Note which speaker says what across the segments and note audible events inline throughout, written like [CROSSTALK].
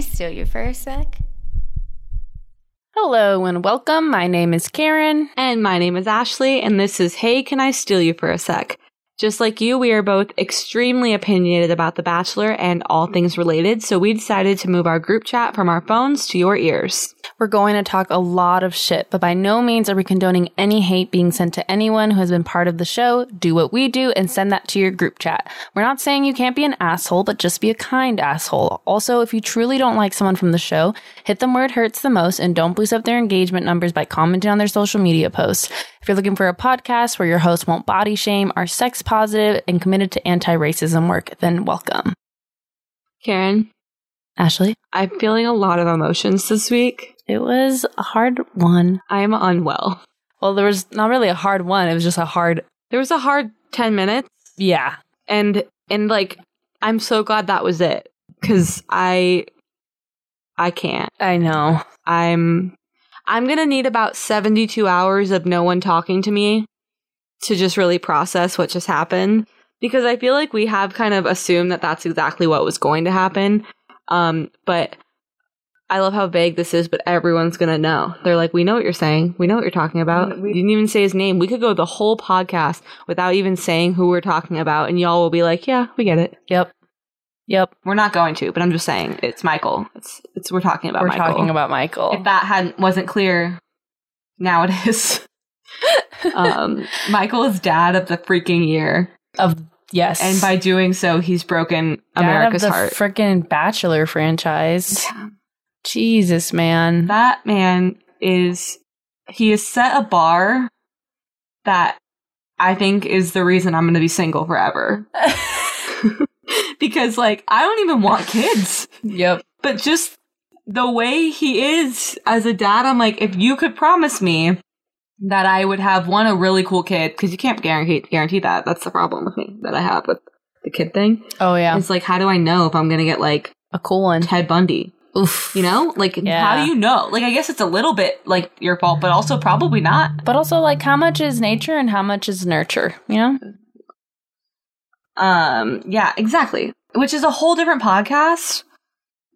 Speaker 1: steal you for a sec?
Speaker 2: Hello and welcome. My name is Karen.
Speaker 3: And my name is Ashley, and this is Hey, Can I Steal You for a Sec? Just like you, we are both extremely opinionated about The Bachelor and all things related, so we decided to move our group chat from our phones to your ears.
Speaker 2: We're going to talk a lot of shit, but by no means are we condoning any hate being sent to anyone who has been part of the show. Do what we do and send that to your group chat. We're not saying you can't be an asshole, but just be a kind asshole. Also, if you truly don't like someone from the show, hit them where it hurts the most and don't boost up their engagement numbers by commenting on their social media posts. If you're looking for a podcast where your hosts won't body shame, are sex positive, and committed to anti racism work, then welcome.
Speaker 3: Karen,
Speaker 2: Ashley,
Speaker 3: I'm feeling a lot of emotions this week.
Speaker 2: it was a hard one.
Speaker 3: I am unwell.
Speaker 2: Well, there was not really a hard one. It was just a hard,
Speaker 3: There was a hard 10 minutes,
Speaker 2: yeah.
Speaker 3: and, and like, I'm so glad that was it, because I, I can't.
Speaker 2: I know.
Speaker 3: I'm I'm gonna need about 72 hours of no one talking to me to just really process what just happened because I feel like we have kind of assumed that that's exactly what was going to happen. Um, but I love how vague this is, but everyone's gonna know. They're like, we know what you're saying. We know what you're talking about.
Speaker 2: We-
Speaker 3: you didn't even say his name. We could go the whole podcast without even saying who we're talking about, and y'all will be like, yeah, we get it.
Speaker 2: Yep. Yep.
Speaker 3: We're not going to, but I'm just saying it's Michael. It's it's we're talking about
Speaker 2: We're
Speaker 3: Michael
Speaker 2: talking about Michael.
Speaker 3: if that hadn't wasn't clear now it
Speaker 2: [LAUGHS]
Speaker 3: is um michael is dad of the freaking year
Speaker 2: of yes.
Speaker 3: and by doing so he's broken
Speaker 2: Dad
Speaker 3: america's
Speaker 2: of the
Speaker 3: heart
Speaker 2: Freaking Bachelor franchise.
Speaker 3: Yeah.
Speaker 2: Jesus, man.
Speaker 3: that man is he has set a bar that i think is the reason i'm going to be single forever [LAUGHS] because like i don't even want kids
Speaker 2: [LAUGHS] yep.
Speaker 3: but just the way he is as a dad, I'm like, if you could promise me that I would have one a really cool kid, because you can't guarantee guarantee that. That's the problem with me that I have with the kid thing.
Speaker 2: Oh yeah.
Speaker 3: It's like, how do I know if I'm gonna get like
Speaker 2: a cool one.
Speaker 3: Ted Bundy?
Speaker 2: Oof.
Speaker 3: You know, like how
Speaker 2: Yeah.
Speaker 3: do you know? Like, I guess it's a little bit like your fault, but also probably not.
Speaker 2: But also, like, how much is nature and how much is nurture? You know.
Speaker 3: Um, yeah, exactly. Which is a whole different podcast,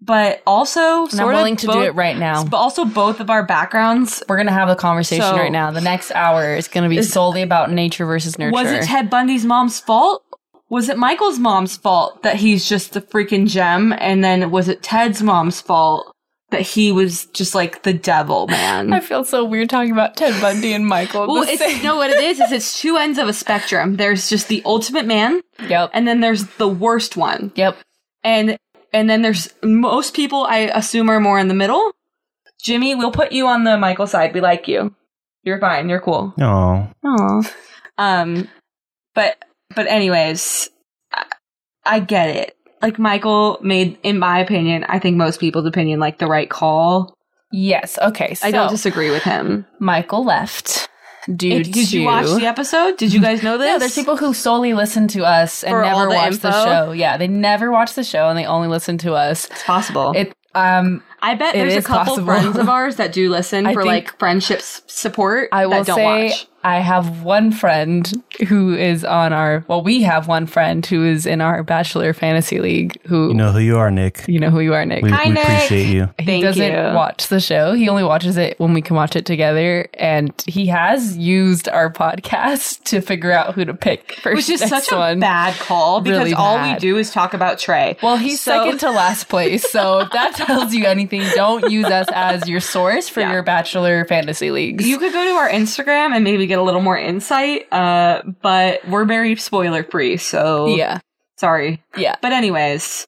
Speaker 3: but also
Speaker 2: And
Speaker 3: sort
Speaker 2: I'm
Speaker 3: of
Speaker 2: willing to do
Speaker 3: both-
Speaker 2: it right now.
Speaker 3: But also both of our backgrounds
Speaker 2: We're gonna have a conversation
Speaker 3: So-
Speaker 2: right now. The next hour is gonna be
Speaker 3: Is-
Speaker 2: solely about nature versus nurture.
Speaker 3: Was it Ted Bundy's mom's fault? Was it Michael's mom's fault that he's just the freaking gem? And then was it Ted's mom's fault that he was just like the devil,
Speaker 2: I
Speaker 3: man?
Speaker 2: feel so weird talking about Ted Bundy and Michael. at
Speaker 3: [LAUGHS] well,
Speaker 2: the same-
Speaker 3: it's, no, what it is is it's two ends of a spectrum. There's just the ultimate man,
Speaker 2: Yep.
Speaker 3: and then there's the worst one,
Speaker 2: Yep.
Speaker 3: and and then there's most people I assume are more in the middle. Jimmy, we'll put you on the Michael side. We like you. You're fine. You're cool.
Speaker 4: Oh,
Speaker 3: Aww. Um, but but anyways, I, I get it. Like Michael made, in my opinion, I think most people's opinion, like the right call.
Speaker 2: Yes. Okay. So
Speaker 3: I don't disagree with him.
Speaker 2: Michael left due
Speaker 3: If- did
Speaker 2: to
Speaker 3: you watch the episode? Did you guys [LAUGHS] know this?
Speaker 2: no, there's people who solely listen to us and
Speaker 3: For all
Speaker 2: never
Speaker 3: the
Speaker 2: watch the
Speaker 3: info?
Speaker 2: show. Yeah, they never watch the show and they only listen to us.
Speaker 3: It's possible.
Speaker 2: It um
Speaker 3: I bet
Speaker 2: it
Speaker 3: there's a
Speaker 2: is
Speaker 3: couple
Speaker 2: possible.
Speaker 3: friends of ours that do listen
Speaker 2: I
Speaker 3: for
Speaker 2: think-
Speaker 3: like friendship s- support.
Speaker 2: I will
Speaker 3: that don't
Speaker 2: say
Speaker 3: watch.
Speaker 2: I have one friend who is on our well, we have one friend who is in our Bachelor Fantasy League who
Speaker 4: you know who you are, Nick.
Speaker 2: you know who you are, Nick.
Speaker 4: We,
Speaker 3: Hi,
Speaker 4: we
Speaker 3: Nick.
Speaker 4: appreciate you.
Speaker 2: he
Speaker 3: Thank
Speaker 2: doesn't
Speaker 3: you.
Speaker 2: watch the show. He only watches it when we can watch it together. And he has used our podcast [LAUGHS] to figure out who to pick for [LAUGHS]
Speaker 3: Which is
Speaker 2: next
Speaker 3: such a
Speaker 2: one.
Speaker 3: bad call because
Speaker 2: Really
Speaker 3: all
Speaker 2: bad.
Speaker 3: we do is talk about Trey.
Speaker 2: Well, he's
Speaker 3: So-
Speaker 2: second to last place. So if that tells you anything, don't use us as your source for
Speaker 3: Yeah.
Speaker 2: your bachelor fantasy leagues.
Speaker 3: You could go to our Instagram and maybe get a little more insight, uh, but we're very spoiler free, so
Speaker 2: yeah.
Speaker 3: sorry.
Speaker 2: Yeah.
Speaker 3: But anyways,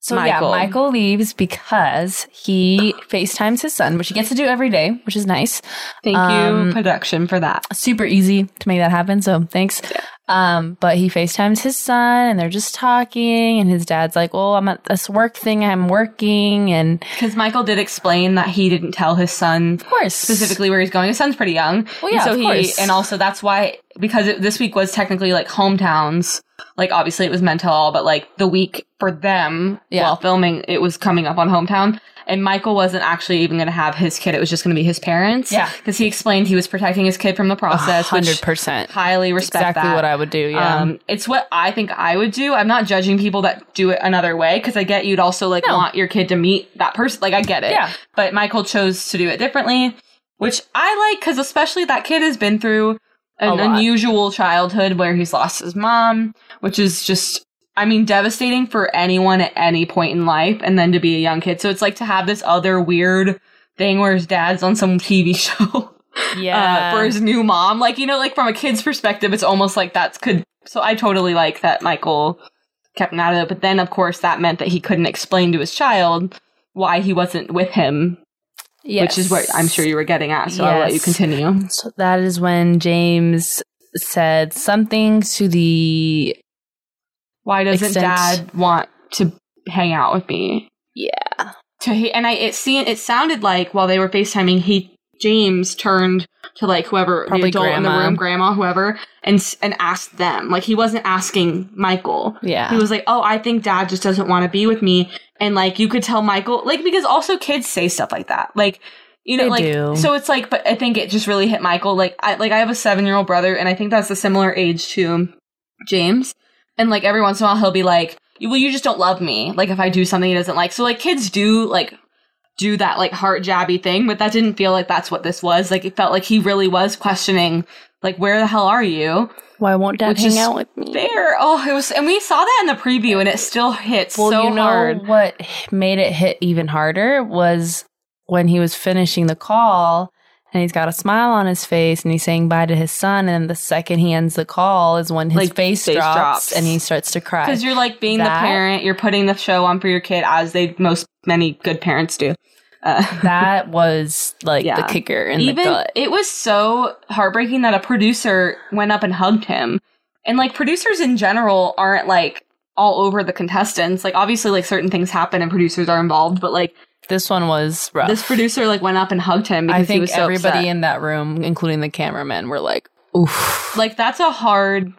Speaker 2: So
Speaker 3: Michael.
Speaker 2: yeah, Michael leaves because he FaceTimes his son, which he gets to do every day, which is nice.
Speaker 3: thank
Speaker 2: Um,
Speaker 3: you production for that.
Speaker 2: super easy to make that happen. So thanks. Um, but he FaceTimes his son and they're just talking and his dad's like, well, I'm at this work thing. I'm working. And
Speaker 3: Because Michael did explain that he didn't tell his son
Speaker 2: of course,
Speaker 3: specifically where he's going. His son's pretty young,
Speaker 2: Well,
Speaker 3: And
Speaker 2: yeah,
Speaker 3: so
Speaker 2: of
Speaker 3: he
Speaker 2: course.
Speaker 3: and also that's why because it, this week was technically like hometowns. Like obviously it was mental all, but like the week for them
Speaker 2: Yeah.
Speaker 3: while filming, it was coming up on hometown, and Michael wasn't actually even going to have his kid. It was just going to be his parents.
Speaker 2: Yeah.
Speaker 3: Because he explained he was protecting his kid from the process.
Speaker 2: hundred
Speaker 3: 100%.
Speaker 2: percent.
Speaker 3: Highly respect
Speaker 2: Exactly
Speaker 3: that.
Speaker 2: what I would do. Yeah.
Speaker 3: Um, it's what I think I would do. I'm not judging people that do it another way because I get you'd also like
Speaker 2: No.
Speaker 3: want your kid to meet that person. Like I get it.
Speaker 2: Yeah.
Speaker 3: But Michael chose to do it differently, which I like because especially that kid has been through
Speaker 2: A
Speaker 3: an
Speaker 2: lot.
Speaker 3: unusual childhood where he's lost his mom, which is just. I mean, devastating for anyone at any point in life, and then to be a young kid. So it's like to have this other weird thing where his dad's on some TV [LAUGHS] show
Speaker 2: yeah.
Speaker 3: uh, for his new mom. Like, you know, like from a kid's perspective, it's almost like that's could. So I totally like that Michael kept him out of it. But then, of course, that meant that he couldn't explain to his child why he wasn't with him,
Speaker 2: Yes.
Speaker 3: which is what I'm sure you were getting at. So I'll let you
Speaker 2: Yes.
Speaker 3: continue.
Speaker 2: So that is when James said something to the
Speaker 3: Why doesn't
Speaker 2: Extent.
Speaker 3: dad want to hang out with me?
Speaker 2: Yeah.
Speaker 3: To he, and I it seen it sounded like while they were FaceTiming, he James turned to like whoever
Speaker 2: Probably
Speaker 3: the adult in
Speaker 2: grandma.
Speaker 3: the room, grandma, whoever, and s- and asked them. Like he wasn't asking Michael.
Speaker 2: yeah.
Speaker 3: He was like, "Oh, I think Dad just doesn't want to be with me," and like you could tell Michael, like because also kids say stuff like that, like you know,
Speaker 2: They
Speaker 3: like
Speaker 2: do.
Speaker 3: so it's like, but I think it just really hit Michael. Like I like I have a seven year old brother, and I think that's a similar age to James, and like every once in a while he'll be like, "Well, you just don't love me." Like if I do something he doesn't like, so like kids do like do that like heart jabby thing, but that didn't feel like that's what this was. Like it felt like he really was questioning. Like, where the hell are you?
Speaker 2: Why won't Dad
Speaker 3: Which
Speaker 2: hang
Speaker 3: is
Speaker 2: out with me?
Speaker 3: There. Oh, it was, and we saw that in the preview, and it still hits
Speaker 2: Well,
Speaker 3: so
Speaker 2: you know
Speaker 3: hard.
Speaker 2: what h- made it hit even harder was when he was finishing the call and he's got a smile on his face and he's saying bye to his son. And the second he ends the call is when his
Speaker 3: Like,
Speaker 2: face,
Speaker 3: face
Speaker 2: drops,
Speaker 3: drops.
Speaker 2: and he starts to cry.
Speaker 3: Because you're like being
Speaker 2: That-
Speaker 3: the parent, you're putting the show on for your kid, as they most many good parents do. Uh,
Speaker 2: [LAUGHS] that was like the
Speaker 3: Yeah.
Speaker 2: kicker [LAUGHS] in the
Speaker 3: even
Speaker 2: gut.
Speaker 3: it was so heartbreaking that a producer went up and hugged him, and like producers in general aren't like all over the contestants. Like obviously, like certain things happen and producers are involved, but like
Speaker 2: This one was rough.
Speaker 3: this producer like went up and hugged him because
Speaker 2: I think
Speaker 3: he was so
Speaker 2: everybody
Speaker 3: upset.
Speaker 2: in that room, including the cameramen, were like, oof.
Speaker 3: like that's a hard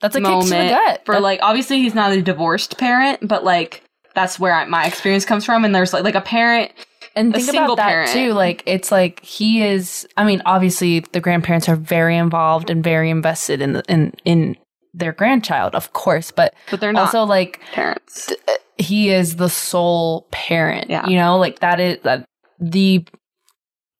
Speaker 2: That's a kick
Speaker 3: moment
Speaker 2: to the gut.
Speaker 3: for
Speaker 2: That-
Speaker 3: like obviously he's not a divorced parent, but like that's where I, my experience comes from. And there's like like a parent
Speaker 2: and
Speaker 3: a
Speaker 2: think
Speaker 3: single
Speaker 2: about that
Speaker 3: parent.
Speaker 2: too. Like it's like he is. I mean, obviously the grandparents are very involved and very invested in the, in in their grandchild, of course. But
Speaker 3: but they're not
Speaker 2: also like
Speaker 3: parents.
Speaker 2: he is the sole parent.
Speaker 3: Yeah.
Speaker 2: You know, like that is that the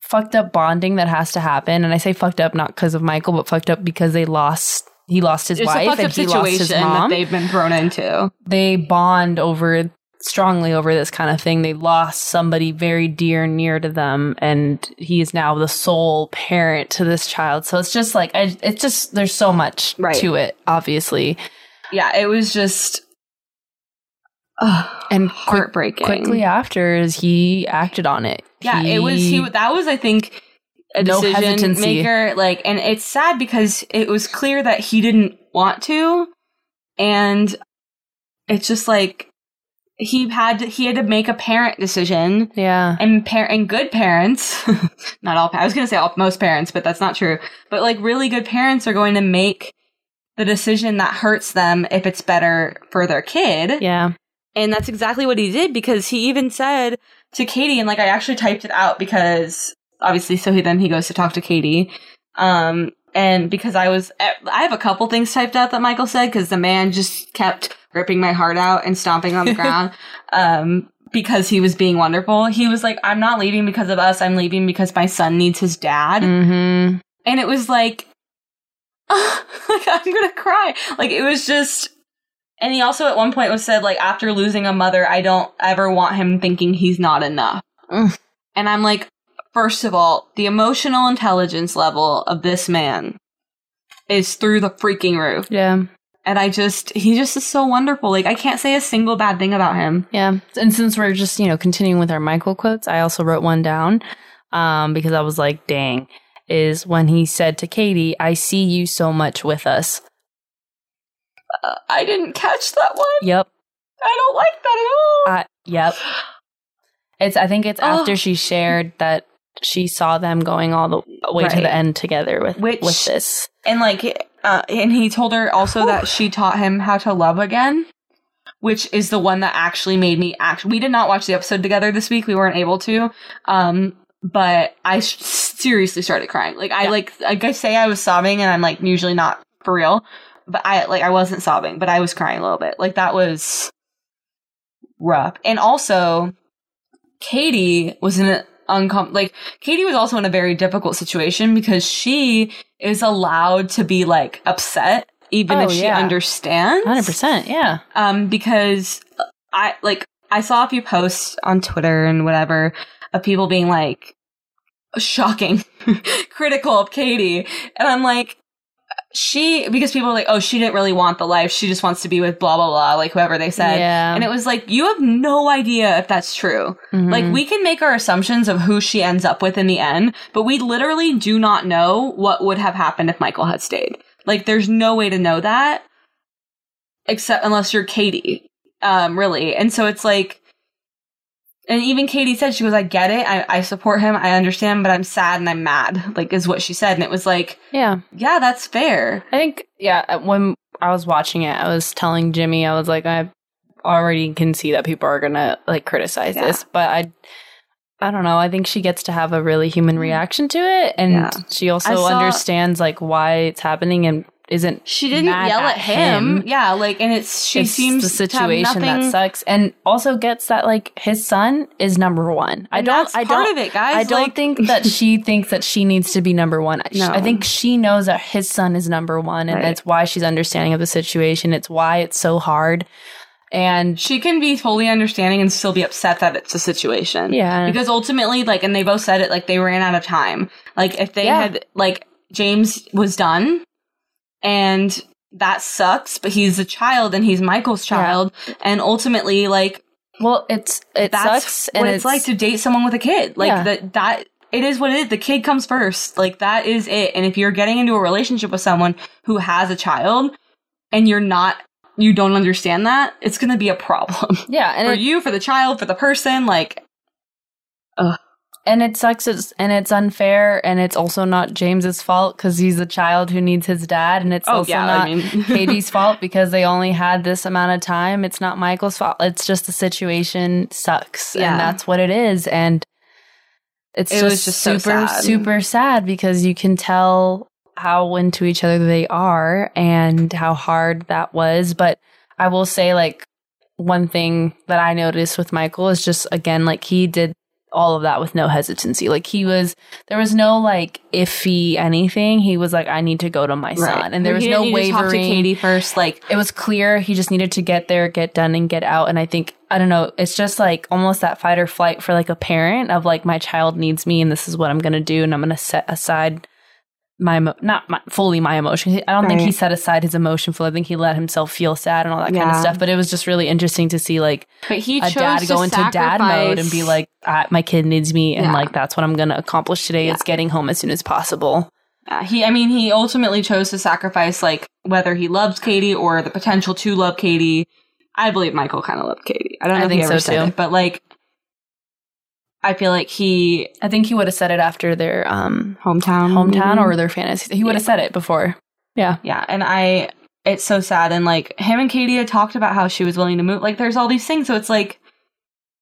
Speaker 2: fucked up bonding that has to happen. And I say fucked up not because of Michael, but fucked up because they lost. He lost his
Speaker 3: It's a
Speaker 2: wife
Speaker 3: fucked
Speaker 2: and
Speaker 3: up
Speaker 2: he lost his
Speaker 3: situation
Speaker 2: mom.
Speaker 3: that they've been thrown into.
Speaker 2: they bond over strongly over this kind of thing. They lost somebody very dear and near to them, and he is now the sole parent to this child. So it's just like I, it's just there's so much
Speaker 3: Right.
Speaker 2: to it, obviously.
Speaker 3: Yeah, it was just [SIGHS]
Speaker 2: And quick,
Speaker 3: heartbreaking.
Speaker 2: quickly after is he acted on it.
Speaker 3: yeah, it was. He that was, I think, a
Speaker 2: No
Speaker 3: decision
Speaker 2: hesitancy.
Speaker 3: maker. Like, and it's sad because it was clear that he didn't want to, and it's just like he had he had to make a parent decision
Speaker 2: yeah.
Speaker 3: and par- and good parents [LAUGHS] not all pa- i was going to say all, most parents but that's not true but like really good parents are going to make the decision that hurts them if it's better for their kid
Speaker 2: Yeah.
Speaker 3: and that's exactly what he did because he even said to Katie, and like I actually typed it out because obviously, so he then he goes to talk to Katie. Um, and because I was, eh, I have a couple things typed out that Michael said because the man just kept ripping my heart out and stomping on the ground. Um, because he was being wonderful. He was like, I'm not leaving because of us. I'm leaving because my son needs his dad
Speaker 2: Mm-hmm.
Speaker 3: and it was like, [LAUGHS] like I'm gonna cry. Like it was just. And he also at one point was said like after losing a mother, I don't ever want him thinking he's not enough.
Speaker 2: Ugh.
Speaker 3: and I'm like, first of all, the emotional intelligence level of this man is through the freaking roof.
Speaker 2: Yeah.
Speaker 3: And I just, he just is so wonderful. Like I can't say a single bad thing about him.
Speaker 2: Yeah. And since we're just, you know, continuing with our Michael quotes, I also wrote one down um, because I was like, dang, is when he said to Katie, I see you so much with us.
Speaker 3: Uh, I didn't catch that one.
Speaker 2: Yep.
Speaker 3: I don't like that at all.
Speaker 2: I, yep. It's, I think it's after
Speaker 3: Oh.
Speaker 2: she shared that she saw them going all the way to
Speaker 3: Right.
Speaker 2: the end together with,
Speaker 3: Which-
Speaker 2: with this.
Speaker 3: and like uh, and he told her also that she taught him how to love again which is the one that actually made me act. We did not watch the episode together this week. We weren't able to. Um, but I s- seriously started crying. Like I
Speaker 2: Yeah.
Speaker 3: like like I say I was sobbing, and I'm like usually not for real, but I like I wasn't sobbing, but I was crying a little bit. Like that was rough. And also, Katie was in an uncom like Katie was also in a very difficult situation because she is allowed to be like upset even
Speaker 2: Oh,
Speaker 3: if she
Speaker 2: yeah.
Speaker 3: understands
Speaker 2: 100%. Yeah.
Speaker 3: um, because I like I saw a few posts on Twitter and whatever of people being like shocking, [LAUGHS] critical of Katie, and I'm like she because people are like oh she didn't really want the life she just wants to be with blah blah blah like whoever they said.
Speaker 2: yeah.
Speaker 3: And it was like, you have no idea if that's true.
Speaker 2: Mhm.
Speaker 3: Like, we can make our assumptions of who she ends up with in the end, but we literally do not know what would have happened if Michael had stayed. Like, there's no way to know that, except unless you're Katie, um, really. And so it's like, and even Katie said, she goes, I get it. I, I support him. I understand, but I'm sad and I'm mad, like, is what she said. And it was like,
Speaker 2: yeah.
Speaker 3: yeah, that's fair.
Speaker 2: I think, yeah, when I was watching it, I was telling Jimmy, I was like, I already can see that people are gonna like criticize
Speaker 3: Yeah.
Speaker 2: this, but I, I don't know. I think she gets to have a really human reaction to it, and
Speaker 3: Mm-hmm. Yeah.
Speaker 2: she also
Speaker 3: I saw-
Speaker 2: understands like why it's happening and isn't.
Speaker 3: She didn't
Speaker 2: Mad
Speaker 3: yell
Speaker 2: at
Speaker 3: at him.
Speaker 2: him.
Speaker 3: Yeah, like, and it's, she
Speaker 2: it's
Speaker 3: seems
Speaker 2: the situation
Speaker 3: to have
Speaker 2: that
Speaker 3: nothing.
Speaker 2: sucks, and also gets that like his son is number one. I
Speaker 3: And
Speaker 2: don't.
Speaker 3: that's
Speaker 2: I
Speaker 3: part
Speaker 2: don't.
Speaker 3: of it, guys.
Speaker 2: I don't
Speaker 3: Like-
Speaker 2: think that she
Speaker 3: [LAUGHS]
Speaker 2: thinks that she needs to be number one. I-
Speaker 3: No.
Speaker 2: I think she knows that his son is number one, and
Speaker 3: Right.
Speaker 2: that's why she's understanding of the situation. It's why it's so hard, and
Speaker 3: she can be totally understanding and still be upset that it's a situation.
Speaker 2: yeah,
Speaker 3: Because ultimately, like, and they both said it, like, they ran out of time. Like, if they
Speaker 2: Yeah.
Speaker 3: had, like, James was done and that sucks, but he's a child and he's Michael's
Speaker 2: Yeah.
Speaker 3: child. And ultimately, like,
Speaker 2: well, it's it
Speaker 3: that's
Speaker 2: sucks,
Speaker 3: what
Speaker 2: and
Speaker 3: it's, like to date someone with a kid. Like,
Speaker 2: Yeah.
Speaker 3: that, that, it is what it is. The kid comes first. Like, that is it. And if you're getting into a relationship with someone who has a child and you're not, you don't understand that, it's going to be a problem
Speaker 2: [LAUGHS] yeah, and
Speaker 3: for
Speaker 2: it,
Speaker 3: you, for the child, for the person. Like,
Speaker 2: and it sucks, it's, and it's unfair, and it's also not James's fault because he's a child who needs his dad, and it's also not
Speaker 3: Oh, mean, [LAUGHS]
Speaker 2: Katie's fault because they only had this amount of time. It's not Michael's fault. It's just the situation sucks.
Speaker 3: Yeah.
Speaker 2: And that's what it is. And it's
Speaker 3: It
Speaker 2: just,
Speaker 3: was just so
Speaker 2: super,
Speaker 3: sad.
Speaker 2: super sad because you can tell how into each other they are and how hard that was. But I will say, like, one thing that I noticed with Michael is just, again, like, he did all of that with no hesitancy. Like, he was, there was no, like, iffy anything. He was like, I need to go to my son. And there was
Speaker 3: He
Speaker 2: no
Speaker 3: didn't need to Talk to
Speaker 2: wavering
Speaker 3: Katie first, like
Speaker 2: it was clear he just needed to get there, get done, and get out. And I think, I don't know, it's just like almost that fight or flight for like a parent of like, my child needs me and this is what I'm going to do. And I'm going to set aside my, emo- not my, fully my emotion. I don't think he
Speaker 3: Right.
Speaker 2: set aside his emotion fully. I think he let himself feel sad and all that kind of
Speaker 3: Yeah.
Speaker 2: stuff. But it was just really interesting to see like
Speaker 3: but he
Speaker 2: a
Speaker 3: chose
Speaker 2: dad
Speaker 3: to
Speaker 2: go into dad mode and be
Speaker 3: sacrifice-
Speaker 2: like, ah, my kid needs me. And
Speaker 3: Yeah.
Speaker 2: like, that's what I'm going to accomplish today
Speaker 3: Yeah.
Speaker 2: is getting home as soon as possible.
Speaker 3: Yeah, uh, he I mean he ultimately chose to sacrifice like whether he loves Katie or the potential to love Katie. I believe Michael kind of loved Katie. I don't
Speaker 2: I
Speaker 3: know if
Speaker 2: think
Speaker 3: he ever
Speaker 2: so,
Speaker 3: said
Speaker 2: too.
Speaker 3: it, but like I feel like he
Speaker 2: I think he would have said it after their um,
Speaker 3: hometown
Speaker 2: hometown or their fantasy. He would have said it before.
Speaker 3: yeah, and I it's so sad and like him and Katie had talked about how she was willing to move. Like there's all these things, so it's like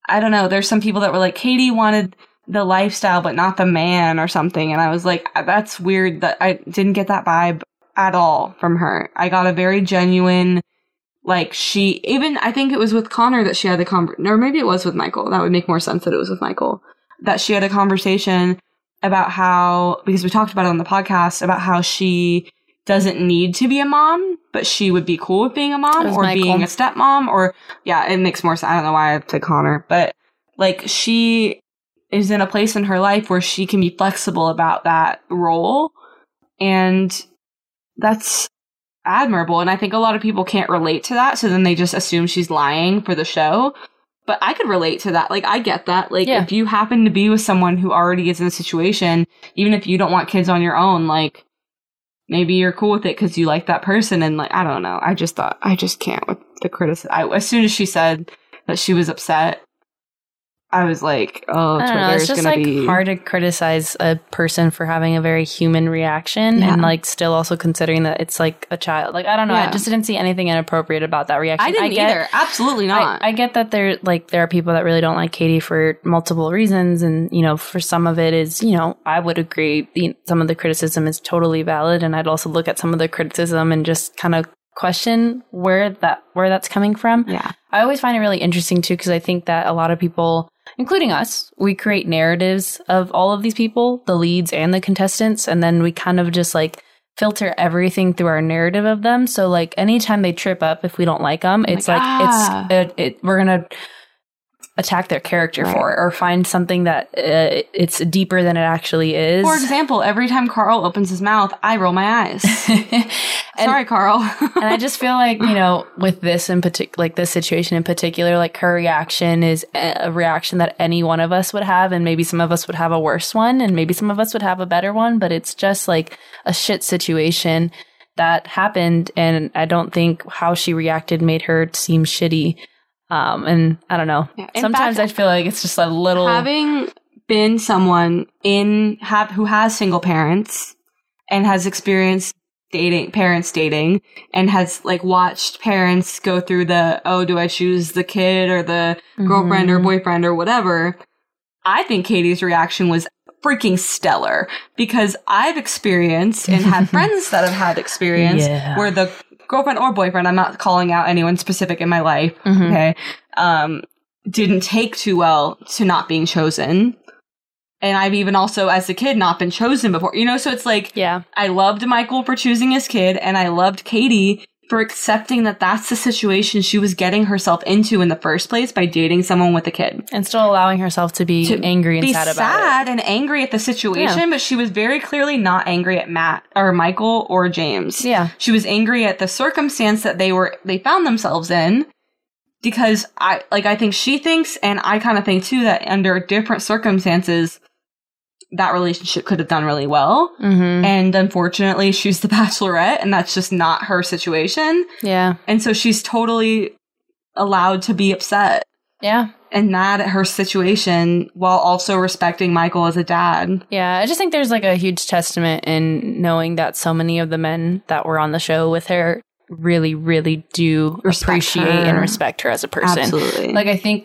Speaker 3: I don't know. There's some people that were like, Katie wanted the lifestyle, but not the man or something. And I was like, that's weird that I didn't get that vibe at all from her. I got a very genuine, like, she, even I think it was with Connor that she had the conversation, or maybe it was with Michael. That would make more sense that it was with Michael, that she had a conversation about how, because we talked about it on the podcast, about how she doesn't need to be a mom, but she would be cool with being a
Speaker 2: It
Speaker 3: mom
Speaker 2: was
Speaker 3: or
Speaker 2: Michael.
Speaker 3: being a stepmom or yeah, it makes more sense. I don't know why I said Connor, but like she is in a place in her life where she can be flexible about that role. And that's admirable. And I think a lot of people can't relate to that. So then they just assume she's lying for the show. But I could relate to that. Like, I get that. Like,
Speaker 2: Yeah.
Speaker 3: if you happen to be with someone who already is in a situation, even if you don't want kids on your own, like, maybe you're cool with it because you like that person and like i don't know i just thought i just can't with the criticism I, as soon as she said that she was upset I was like,
Speaker 2: I
Speaker 3: oh, Twitter
Speaker 2: don't know. Uh, It's
Speaker 3: is
Speaker 2: just
Speaker 3: gonna
Speaker 2: like
Speaker 3: be
Speaker 2: hard to criticize a person for having a very human reaction
Speaker 3: Yeah.
Speaker 2: and like still also considering that it's like a child. Like I don't know. I
Speaker 3: Yeah.
Speaker 2: just didn't see anything inappropriate about that reaction.
Speaker 3: I didn't
Speaker 2: get-
Speaker 3: either. Absolutely not.
Speaker 2: I, I get that there like there are people that really don't like Katie for multiple reasons, and you know, for some of it is you know I would agree you know, some of the criticism is totally valid, and I'd also look at some of the criticism and just kind of question where that where that's coming from.
Speaker 3: yeah.
Speaker 2: I always find it really interesting too because I think that a lot of people, including us, we create narratives of all of these people, the leads and the contestants, and then we kind of just like filter everything through our narrative of them. So like anytime they trip up, if we don't like
Speaker 3: Oh
Speaker 2: them, it's like
Speaker 3: ah.
Speaker 2: it's it, it, we're gonna attack their character
Speaker 3: Right.
Speaker 2: for it or find something that uh, it's deeper than it actually is.
Speaker 3: For example, every time Carl opens his mouth, I roll my eyes.
Speaker 2: [LAUGHS] And-
Speaker 3: Sorry, Carl. [LAUGHS]
Speaker 2: and I just feel like you know, with this in particular, like this situation in particular, like her reaction is a a reaction that any one of us would have, and maybe some of us would have a worse one, and maybe some of us would have a better one. But it's just like a shit situation that happened, and I don't think how she reacted made her seem shitty. Um, and I don't know.
Speaker 3: Yeah. In
Speaker 2: Sometimes
Speaker 3: fact,
Speaker 2: I feel like it's just a little.
Speaker 3: having been someone in have who has single parents and has experienced dating parents dating and has like watched parents go through the oh do I choose the kid or the girlfriend or
Speaker 2: Mhm.
Speaker 3: boyfriend or whatever I think Katie's reaction was freaking stellar because I've experienced
Speaker 2: [LAUGHS]
Speaker 3: and had friends that have had experience
Speaker 2: Yeah.
Speaker 3: where the girlfriend or boyfriend I'm not calling out anyone specific in my life
Speaker 2: Mhm.
Speaker 3: okay um didn't take too well to not being chosen and i've even also as a kid not been chosen before you know so it's like
Speaker 2: Yeah.
Speaker 3: i loved michael for choosing his kid and i loved katie for accepting that that's the situation she was getting herself into in the first place by dating someone with a kid
Speaker 2: And still allowing herself to be
Speaker 3: To
Speaker 2: angry and
Speaker 3: be
Speaker 2: sad
Speaker 3: sad,
Speaker 2: about it.
Speaker 3: and angry at the situation but she was very clearly not angry at matt or michael or james
Speaker 2: Yeah.
Speaker 3: she was angry at the circumstance that they were they found themselves in because I like I think she thinks and I kind of think too that under different circumstances that relationship could have done really well.
Speaker 2: hmm
Speaker 3: And unfortunately, she's the [LAUGHS] bachelorette and that's just not her situation.
Speaker 2: Yeah.
Speaker 3: And so she's totally allowed to be upset
Speaker 2: Yeah.
Speaker 3: and mad at her situation while also respecting Michael as a dad.
Speaker 2: Yeah, I just think there's like a huge testament in knowing that so many of the men that were on the show with her really, really do
Speaker 3: Respect
Speaker 2: appreciate
Speaker 3: her.
Speaker 2: and respect her as a person.
Speaker 3: Absolutely.
Speaker 2: Like, I think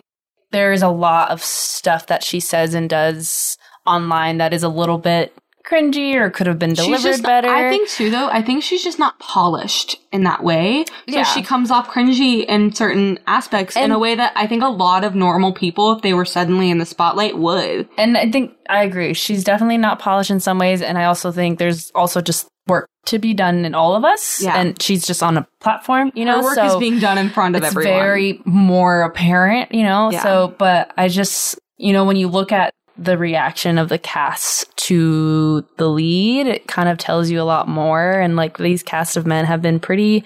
Speaker 2: there is a lot of stuff that she says and does online that is a little bit cringy or could have been
Speaker 3: She's
Speaker 2: delivered
Speaker 3: just-
Speaker 2: better.
Speaker 3: I think too, though. I think she's just not polished in that way. So
Speaker 2: Yeah.
Speaker 3: she comes off cringy in certain aspects in
Speaker 2: And-
Speaker 3: a way that I think a lot of normal people, if they were suddenly in the spotlight, would.
Speaker 2: And I think I agree. She's definitely not polished in some ways. And I also think there's also just work to be done in all of us.
Speaker 3: Yeah.
Speaker 2: And she's just on a platform, you know?
Speaker 3: Her work
Speaker 2: so
Speaker 3: is being done in front of
Speaker 2: it's
Speaker 3: everyone.
Speaker 2: very more apparent, you know.
Speaker 3: Yeah.
Speaker 2: So, but I just, you know, when you look at the reaction of the cast to the lead, it kind of tells you a lot more. And like these cast of men have been pretty.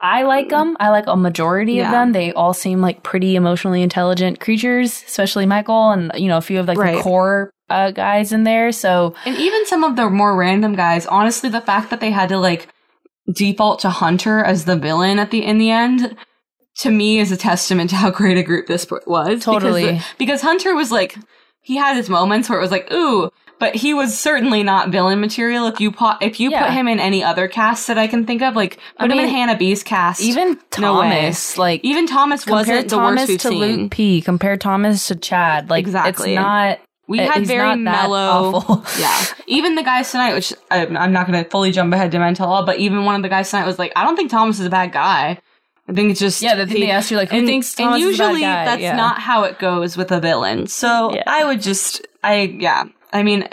Speaker 2: I like them. I like a majority of
Speaker 3: Yeah.
Speaker 2: them. They all seem like pretty emotionally intelligent creatures, especially Michael and you know a few of like
Speaker 3: Right.
Speaker 2: the core uh, guys in there. So
Speaker 3: and even some of the more random guys. Honestly, the fact that they had to like default to Hunter as the villain at the in the end. To me, is a testament to how great a group this was.
Speaker 2: Totally.
Speaker 3: because, the- because Hunter was like he had his moments where it was like ooh, but he was certainly not villain material. If you po- if you
Speaker 2: Yeah.
Speaker 3: put him in any other cast that I can think of, like
Speaker 2: I
Speaker 3: put him in
Speaker 2: mean,
Speaker 3: Hannah B's cast,
Speaker 2: even
Speaker 3: No way.
Speaker 2: Thomas, like
Speaker 3: even Thomas
Speaker 2: compare
Speaker 3: wasn't the
Speaker 2: Thomas
Speaker 3: worst we've
Speaker 2: to
Speaker 3: seen.
Speaker 2: Luke P. Compare Thomas to Chad. Like
Speaker 3: Exactly.
Speaker 2: it's not.
Speaker 3: We
Speaker 2: Uh,
Speaker 3: had
Speaker 2: he's
Speaker 3: very
Speaker 2: not that
Speaker 3: mellow.
Speaker 2: awful.
Speaker 3: [LAUGHS]
Speaker 2: [LAUGHS]
Speaker 3: yeah. Even the guys tonight, which I'm, I'm not going to fully jump ahead to mental all, but even one of the guys tonight was like, I don't think Thomas is a bad guy. I think it's just.
Speaker 2: Yeah, the thing
Speaker 3: he-
Speaker 2: they asked you like who
Speaker 3: and,
Speaker 2: thinks
Speaker 3: and
Speaker 2: Thomas is a bad
Speaker 3: usually
Speaker 2: guy?
Speaker 3: that's
Speaker 2: Yeah.
Speaker 3: not how it goes with a villain. So
Speaker 2: Yeah.
Speaker 3: I would just. I, yeah. I mean,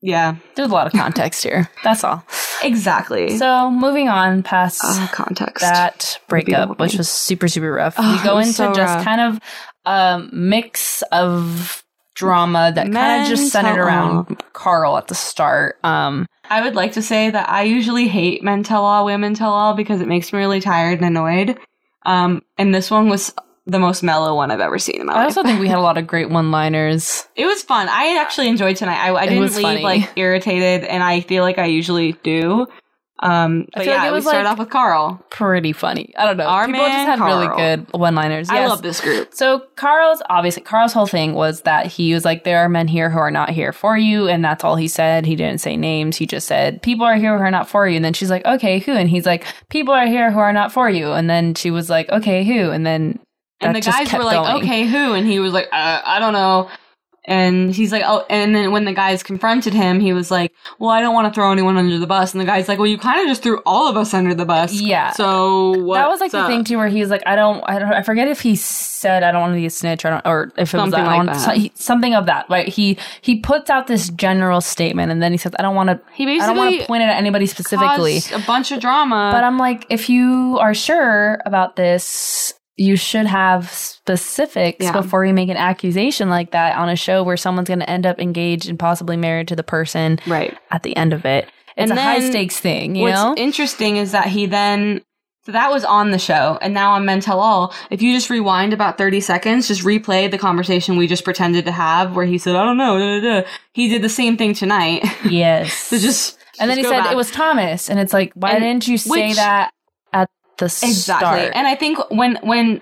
Speaker 3: yeah.
Speaker 2: There's a lot of context here. That's all.
Speaker 3: Exactly.
Speaker 2: So moving on past
Speaker 3: Ah, context.
Speaker 2: that breakup,
Speaker 3: Beautiful.
Speaker 2: which was super super rough,
Speaker 3: Oh,
Speaker 2: we go
Speaker 3: it was
Speaker 2: into
Speaker 3: so
Speaker 2: just
Speaker 3: rough.
Speaker 2: kind of a mix of drama that kind of
Speaker 3: Mental-
Speaker 2: just centered around Carl at the start. Um,
Speaker 3: I would like to say that I usually hate men tell all, women tell all because it makes me really tired and annoyed. Um, and this one was the most mellow one I've ever seen in my
Speaker 2: I
Speaker 3: life.
Speaker 2: also think we had a lot of great one-liners.
Speaker 3: It was fun. I actually enjoyed tonight. I, I
Speaker 2: It
Speaker 3: didn't
Speaker 2: was
Speaker 3: leave
Speaker 2: funny.
Speaker 3: like irritated, and I feel like I usually do. Um,
Speaker 2: I
Speaker 3: but
Speaker 2: feel like
Speaker 3: yeah,
Speaker 2: it
Speaker 3: we
Speaker 2: was,
Speaker 3: started
Speaker 2: like-
Speaker 3: off with Carl.
Speaker 2: Pretty funny. I don't know.
Speaker 3: Our
Speaker 2: People
Speaker 3: man,
Speaker 2: just had really
Speaker 3: Carl.
Speaker 2: good one-liners.
Speaker 3: I
Speaker 2: Yes.
Speaker 3: love this group.
Speaker 2: So Carl's obviously Carl's whole thing was that he was like, there are men here who are not here for you, and that's all he said. He didn't say names. He just said people are here who are not for you. And then she's like, okay, who? And he's like, people are here who are not for you. And then she was like, okay, who? And then that
Speaker 3: And the
Speaker 2: just
Speaker 3: guys
Speaker 2: kept
Speaker 3: were like,
Speaker 2: going.
Speaker 3: okay, who? And he was like, uh, I don't know. And he's like, oh, and then when the guys confronted him, he was like, well, I don't want to throw anyone under the bus. And the guy's like, well, you kind of just threw all of us under the bus.
Speaker 2: Yeah.
Speaker 3: So what?
Speaker 2: that was like the thing too, where he was like, I don't, I don't, I forget if he said I don't want to be a snitch, or, I don't, or if it was
Speaker 3: Something
Speaker 2: I
Speaker 3: like
Speaker 2: don't-
Speaker 3: that.
Speaker 2: so- he- something of that. Right? He he puts out this general statement, and then he says, I don't want to,
Speaker 3: He
Speaker 2: I don't want to point it at anybody specifically.
Speaker 3: caused a bunch of drama.
Speaker 2: But um, I'm like, if you are sure about this, you should have specifics
Speaker 3: Yeah.
Speaker 2: before you make an accusation like that on a show where someone's going to end up engaged and possibly married to the person
Speaker 3: right.
Speaker 2: at the end of it. It's
Speaker 3: And
Speaker 2: a high
Speaker 3: then
Speaker 2: stakes thing, you
Speaker 3: What's
Speaker 2: know?
Speaker 3: interesting is that he then. So that was on the show, and now on Mental All. If you just rewind about 30 seconds, just replay the conversation we just pretended to have where he said, I don't know, da, da, da. he did the same
Speaker 2: [LAUGHS]
Speaker 3: thing tonight. [LAUGHS]
Speaker 2: yes.
Speaker 3: so just.
Speaker 2: and then he
Speaker 3: just go
Speaker 2: said
Speaker 3: back.
Speaker 2: it was Thomas, and it's like, why
Speaker 3: And
Speaker 2: didn't you say
Speaker 3: which-
Speaker 2: that at the
Speaker 3: Exactly.
Speaker 2: start?
Speaker 3: And I think when when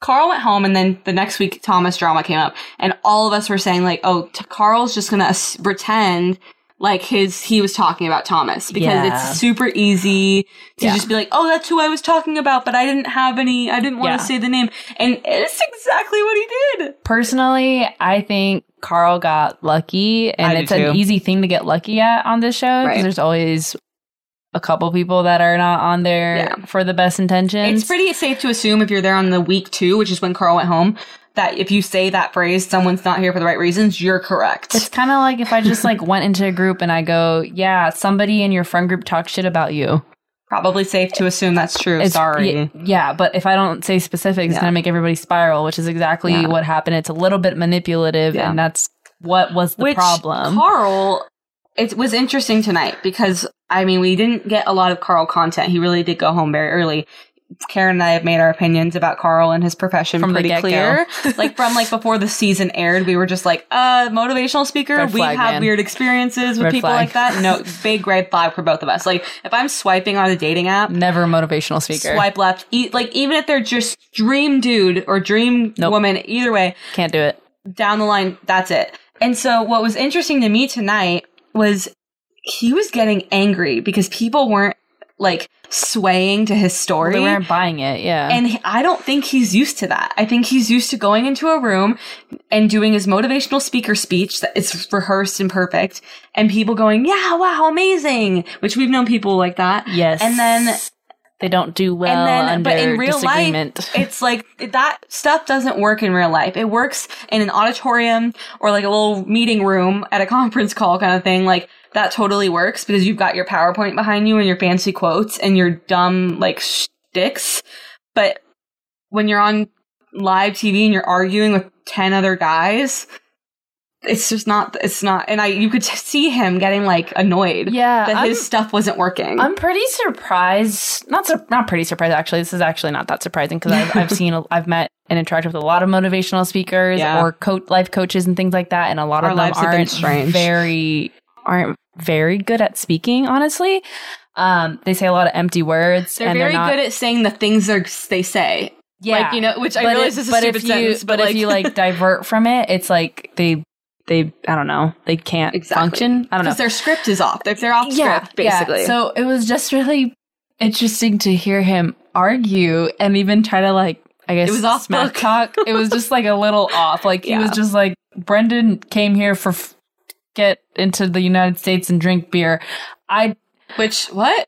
Speaker 3: Carl went home, and then the next week Thomas drama came up, and all of us were saying like, "Oh, t- Carl's just gonna as- pretend like his he was talking about Thomas because
Speaker 2: Yeah.
Speaker 3: it's super easy to
Speaker 2: Yeah.
Speaker 3: just be like, "Oh, that's who I was talking about," but I didn't have any, I didn't want
Speaker 2: Yeah.
Speaker 3: to say the name, and it's exactly what he did.
Speaker 2: Personally, I think Carl got lucky, and
Speaker 3: I do
Speaker 2: it's an
Speaker 3: too.
Speaker 2: easy thing to get lucky at on this show because
Speaker 3: Right.
Speaker 2: there's always a couple people that are not on there for the best intentions.
Speaker 3: It's pretty safe to assume if you're there on the week two, which is when Carl went home, that if you say that phrase, someone's not here for the right reasons, you're correct.
Speaker 2: it's kind of like if I just like went into a group and I go, "Yeah, somebody in your friend group talks shit about you."
Speaker 3: Probably safe to assume that's true.
Speaker 2: It's-
Speaker 3: Sorry.
Speaker 2: y- yeah, but if I don't say specifics, it's
Speaker 3: Yeah.
Speaker 2: gonna make everybody spiral, which is exactly
Speaker 3: Yeah.
Speaker 2: what happened. It's a little bit manipulative,
Speaker 3: Yeah.
Speaker 2: and that's what was the
Speaker 3: Which
Speaker 2: problem.
Speaker 3: Carl, it was interesting tonight because I mean we didn't get a lot of Carl content. He really did go home very early. Karen and I have made our opinions about Carl and his profession
Speaker 2: From the
Speaker 3: pretty
Speaker 2: get-go. [LAUGHS]
Speaker 3: clear. like from like before the season aired, we were just like, uh, motivational speaker.
Speaker 2: Red
Speaker 3: we
Speaker 2: flag,
Speaker 3: have
Speaker 2: man.
Speaker 3: weird experiences with
Speaker 2: Red
Speaker 3: people
Speaker 2: flag.
Speaker 3: like
Speaker 2: [LAUGHS]
Speaker 3: that. No, big red flag for both of us. Like if I'm swiping on a dating app,
Speaker 2: Never a motivational speaker.
Speaker 3: swipe left. E- like even if they're just dream dude or dream
Speaker 2: Nope.
Speaker 3: woman, either way,
Speaker 2: Can't do it.
Speaker 3: down the line, that's it. And so what was interesting to me tonight was he was getting angry because people weren't like swaying to his story.
Speaker 2: They weren't buying it. Yeah.
Speaker 3: and he- I don't think he's used to that. I think he's used to going into a room and doing his motivational speaker speech that is rehearsed and perfect, and people going, "Yeah, wow, amazing," which we've known people like that.
Speaker 2: Yes.
Speaker 3: And then
Speaker 2: they don't do well
Speaker 3: and then
Speaker 2: under
Speaker 3: but in real
Speaker 2: disagreement.
Speaker 3: life [LAUGHS] it's like that stuff doesn't work in real life it works in an auditorium or like a little meeting room at a [LAUGHS] conference call kind of thing like that totally works because you've got your powerpoint behind you and your fancy quotes and your dumb like sticks but when you're on live tv and you're arguing with 10 other guys it's just not it's not and i you could t- see him getting like annoyed
Speaker 2: yeah,
Speaker 3: that
Speaker 2: I'm,
Speaker 3: his stuff wasn't working
Speaker 2: I'm pretty surprised. Not sur- not pretty surprised actually. This is actually not that surprising because I've,
Speaker 3: [LAUGHS]
Speaker 2: I've seen, a- I've met and interacted with a lot of motivational speakers
Speaker 3: Yeah.
Speaker 2: or co- life coaches and things like that, and a lot
Speaker 3: Our
Speaker 2: of them
Speaker 3: lives have been
Speaker 2: aren't
Speaker 3: strange.
Speaker 2: very aren't very good at speaking. Honestly, um, they say a lot of empty words.
Speaker 3: They're
Speaker 2: and
Speaker 3: very
Speaker 2: they're not,
Speaker 3: good at saying the things they're, they say.
Speaker 2: yeah,
Speaker 3: Like, you know, which I
Speaker 2: But
Speaker 3: realize
Speaker 2: if-
Speaker 3: is a
Speaker 2: but
Speaker 3: stupid
Speaker 2: if you,
Speaker 3: sentence, but,
Speaker 2: but if you
Speaker 3: [LAUGHS]
Speaker 2: like divert from it, it's like they they I don't know they can't
Speaker 3: Exactly.
Speaker 2: function. I don't know.
Speaker 3: because their script is off. They're, they're off script, basically.
Speaker 2: So it was just really interesting to hear him argue and even try to like I guess
Speaker 3: It was off
Speaker 2: smack
Speaker 3: book.
Speaker 2: talk. It was just like a little off. Like he was
Speaker 3: Yeah.
Speaker 2: just like Brendan came here for f- get into the United States and drink beer. I
Speaker 3: which, what?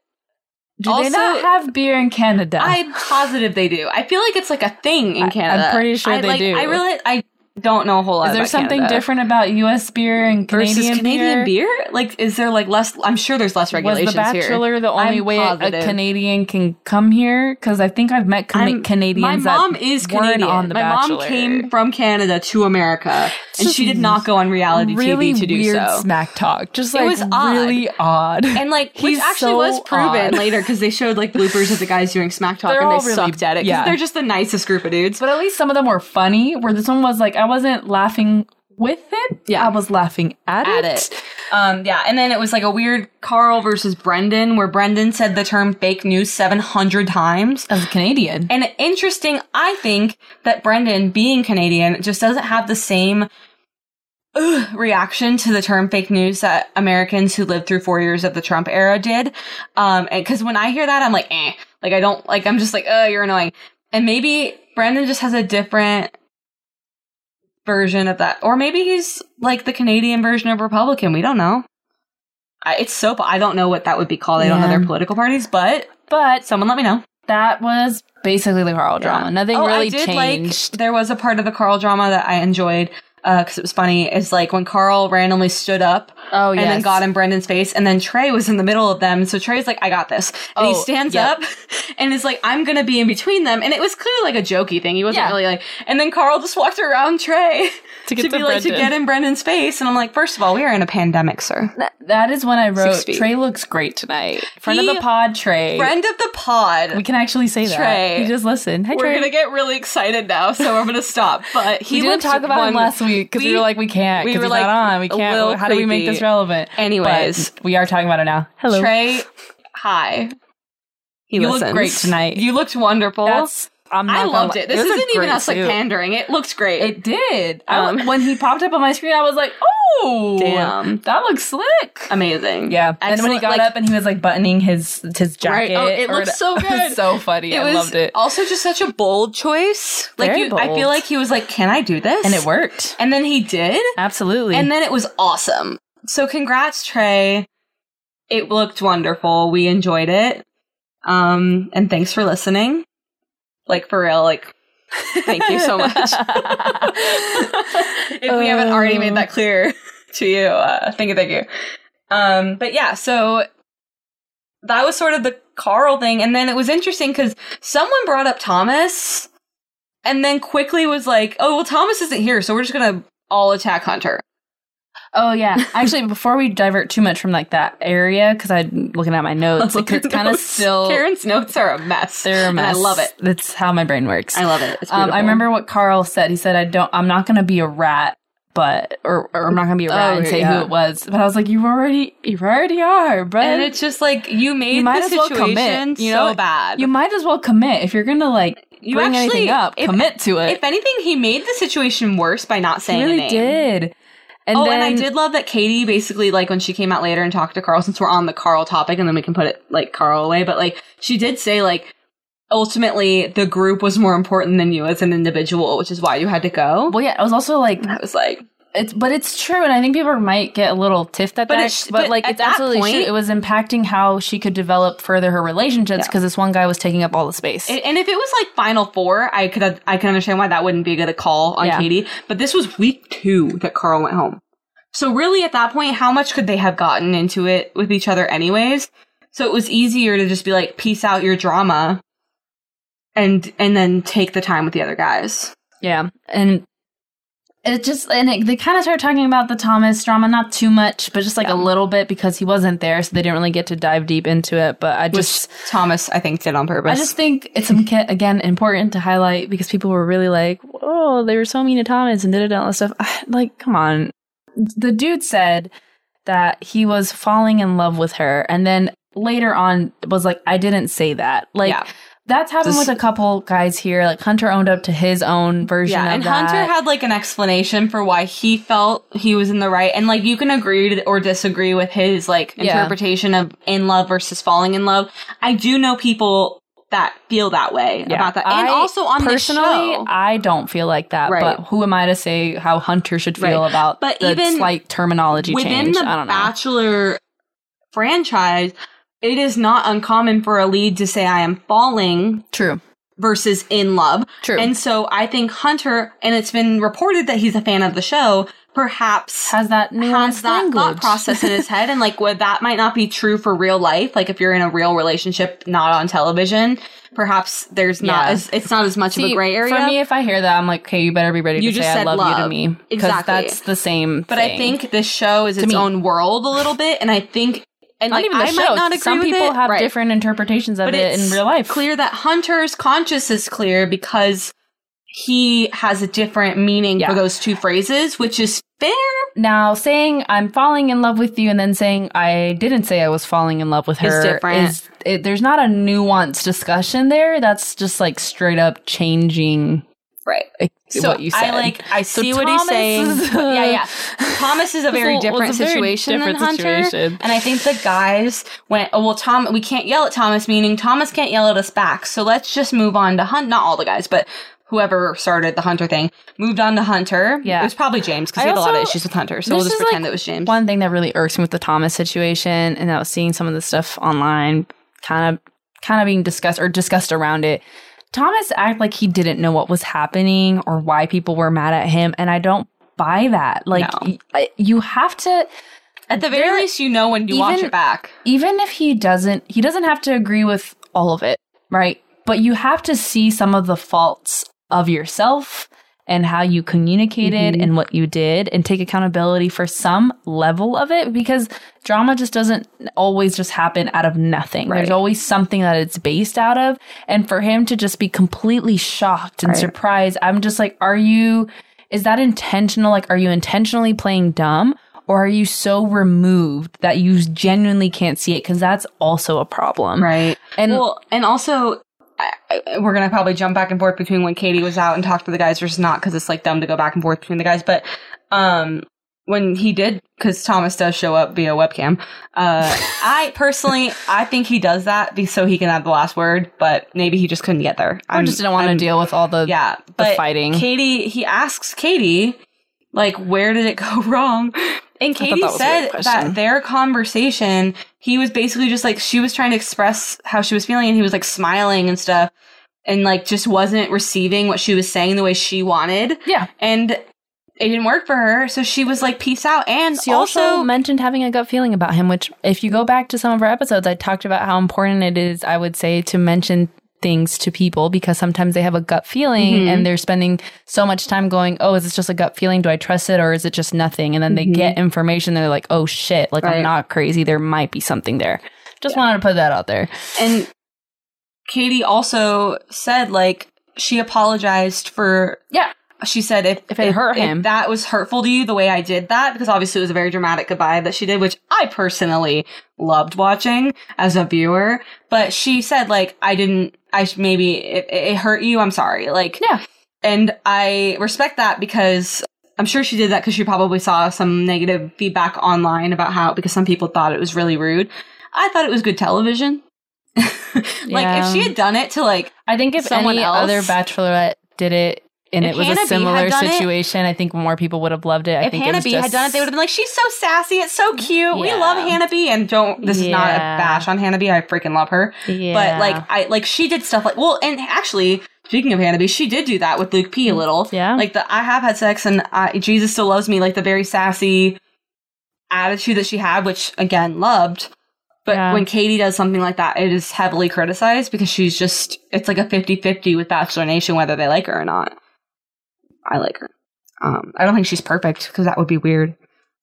Speaker 2: do they
Speaker 3: Also-
Speaker 2: not have beer in Canada?
Speaker 3: I'm positive they do. I feel like it's like a thing
Speaker 2: I-
Speaker 3: in
Speaker 2: I'm
Speaker 3: Canada.
Speaker 2: pretty sure
Speaker 3: I,
Speaker 2: they
Speaker 3: like,
Speaker 2: do.
Speaker 3: I really, I don't know a whole lot
Speaker 2: Is there
Speaker 3: about
Speaker 2: something
Speaker 3: Canada.
Speaker 2: different about U.S. beer and Canadian,
Speaker 3: versus Canadian beer? Like, is there like less, I'm sure there's less
Speaker 2: Was
Speaker 3: regulations
Speaker 2: the Bachelor
Speaker 3: here.
Speaker 2: the only
Speaker 3: I'm
Speaker 2: way
Speaker 3: positive.
Speaker 2: a Canadian can come here? Because I think I've met Cana-
Speaker 3: I'm- My
Speaker 2: Canadians.
Speaker 3: mom
Speaker 2: that
Speaker 3: is
Speaker 2: weren't
Speaker 3: Canadian.
Speaker 2: On the
Speaker 3: My
Speaker 2: Bachelor.
Speaker 3: mom came from Canada to America, and
Speaker 2: just
Speaker 3: she did not go on reality
Speaker 2: really
Speaker 3: TV to do
Speaker 2: weird
Speaker 3: so.
Speaker 2: smack talk. Just
Speaker 3: It
Speaker 2: like
Speaker 3: was odd.
Speaker 2: really odd.
Speaker 3: And like, which
Speaker 2: [LAUGHS] He's
Speaker 3: actually
Speaker 2: so
Speaker 3: was proven
Speaker 2: odd.
Speaker 3: [LAUGHS] later because they showed like bloopers of the guys doing smack talk
Speaker 2: They're
Speaker 3: and
Speaker 2: all
Speaker 3: they
Speaker 2: really-
Speaker 3: sucked at it. 'cause
Speaker 2: yeah.
Speaker 3: they're just the nicest group of dudes.
Speaker 2: but at least some of them were funny. Where this one was like, I wasn't laughing with it.
Speaker 3: Yeah.
Speaker 2: I was laughing at,
Speaker 3: At
Speaker 2: it.
Speaker 3: it. Um, yeah, and then it was like a weird Carl versus Brendan, where Brendan said the term fake news 700 times.
Speaker 2: As a Canadian.
Speaker 3: And interesting, I think, that Brendan, being Canadian, just doesn't have the same ugh, reaction to the term fake news that Americans who lived through four years of the Trump era did. Um, because when I hear that, I'm like, eh. Like, I don't, like, I'm just like, oh, you're annoying. And maybe Brendan just has a different version of that. Or maybe he's like the Canadian version of Republican. We don't know. I, it's so, I don't know what that would be called. I don't know
Speaker 2: Yeah.
Speaker 3: their political parties, but
Speaker 2: But
Speaker 3: someone let me know.
Speaker 2: that was basically the Carl drama.
Speaker 3: Yeah.
Speaker 2: Nothing
Speaker 3: Oh,
Speaker 2: really
Speaker 3: I did
Speaker 2: changed.
Speaker 3: Like, there was a part of the Carl drama that I enjoyed because it was funny. Is like when Carl randomly stood up
Speaker 2: oh,
Speaker 3: and
Speaker 2: yes.
Speaker 3: then got in Brendan's face, and then Trey was in the middle of them. So Trey's like, "I got this," and he
Speaker 2: Oh,
Speaker 3: stands
Speaker 2: yep.
Speaker 3: up [LAUGHS] and is like, "I'm gonna be in between them." And it was clearly like a jokey thing. He wasn't
Speaker 2: Yeah.
Speaker 3: really like. And then Carl just walked around Trey [LAUGHS]
Speaker 2: To
Speaker 3: to,
Speaker 2: get
Speaker 3: be
Speaker 2: to
Speaker 3: like to
Speaker 2: Brendan.
Speaker 3: get in Brendan's face, and I'm like, first of all, we are in a pandemic, sir.
Speaker 2: That- that is when I wrote,
Speaker 3: feet.
Speaker 2: Trey looks great tonight. Friend of
Speaker 3: He-
Speaker 2: the pod, Trey.
Speaker 3: Friend of the
Speaker 2: we
Speaker 3: pod.
Speaker 2: can actually say that.
Speaker 3: Trey.
Speaker 2: You just listen. Hi,
Speaker 3: We're
Speaker 2: Trey.
Speaker 3: gonna get really excited now, so I'm gonna stop. But he
Speaker 2: we didn't
Speaker 3: looked
Speaker 2: talk about him
Speaker 3: wonderful.
Speaker 2: last week because we,
Speaker 3: We-
Speaker 2: were like, we can't.
Speaker 3: we
Speaker 2: 'cause
Speaker 3: were
Speaker 2: he's
Speaker 3: like,
Speaker 2: not on. We
Speaker 3: a little
Speaker 2: can't. How do we make this
Speaker 3: creepy.
Speaker 2: relevant?
Speaker 3: Anyways.
Speaker 2: But we are talking about it now. Hello.
Speaker 3: Trey, hi. He
Speaker 2: You
Speaker 3: listens.
Speaker 2: looked great tonight.
Speaker 3: You looked wonderful.
Speaker 2: That's. I'm not
Speaker 3: I
Speaker 2: gonna
Speaker 3: loved
Speaker 2: lie.
Speaker 3: it. This
Speaker 2: was a
Speaker 3: isn't even
Speaker 2: great
Speaker 3: us like
Speaker 2: suit.
Speaker 3: pandering. It looks great.
Speaker 2: It did.
Speaker 3: Um,
Speaker 2: I, when he popped up on my screen, I was like, "Oh,
Speaker 3: Damn.
Speaker 2: that looks slick."
Speaker 3: Um, Amazing.
Speaker 2: Yeah. And when he
Speaker 3: Excellent,
Speaker 2: got
Speaker 3: like,
Speaker 2: up and he was like buttoning his his
Speaker 3: Right.
Speaker 2: jacket,
Speaker 3: Oh, it
Speaker 2: or
Speaker 3: looked
Speaker 2: whatever. [LAUGHS]
Speaker 3: so
Speaker 2: It was
Speaker 3: good.
Speaker 2: so funny.
Speaker 3: it
Speaker 2: I
Speaker 3: was
Speaker 2: loved it,
Speaker 3: also just such a bold choice. Like
Speaker 2: Very
Speaker 3: you, I
Speaker 2: bold.
Speaker 3: feel like he was like, "Can I do this?"
Speaker 2: and it worked
Speaker 3: And then he did,
Speaker 2: absolutely.
Speaker 3: and then it was awesome. So congrats, Trey. It looked wonderful. We enjoyed it. Um, and thanks for listening. Like for real, like Thank you so much. if we haven't already made that clear [LAUGHS] to you, uh, thank you, thank you. Um, but yeah, so that was sort of the Carl thing, and then it was interesting because someone brought up Thomas, and then quickly was like, "Oh well, Thomas isn't here, so we're just gonna all attack Hunter."
Speaker 2: oh yeah, actually, before we divert too much from like that area, because I'm looking at my
Speaker 3: [LAUGHS]
Speaker 2: notes,
Speaker 3: Look
Speaker 2: it's
Speaker 3: at
Speaker 2: kind of
Speaker 3: those.
Speaker 2: still [LAUGHS]
Speaker 3: Karen's notes are a mess.
Speaker 2: they're a
Speaker 3: and
Speaker 2: mess.
Speaker 3: I love it.
Speaker 2: That's how my brain works.
Speaker 3: I love it. It's
Speaker 2: Um,
Speaker 3: beautiful.
Speaker 2: I remember what Carl said. He said, "I don't. I'm not going to be a rat, but or, or I'm not going to be a rat
Speaker 3: Oh,
Speaker 2: and say
Speaker 3: yeah.
Speaker 2: who it was." But I was like, "You already, you already are, bro.
Speaker 3: and it's just like you made
Speaker 2: You might
Speaker 3: the
Speaker 2: as well
Speaker 3: situation
Speaker 2: commit, you know?
Speaker 3: so bad.
Speaker 2: you might as well commit if you're going to like
Speaker 3: You
Speaker 2: bring
Speaker 3: actually-
Speaker 2: anything up.
Speaker 3: if-
Speaker 2: commit to it.
Speaker 3: If anything, he made the situation worse by not
Speaker 2: He
Speaker 3: saying a
Speaker 2: really
Speaker 3: name.
Speaker 2: did." And
Speaker 3: oh,
Speaker 2: then,
Speaker 3: and I did love that Katie basically like when she came out later and talked to Carl. Since we're on the Carl topic, and then we can put it like Carl away. But like she did say like ultimately the group was more important than you as an individual, which is why you had to go.
Speaker 2: Well, yeah, I was also like,
Speaker 3: And I was like,
Speaker 2: it's but it's true, and I think people might get a little tiffed at
Speaker 3: But
Speaker 2: that.
Speaker 3: it's-
Speaker 2: but,
Speaker 3: but
Speaker 2: like,
Speaker 3: at
Speaker 2: it's
Speaker 3: that
Speaker 2: absolutely
Speaker 3: point-
Speaker 2: true. It was impacting how she could develop further her relationships
Speaker 3: Yeah.
Speaker 2: because this one guy was taking up all the space.
Speaker 3: and and if it was like Final Four, I could I can understand why that wouldn't be a good call on
Speaker 2: Yeah.
Speaker 3: Katie. But this was week two that Carl went home. So really, at that point, how much could they have gotten into it with each other, anyways? So it was easier to just be like, "Peace out your drama," and and then take the time with the other guys.
Speaker 2: Yeah, and it just and it, they kind of started talking about the Thomas drama, not too much, but just like
Speaker 3: Yeah.
Speaker 2: a little bit because he wasn't there, so they didn't really get to dive deep into it. But I just,
Speaker 3: Which Thomas, I think, did on purpose.
Speaker 2: I just think it's um, ca- again important to highlight because people were really like, "Oh, they were so mean to Thomas and did it all that stuff." like, come on, the dude said that he was falling in love with her, and then later on was like, "I didn't say that." Like.
Speaker 3: Yeah.
Speaker 2: That's happened
Speaker 3: Just-
Speaker 2: with a couple guys here. Like Hunter owned up to his own version
Speaker 3: yeah,
Speaker 2: of
Speaker 3: and
Speaker 2: that.
Speaker 3: Hunter had like an explanation for why he felt he was in the right, and like you can agree to- or disagree with his like
Speaker 2: Yeah.
Speaker 3: interpretation of in love versus falling in love. I do know people that feel that way
Speaker 2: Yeah.
Speaker 3: about that, and
Speaker 2: I
Speaker 3: also on the
Speaker 2: personally,
Speaker 3: show.
Speaker 2: I don't feel like that.
Speaker 3: Right.
Speaker 2: But who am I to say how Hunter should feel
Speaker 3: Right.
Speaker 2: about
Speaker 3: But
Speaker 2: the
Speaker 3: even
Speaker 2: slight terminology
Speaker 3: Within
Speaker 2: change?
Speaker 3: the
Speaker 2: I don't know.
Speaker 3: Bachelor franchise, it is not uncommon for a lead to say "I am falling"
Speaker 2: true,
Speaker 3: versus "in love."
Speaker 2: true.
Speaker 3: And so I think Hunter, and it's been reported that he's a fan of the show. Perhaps
Speaker 2: has that nuanced
Speaker 3: has that
Speaker 2: language
Speaker 3: thought process
Speaker 2: [LAUGHS]
Speaker 3: in his head and like what that might not be true for real life like if you're in a real relationship not on television perhaps there's not
Speaker 2: Yeah.
Speaker 3: as it's not as much of a
Speaker 2: See,
Speaker 3: gray area
Speaker 2: For me, if I hear that, I'm like, okay, you better be ready
Speaker 3: You
Speaker 2: to
Speaker 3: just
Speaker 2: say I
Speaker 3: said
Speaker 2: love, you to
Speaker 3: love.
Speaker 2: me. 'Cause
Speaker 3: Exactly.
Speaker 2: that's the same.
Speaker 3: but i
Speaker 2: thing.
Speaker 3: think this show is its
Speaker 2: me.
Speaker 3: own world a little bit and i think and
Speaker 2: not
Speaker 3: like,
Speaker 2: even the
Speaker 3: I
Speaker 2: show.
Speaker 3: might not agree
Speaker 2: Some
Speaker 3: with
Speaker 2: people
Speaker 3: it.
Speaker 2: have
Speaker 3: Right.
Speaker 2: different interpretations of
Speaker 3: but
Speaker 2: it in
Speaker 3: it's
Speaker 2: real life.
Speaker 3: clear that hunter's conscience is clear because he has a different meaning
Speaker 2: Yeah.
Speaker 3: for those two phrases, which is fair.
Speaker 2: Now, saying I'm falling in love with you and then saying I didn't say I was falling in love with her
Speaker 3: different.
Speaker 2: is- it, there's not a nuanced discussion there. That's just like straight up changing
Speaker 3: Right.
Speaker 2: like,
Speaker 3: So
Speaker 2: what you said.
Speaker 3: I like I
Speaker 2: So
Speaker 3: see what he's
Speaker 2: Thomas
Speaker 3: saying.
Speaker 2: is-
Speaker 3: [LAUGHS] yeah, yeah. Thomas is a
Speaker 2: Well,
Speaker 3: very
Speaker 2: well,
Speaker 3: different
Speaker 2: it's a very
Speaker 3: situation
Speaker 2: different
Speaker 3: than Hunter.
Speaker 2: situation.
Speaker 3: And I think the guys went, oh, well, Tom, we can't yell at Thomas, meaning Thomas can't yell at us back. So let's just move on to Hunt. Not all the guys, but whoever started the Hunter thing moved on to Hunter.
Speaker 2: Yeah.
Speaker 3: It was probably James
Speaker 2: I
Speaker 3: because he had a lot of
Speaker 2: also-
Speaker 3: issues with Hunter. So we'll
Speaker 2: this is,
Speaker 3: just
Speaker 2: like,
Speaker 3: pretend that it was James.
Speaker 2: One thing that really irks me with the Thomas situation, and that was seeing some of the stuff online, kind of, kind of being discussed or discussed around it. Thomas act like he didn't know what was happening or why people were mad at him, and I don't buy that. Like
Speaker 3: No.
Speaker 2: y- I- you have to,
Speaker 3: at the very
Speaker 2: there-
Speaker 3: least, you know when you watch
Speaker 2: even-
Speaker 3: it back.
Speaker 2: even if he doesn't, he doesn't have to agree with all of it, right? But you have to see some of the faults of yourself and how you communicated
Speaker 3: Mhm.
Speaker 2: and what you did and take accountability for some level of it because drama just doesn't always just happen out of nothing. There's
Speaker 3: Right.
Speaker 2: always something that it's based out of. And for him to just be completely shocked and
Speaker 3: Right.
Speaker 2: surprised, I'm just like, are you, is that intentional? Like, are you intentionally playing dumb? Or are you so removed that you genuinely can't see it? Because that's also a problem.
Speaker 3: Right.
Speaker 2: And
Speaker 3: well, and also, I, I, we're gonna probably jump back and forth between when Katie was out and talked to the guys versus not, because it's like dumb to go back and forth between the guys. But um, when he did, because Thomas does show up via webcam. Uh,
Speaker 2: [LAUGHS]
Speaker 3: I personally, I think he does that be- so he can have the last word. But maybe he just couldn't get there.
Speaker 2: I just didn't want to
Speaker 3: I'm-
Speaker 2: deal with all the
Speaker 3: Yeah,
Speaker 2: the
Speaker 3: but
Speaker 2: fighting.
Speaker 3: Katie, he asks Katie, like, where did it go [LAUGHS] wrong? And
Speaker 2: thought
Speaker 3: Katie
Speaker 2: that was a
Speaker 3: said
Speaker 2: good question.
Speaker 3: that their conversation, he was basically just like, she was trying to express how she was feeling and he was like smiling and stuff and like just wasn't receiving what she was saying the way she wanted.
Speaker 2: yeah.
Speaker 3: And it didn't work for her. So she was like, peace out. And
Speaker 2: She also,
Speaker 3: also,
Speaker 2: mentioned having a gut feeling about him, which, if you go back to some of our episodes, I talked about how important it is, I would say, to mention things to people because sometimes they have a gut feeling
Speaker 3: Mhm.
Speaker 2: and they're spending so much time going, Oh, is this just a gut feeling? Do I trust it or is it just nothing? And then they
Speaker 3: Mhm.
Speaker 2: get information, they're like, Oh shit, like I'm
Speaker 3: Right.
Speaker 2: not crazy. There might be something there. Just wanted to put that out there.
Speaker 3: and Katie also said, like, she apologized for
Speaker 2: Yeah.
Speaker 3: she said if,
Speaker 2: If it hurt him.
Speaker 3: that was hurtful to you the way i did that because obviously it was a very dramatic goodbye that she did which i personally loved watching as a viewer but she said like i didn't i sh- maybe it, it hurt you i'm sorry like
Speaker 2: Yeah.
Speaker 3: and i respect that because i'm sure she did that because she probably saw some negative feedback online about how because some people thought it was really rude i thought it was good television [LAUGHS] like
Speaker 2: Yeah.
Speaker 3: if she had done it to like
Speaker 2: I think if
Speaker 3: Someone
Speaker 2: any
Speaker 3: else?
Speaker 2: other bachelorette did it, and
Speaker 3: If
Speaker 2: it was
Speaker 3: Hannah B
Speaker 2: a
Speaker 3: had
Speaker 2: similar
Speaker 3: done it-
Speaker 2: situation. I think more people would have loved it. I
Speaker 3: if
Speaker 2: think it
Speaker 3: Hannah
Speaker 2: was
Speaker 3: B
Speaker 2: just-
Speaker 3: had done it, they would have been like, "She's so sassy, it's so cute. We
Speaker 2: Yeah.
Speaker 3: love Hannah B." And don't this is not a
Speaker 2: Yeah.
Speaker 3: bash on Hannah B. I freaking love her,
Speaker 2: Yeah.
Speaker 3: but like I like she did stuff like well, and actually speaking of Hannah B, she did do that with Luke P. A little,
Speaker 2: Mm, Yeah.
Speaker 3: Like the I have had sex and I, Jesus still loves me, like the very sassy attitude that she had, which again loved. But
Speaker 2: Yeah.
Speaker 3: when Katie does something like that, it is heavily criticized because she's just, it's like a 50 50 with Bachelor Nation, whether they like her or not. I like her. Um, I don't think she's perfect because that would be weird.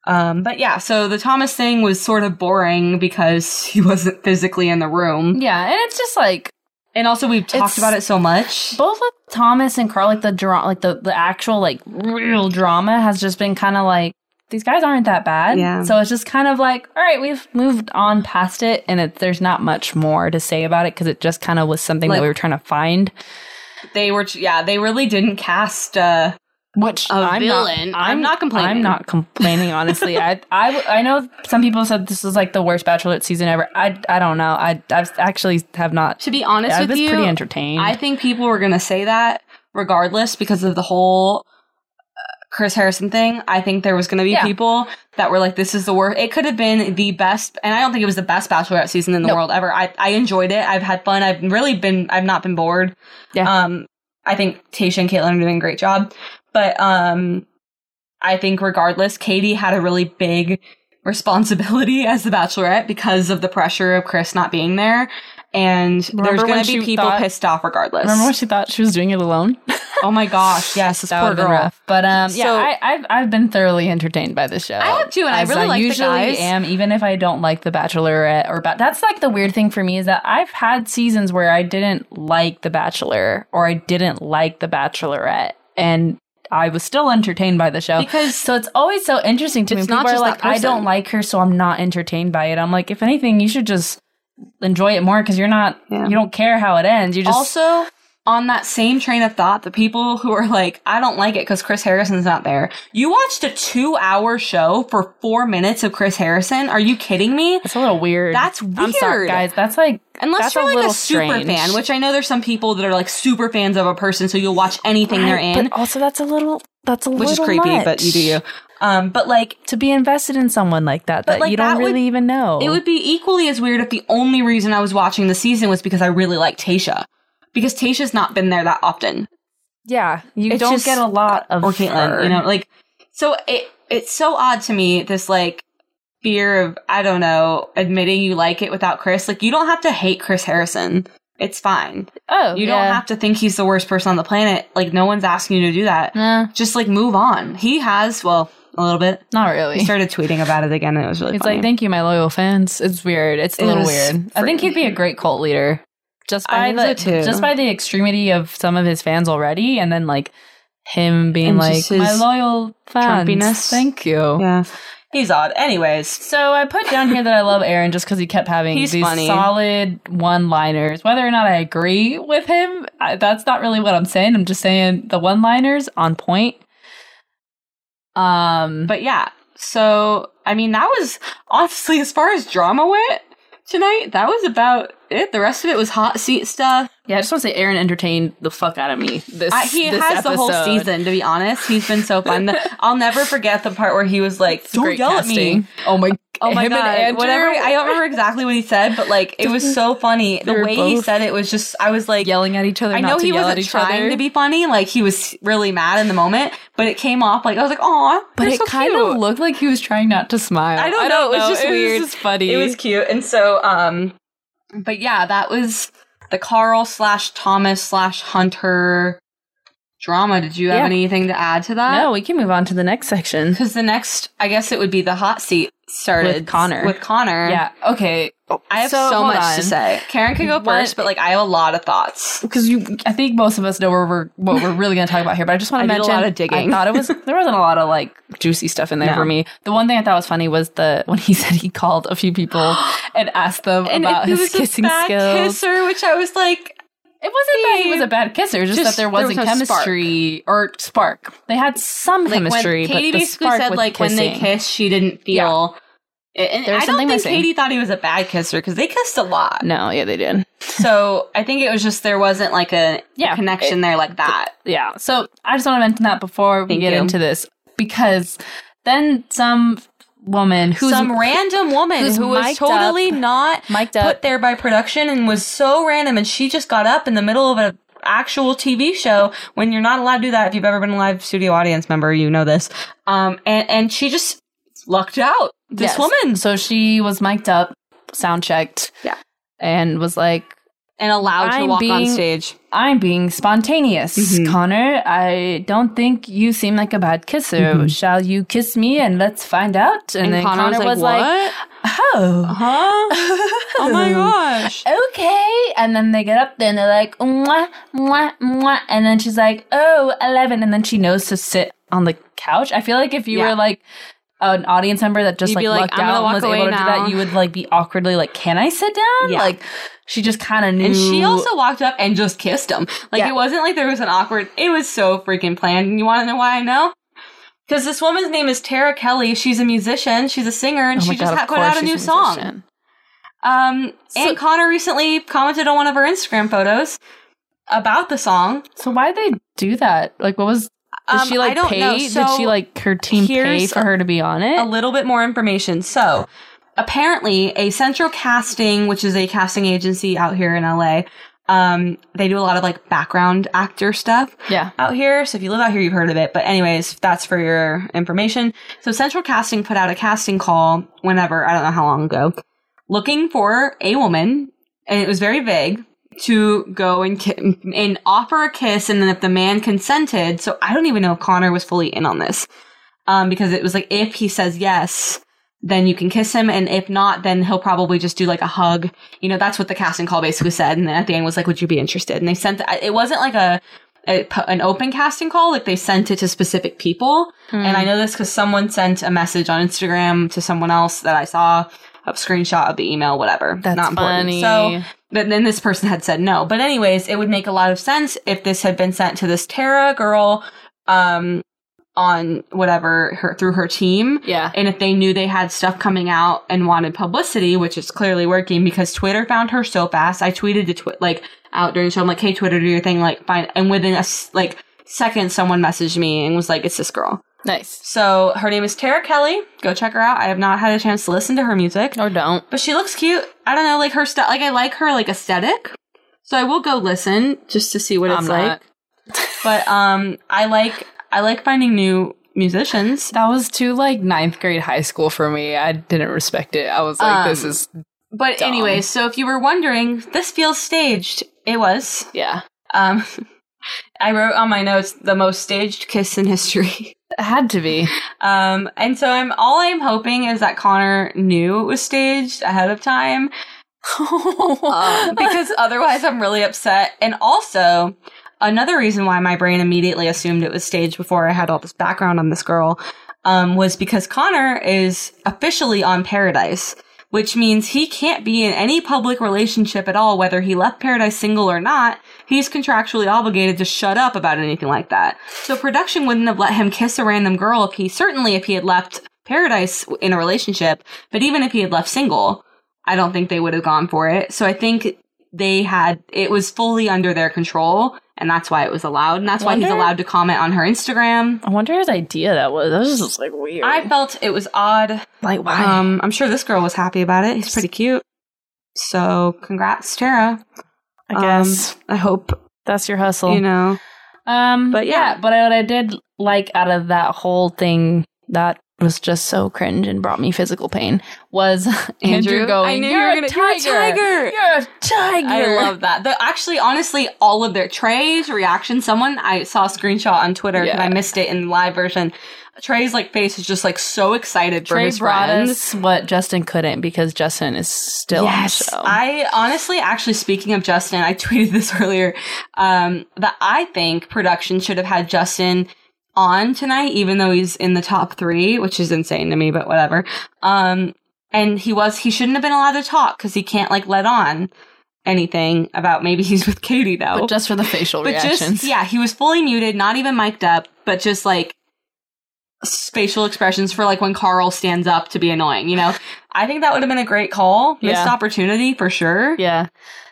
Speaker 3: Um, but yeah, so the Thomas thing was sort of boring because [LAUGHS] he wasn't physically in the room.
Speaker 2: Yeah, and it's just like
Speaker 3: And also, we've talked
Speaker 2: It's-
Speaker 3: about it so much.
Speaker 2: both with Thomas and Carl, like the dra- like the, the actual like real drama has just been kind of like these guys aren't that bad.
Speaker 3: Yeah.
Speaker 2: So it's just kind of like, all right, we've moved on past it, and it, there's not much more to say about it because it just kind of was something
Speaker 3: Like-
Speaker 2: that we were trying to find.
Speaker 3: They were, yeah, they really didn't cast, uh,
Speaker 2: Which
Speaker 3: A
Speaker 2: I'm
Speaker 3: villain.
Speaker 2: Not,
Speaker 3: I'm not complaining.
Speaker 2: I'm not complaining. Honestly, I, I I know some people said this is like the worst Bachelorette season ever. I I don't know. I I've actually have not.
Speaker 3: to be honest
Speaker 2: I
Speaker 3: with
Speaker 2: was
Speaker 3: you,
Speaker 2: pretty entertained.
Speaker 3: I think people were going to say that regardless because of the whole uh, Chris Harrison thing. I think there was going to be
Speaker 2: Yeah.
Speaker 3: people that were like, this is the worst. It could have been the best. And I don't think it was the best Bachelorette season in the
Speaker 2: No.
Speaker 3: world ever. I, I enjoyed it. I've had fun. I've really been, I've not been bored.
Speaker 2: Yeah.
Speaker 3: Um, I think Tasha and Caitlin are doing a great job. But, um, I think regardless, Katie had a really big responsibility [LAUGHS] as the Bachelorette because of the pressure of Chris not being there. And
Speaker 2: Remember
Speaker 3: there's
Speaker 2: when
Speaker 3: going to be
Speaker 2: she
Speaker 3: people
Speaker 2: thought-
Speaker 3: pissed off regardless.
Speaker 2: Remember when she thought she was doing it alone? [LAUGHS]
Speaker 3: oh my gosh, yes, this
Speaker 2: That would have
Speaker 3: poor
Speaker 2: been
Speaker 3: girl.
Speaker 2: rough. But um, yeah,
Speaker 3: So-
Speaker 2: I, I've I've been thoroughly entertained by this show.
Speaker 1: I have too, and I
Speaker 2: As
Speaker 1: really like the
Speaker 2: usually
Speaker 1: guys.
Speaker 2: am, even if I don't like The Bachelorette or ba- that's like the weird thing for me is that I've had seasons where I didn't like The Bachelor or I didn't like The Bachelorette, and I was still entertained by the show.
Speaker 3: Because-
Speaker 2: so it's always so interesting to me.
Speaker 3: It's
Speaker 2: People
Speaker 3: not
Speaker 2: are
Speaker 3: just
Speaker 2: like,
Speaker 3: that
Speaker 2: I don't
Speaker 3: person."
Speaker 2: like her, so I'm not entertained by it. I'm like, if anything, you should just enjoy it more because you're not
Speaker 3: Yeah.
Speaker 2: you don't care how it ends. You just
Speaker 3: also, on that same train of thought, the people who are like, I don't like it because Chris Harrison's not there. You watched a two hour show for four minutes of Chris Harrison? Are you kidding me?
Speaker 2: it's a little weird.
Speaker 3: That's
Speaker 2: I'm sorry,
Speaker 3: weird.
Speaker 2: guys. That's like
Speaker 3: Unless
Speaker 2: that's
Speaker 3: you're like a
Speaker 2: little
Speaker 3: super
Speaker 2: strange.
Speaker 3: fan, which I know there's some people that are like super fans of a person, so you'll watch anything they're
Speaker 2: Right,
Speaker 3: in,
Speaker 2: But also, that's a little that's a
Speaker 3: which is
Speaker 2: little
Speaker 3: creepy, but
Speaker 2: much
Speaker 3: you do you. Um, but like,
Speaker 2: to be invested in someone like that that
Speaker 3: like,
Speaker 2: you don't
Speaker 3: that would-
Speaker 2: really even know.
Speaker 3: It would be equally as weird if the only reason I was watching the season was because I really liked Tasha. Because Tasha's not been there that often.
Speaker 2: yeah, you
Speaker 3: It's
Speaker 2: don't
Speaker 3: just-
Speaker 2: get a lot of
Speaker 3: Or Caitlyn,
Speaker 2: her.
Speaker 3: you know, like so it it's so odd to me, this like fear of, I don't know, admitting you like it without Chris. Like you don't have to hate Chris Harrison. It's fine.
Speaker 2: Oh,
Speaker 3: You
Speaker 2: yeah.
Speaker 3: don't have to think he's the worst person on the planet. Like no one's asking you to do that.
Speaker 2: Nah,
Speaker 3: Just like move on. He has, well, a little bit.
Speaker 2: not really. [LAUGHS]
Speaker 3: He started tweeting about it again and it was really
Speaker 2: it's
Speaker 3: funny.
Speaker 2: like thank you, my loyal fans. It's weird. It's a
Speaker 3: It
Speaker 2: little
Speaker 3: was
Speaker 2: weird. I think he'd be a great cult leader. Just by
Speaker 3: I think
Speaker 2: the
Speaker 3: so, too.
Speaker 2: just by the extremity of some of his fans already, and then like him being
Speaker 3: And
Speaker 2: like
Speaker 3: just
Speaker 2: my
Speaker 3: his
Speaker 2: loyal fans.
Speaker 3: Trumpiness.
Speaker 2: Thank you.
Speaker 3: yeah. He's odd. Anyways.
Speaker 2: So I put down here that I love Aaron just because he kept having
Speaker 3: He's
Speaker 2: these
Speaker 3: funny.
Speaker 2: solid one-liners. Whether or not I agree with him, I, that's not really what I'm saying. I'm just saying the one-liners on point. Um,
Speaker 3: But yeah, so I mean, that was honestly as far as drama went tonight. That was about it. The rest of it was hot seat stuff.
Speaker 2: yeah, I just want to say Aaron entertained the fuck out of me. This
Speaker 3: I, he
Speaker 2: this
Speaker 3: has the whole
Speaker 2: episode.
Speaker 3: season. To be honest, he's been so fun.
Speaker 2: [LAUGHS]
Speaker 3: I'll never forget the part where he was like,
Speaker 2: It's
Speaker 3: "Don't
Speaker 2: great
Speaker 3: yell at
Speaker 2: casting.
Speaker 3: me."
Speaker 2: Oh my,
Speaker 3: Oh
Speaker 2: [LAUGHS]
Speaker 3: my
Speaker 2: him and
Speaker 3: god!
Speaker 2: Andrew.
Speaker 3: Whatever. I don't remember exactly what he said, but like, it was so funny. The
Speaker 2: They're
Speaker 3: way he
Speaker 2: both
Speaker 3: said it was just. I was like,
Speaker 2: yelling at each other.
Speaker 3: I
Speaker 2: not
Speaker 3: know
Speaker 2: to
Speaker 3: he
Speaker 2: yell at
Speaker 3: wasn't
Speaker 2: each
Speaker 3: trying
Speaker 2: other.
Speaker 3: to be funny. Like he was really mad in the moment, but it came off like I was like, "Aw,"
Speaker 2: but
Speaker 3: you're
Speaker 2: it
Speaker 3: so
Speaker 2: kind
Speaker 3: cute."
Speaker 2: of looked like he was trying not to smile.
Speaker 3: I don't know, it was just weird.
Speaker 2: just funny.
Speaker 3: It was cute. And so, um, but yeah, that was the Carl slash Thomas slash Hunter drama. Did you have
Speaker 2: Yeah.
Speaker 3: anything to add to that?
Speaker 2: no. We can move on to the next section.
Speaker 3: Because the next, I guess it would be the hot seat started
Speaker 2: With Connor.
Speaker 3: With Connor.
Speaker 2: Yeah. Okay.
Speaker 3: I have so, much to say. Karen can go
Speaker 2: What-
Speaker 3: first, but like I have a lot of thoughts.
Speaker 2: because you, I think most of us know where we're what we're really going to talk about here. But I just want
Speaker 3: I
Speaker 2: to
Speaker 3: did a
Speaker 2: mention
Speaker 3: lot of digging.
Speaker 2: I thought it was there wasn't a lot of like juicy stuff in there
Speaker 3: No.
Speaker 2: for me. The one thing I thought was funny was the when he [LAUGHS] said he called a few
Speaker 3: [GASPS]
Speaker 2: people and asked them about
Speaker 3: it
Speaker 2: his
Speaker 3: was a
Speaker 2: kissing
Speaker 3: bad
Speaker 2: skills.
Speaker 3: kisser, which I was like,
Speaker 2: It wasn't that he was
Speaker 3: He-
Speaker 2: a bad kisser, just,
Speaker 3: just
Speaker 2: that there
Speaker 3: there
Speaker 2: wasn't
Speaker 3: was no spark.
Speaker 2: chemistry or spark. They had some
Speaker 3: like
Speaker 2: chemistry,
Speaker 3: when Katie
Speaker 2: but the
Speaker 3: basically
Speaker 2: spark
Speaker 3: said
Speaker 2: with
Speaker 3: like
Speaker 2: kissing.
Speaker 3: when they kissed, she didn't feel. And
Speaker 2: There
Speaker 3: I
Speaker 2: was
Speaker 3: don't
Speaker 2: something
Speaker 3: think
Speaker 2: missing.
Speaker 3: Katie thought he was a bad kisser because they kissed a lot.
Speaker 2: No, yeah, they did.
Speaker 3: So I think it was just there wasn't like a
Speaker 2: Yeah,
Speaker 3: connection there like that.
Speaker 2: Yeah. So I just want to mention that before we
Speaker 3: Thank
Speaker 2: get
Speaker 3: you.
Speaker 2: into this because then some woman who's
Speaker 3: Some random woman
Speaker 2: who's
Speaker 3: who was
Speaker 2: mic'd up-
Speaker 3: totally not
Speaker 2: mic'd up
Speaker 3: put there by production and was so random, and she just got up in the middle of an actual TV show. When you're not allowed to do that, if you've ever been a live studio audience member, you know this. Um, and and she just lucked out. This
Speaker 2: Yes.
Speaker 3: woman
Speaker 2: So she was mic'd up, sound checked.
Speaker 3: Yeah.
Speaker 2: And was like,
Speaker 3: and allowed to
Speaker 2: I'm
Speaker 3: walk on
Speaker 2: being-
Speaker 3: stage.
Speaker 2: I'm being spontaneous,
Speaker 3: Mhm.
Speaker 2: Connor. I don't think you seem like a bad kisser.
Speaker 3: Mhm.
Speaker 2: Shall you kiss me and let's find out? Mm-hmm. And, then Connor, was like,
Speaker 3: "What?
Speaker 2: oh.
Speaker 3: [LAUGHS] huh? Oh my gosh!
Speaker 2: Okay, and then they get up there and they're like, mwah, mwah, mwah. And then she's like, oh, 11. And then she knows to sit on the couch. I feel like if you
Speaker 3: Yeah.
Speaker 2: were like an audience member that just
Speaker 3: You'd
Speaker 2: like,
Speaker 3: be like,
Speaker 2: lucked
Speaker 3: "I'm gonna
Speaker 2: out and
Speaker 3: walk
Speaker 2: was able
Speaker 3: away
Speaker 2: to do
Speaker 3: now.
Speaker 2: that, you would like be awkwardly like, can I sit down?
Speaker 3: Yeah.
Speaker 2: Like, she just kind of knew.
Speaker 3: And she also walked up and just kissed him. Like
Speaker 2: Yeah.
Speaker 3: it wasn't like there was an awkward. It was so freaking planned. And you want to know why I know? Because this woman's name is Tara Kelly. She's a musician. She's a singer, and
Speaker 2: Oh my
Speaker 3: she just
Speaker 2: God,
Speaker 3: ha-
Speaker 2: of
Speaker 3: put
Speaker 2: course
Speaker 3: out a
Speaker 2: she's
Speaker 3: new song.
Speaker 2: musician.
Speaker 3: Um,
Speaker 2: So-
Speaker 3: and Connor recently commented on one of her Instagram photos about the song.
Speaker 2: So why they do that? Like, what was? Did
Speaker 3: Um,
Speaker 2: she like
Speaker 3: I don't
Speaker 2: pay?
Speaker 3: know. So
Speaker 2: did she like her team pay
Speaker 3: here's
Speaker 2: for her to be on it?
Speaker 3: a little bit more information. So, apparently, a Central Casting, which is a casting agency out here in LA, um, they do a lot of like background actor stuff
Speaker 2: yeah.
Speaker 3: out here. So, if you live out here, you've heard of it. But, anyways, that's for your information. So, Central Casting put out a casting call whenever, I don't know how long ago, looking for a woman, and it was very vague. to go and ki- and offer a kiss, and then if the man consented, so I don't even know if Connor was fully in on this, um, because it was like if he says yes, then you can kiss him, and if not, then he'll probably just do like a hug. You know, that's what the casting call basically said, and then at the end was like, "Would you be interested?" And they sent I- it wasn't like a, a p- an open casting call, like they sent it to specific people.
Speaker 2: Hmm.
Speaker 3: And I know this because someone sent a message on Instagram to someone else that I saw a screenshot of the email, whatever.
Speaker 2: that's
Speaker 3: Not
Speaker 2: funny.
Speaker 3: important. So, but then this person had said no. But anyways, it would make a lot of sense if this had been sent to this Tara girl, um, on whatever her through her team.
Speaker 2: yeah.
Speaker 3: And if they knew they had stuff coming out and wanted publicity, which is clearly working because Twitter found her so fast. I tweeted to Twi- like out during the show. I'm like, "Hey, Twitter, do your thing." Like, fine. And within a s- like second, someone messaged me and was like, "It's this girl."
Speaker 2: Nice.
Speaker 3: So her name is Tara Kelly. Go check her out. I have not had a chance to listen to her music,
Speaker 2: Or don't.
Speaker 3: but she looks cute. I don't know, like her stuff. Like I like her like aesthetic. So I will go listen just to see what
Speaker 2: I'm
Speaker 3: it's
Speaker 2: not.
Speaker 3: like. But um, I like I like finding new musicians.
Speaker 2: That was too like ninth grade high school for me. I didn't respect it. I was like, this
Speaker 3: Um,
Speaker 2: is
Speaker 3: But
Speaker 2: Dumb.
Speaker 3: anyway, so if you were wondering, this feels staged. It was.
Speaker 2: yeah.
Speaker 3: Um, [LAUGHS] I wrote on my notes the most staged kiss in history. [LAUGHS]
Speaker 2: It had to [LAUGHS] be.
Speaker 3: Um, and so I'm all I'm hoping is that Connor knew it was staged ahead of time. um, [LAUGHS] because otherwise I'm really upset. And also, another reason why my brain immediately assumed it was staged before I had all this background on this girl um, was because Connor is officially on Paradise, which means he can't be in any public relationship at all, whether he left Paradise single or not. He's contractually obligated to shut up about anything like that. So production wouldn't have let him kiss a random girl if he certainly if he had left Paradise in a relationship, but even if he had left single, I don't think they would have gone for it. So I think they had it was fully under their control and that's why it was allowed and that's why he's
Speaker 2: Wonder-
Speaker 3: allowed to comment on her Instagram.
Speaker 2: I wonder his idea that was. That was just like weird.
Speaker 3: I felt it was odd.
Speaker 2: like why?
Speaker 3: Um, I'm sure this girl was happy about it. He's pretty cute. So congrats, Tara.
Speaker 2: I guess
Speaker 3: I hope
Speaker 2: Um, that's your hustle.
Speaker 3: you know.
Speaker 2: um,
Speaker 3: but
Speaker 2: but
Speaker 3: yeah.
Speaker 2: yeah, but I, what I did like out of that whole thing that was just so cringe and brought me physical pain was [LAUGHS] Andrew, going. you're, a tiger. You're a tiger.
Speaker 3: I love that. The, actually, honestly, all of their Trey's reaction. Someone I saw a screenshot on Twitter because
Speaker 2: Yeah.
Speaker 3: I missed it in the live version. Trey's like face is just like so excited
Speaker 2: [LAUGHS]
Speaker 3: for
Speaker 2: Trey
Speaker 3: his
Speaker 2: brought
Speaker 3: friends.
Speaker 2: us what Justin couldn't because Justin is still on the show.
Speaker 3: I honestly, actually, speaking of Justin, I [LAUGHS] tweeted this earlier um, that I think production should have had Justin on tonight, even though he's in the top three, which is insane to me, but whatever. Um, and he was, he shouldn't have been allowed to talk because he can't like let on anything about maybe he's with Katie though.
Speaker 2: but just for the facial
Speaker 3: But
Speaker 2: reactions.
Speaker 3: just yeah, he was fully muted, not even mic'd up, but just like s- facial expressions for like when Carl stands up to be annoying. You know, I think that would have been a great call, missed
Speaker 2: Yeah.
Speaker 3: opportunity for sure.
Speaker 2: Yeah.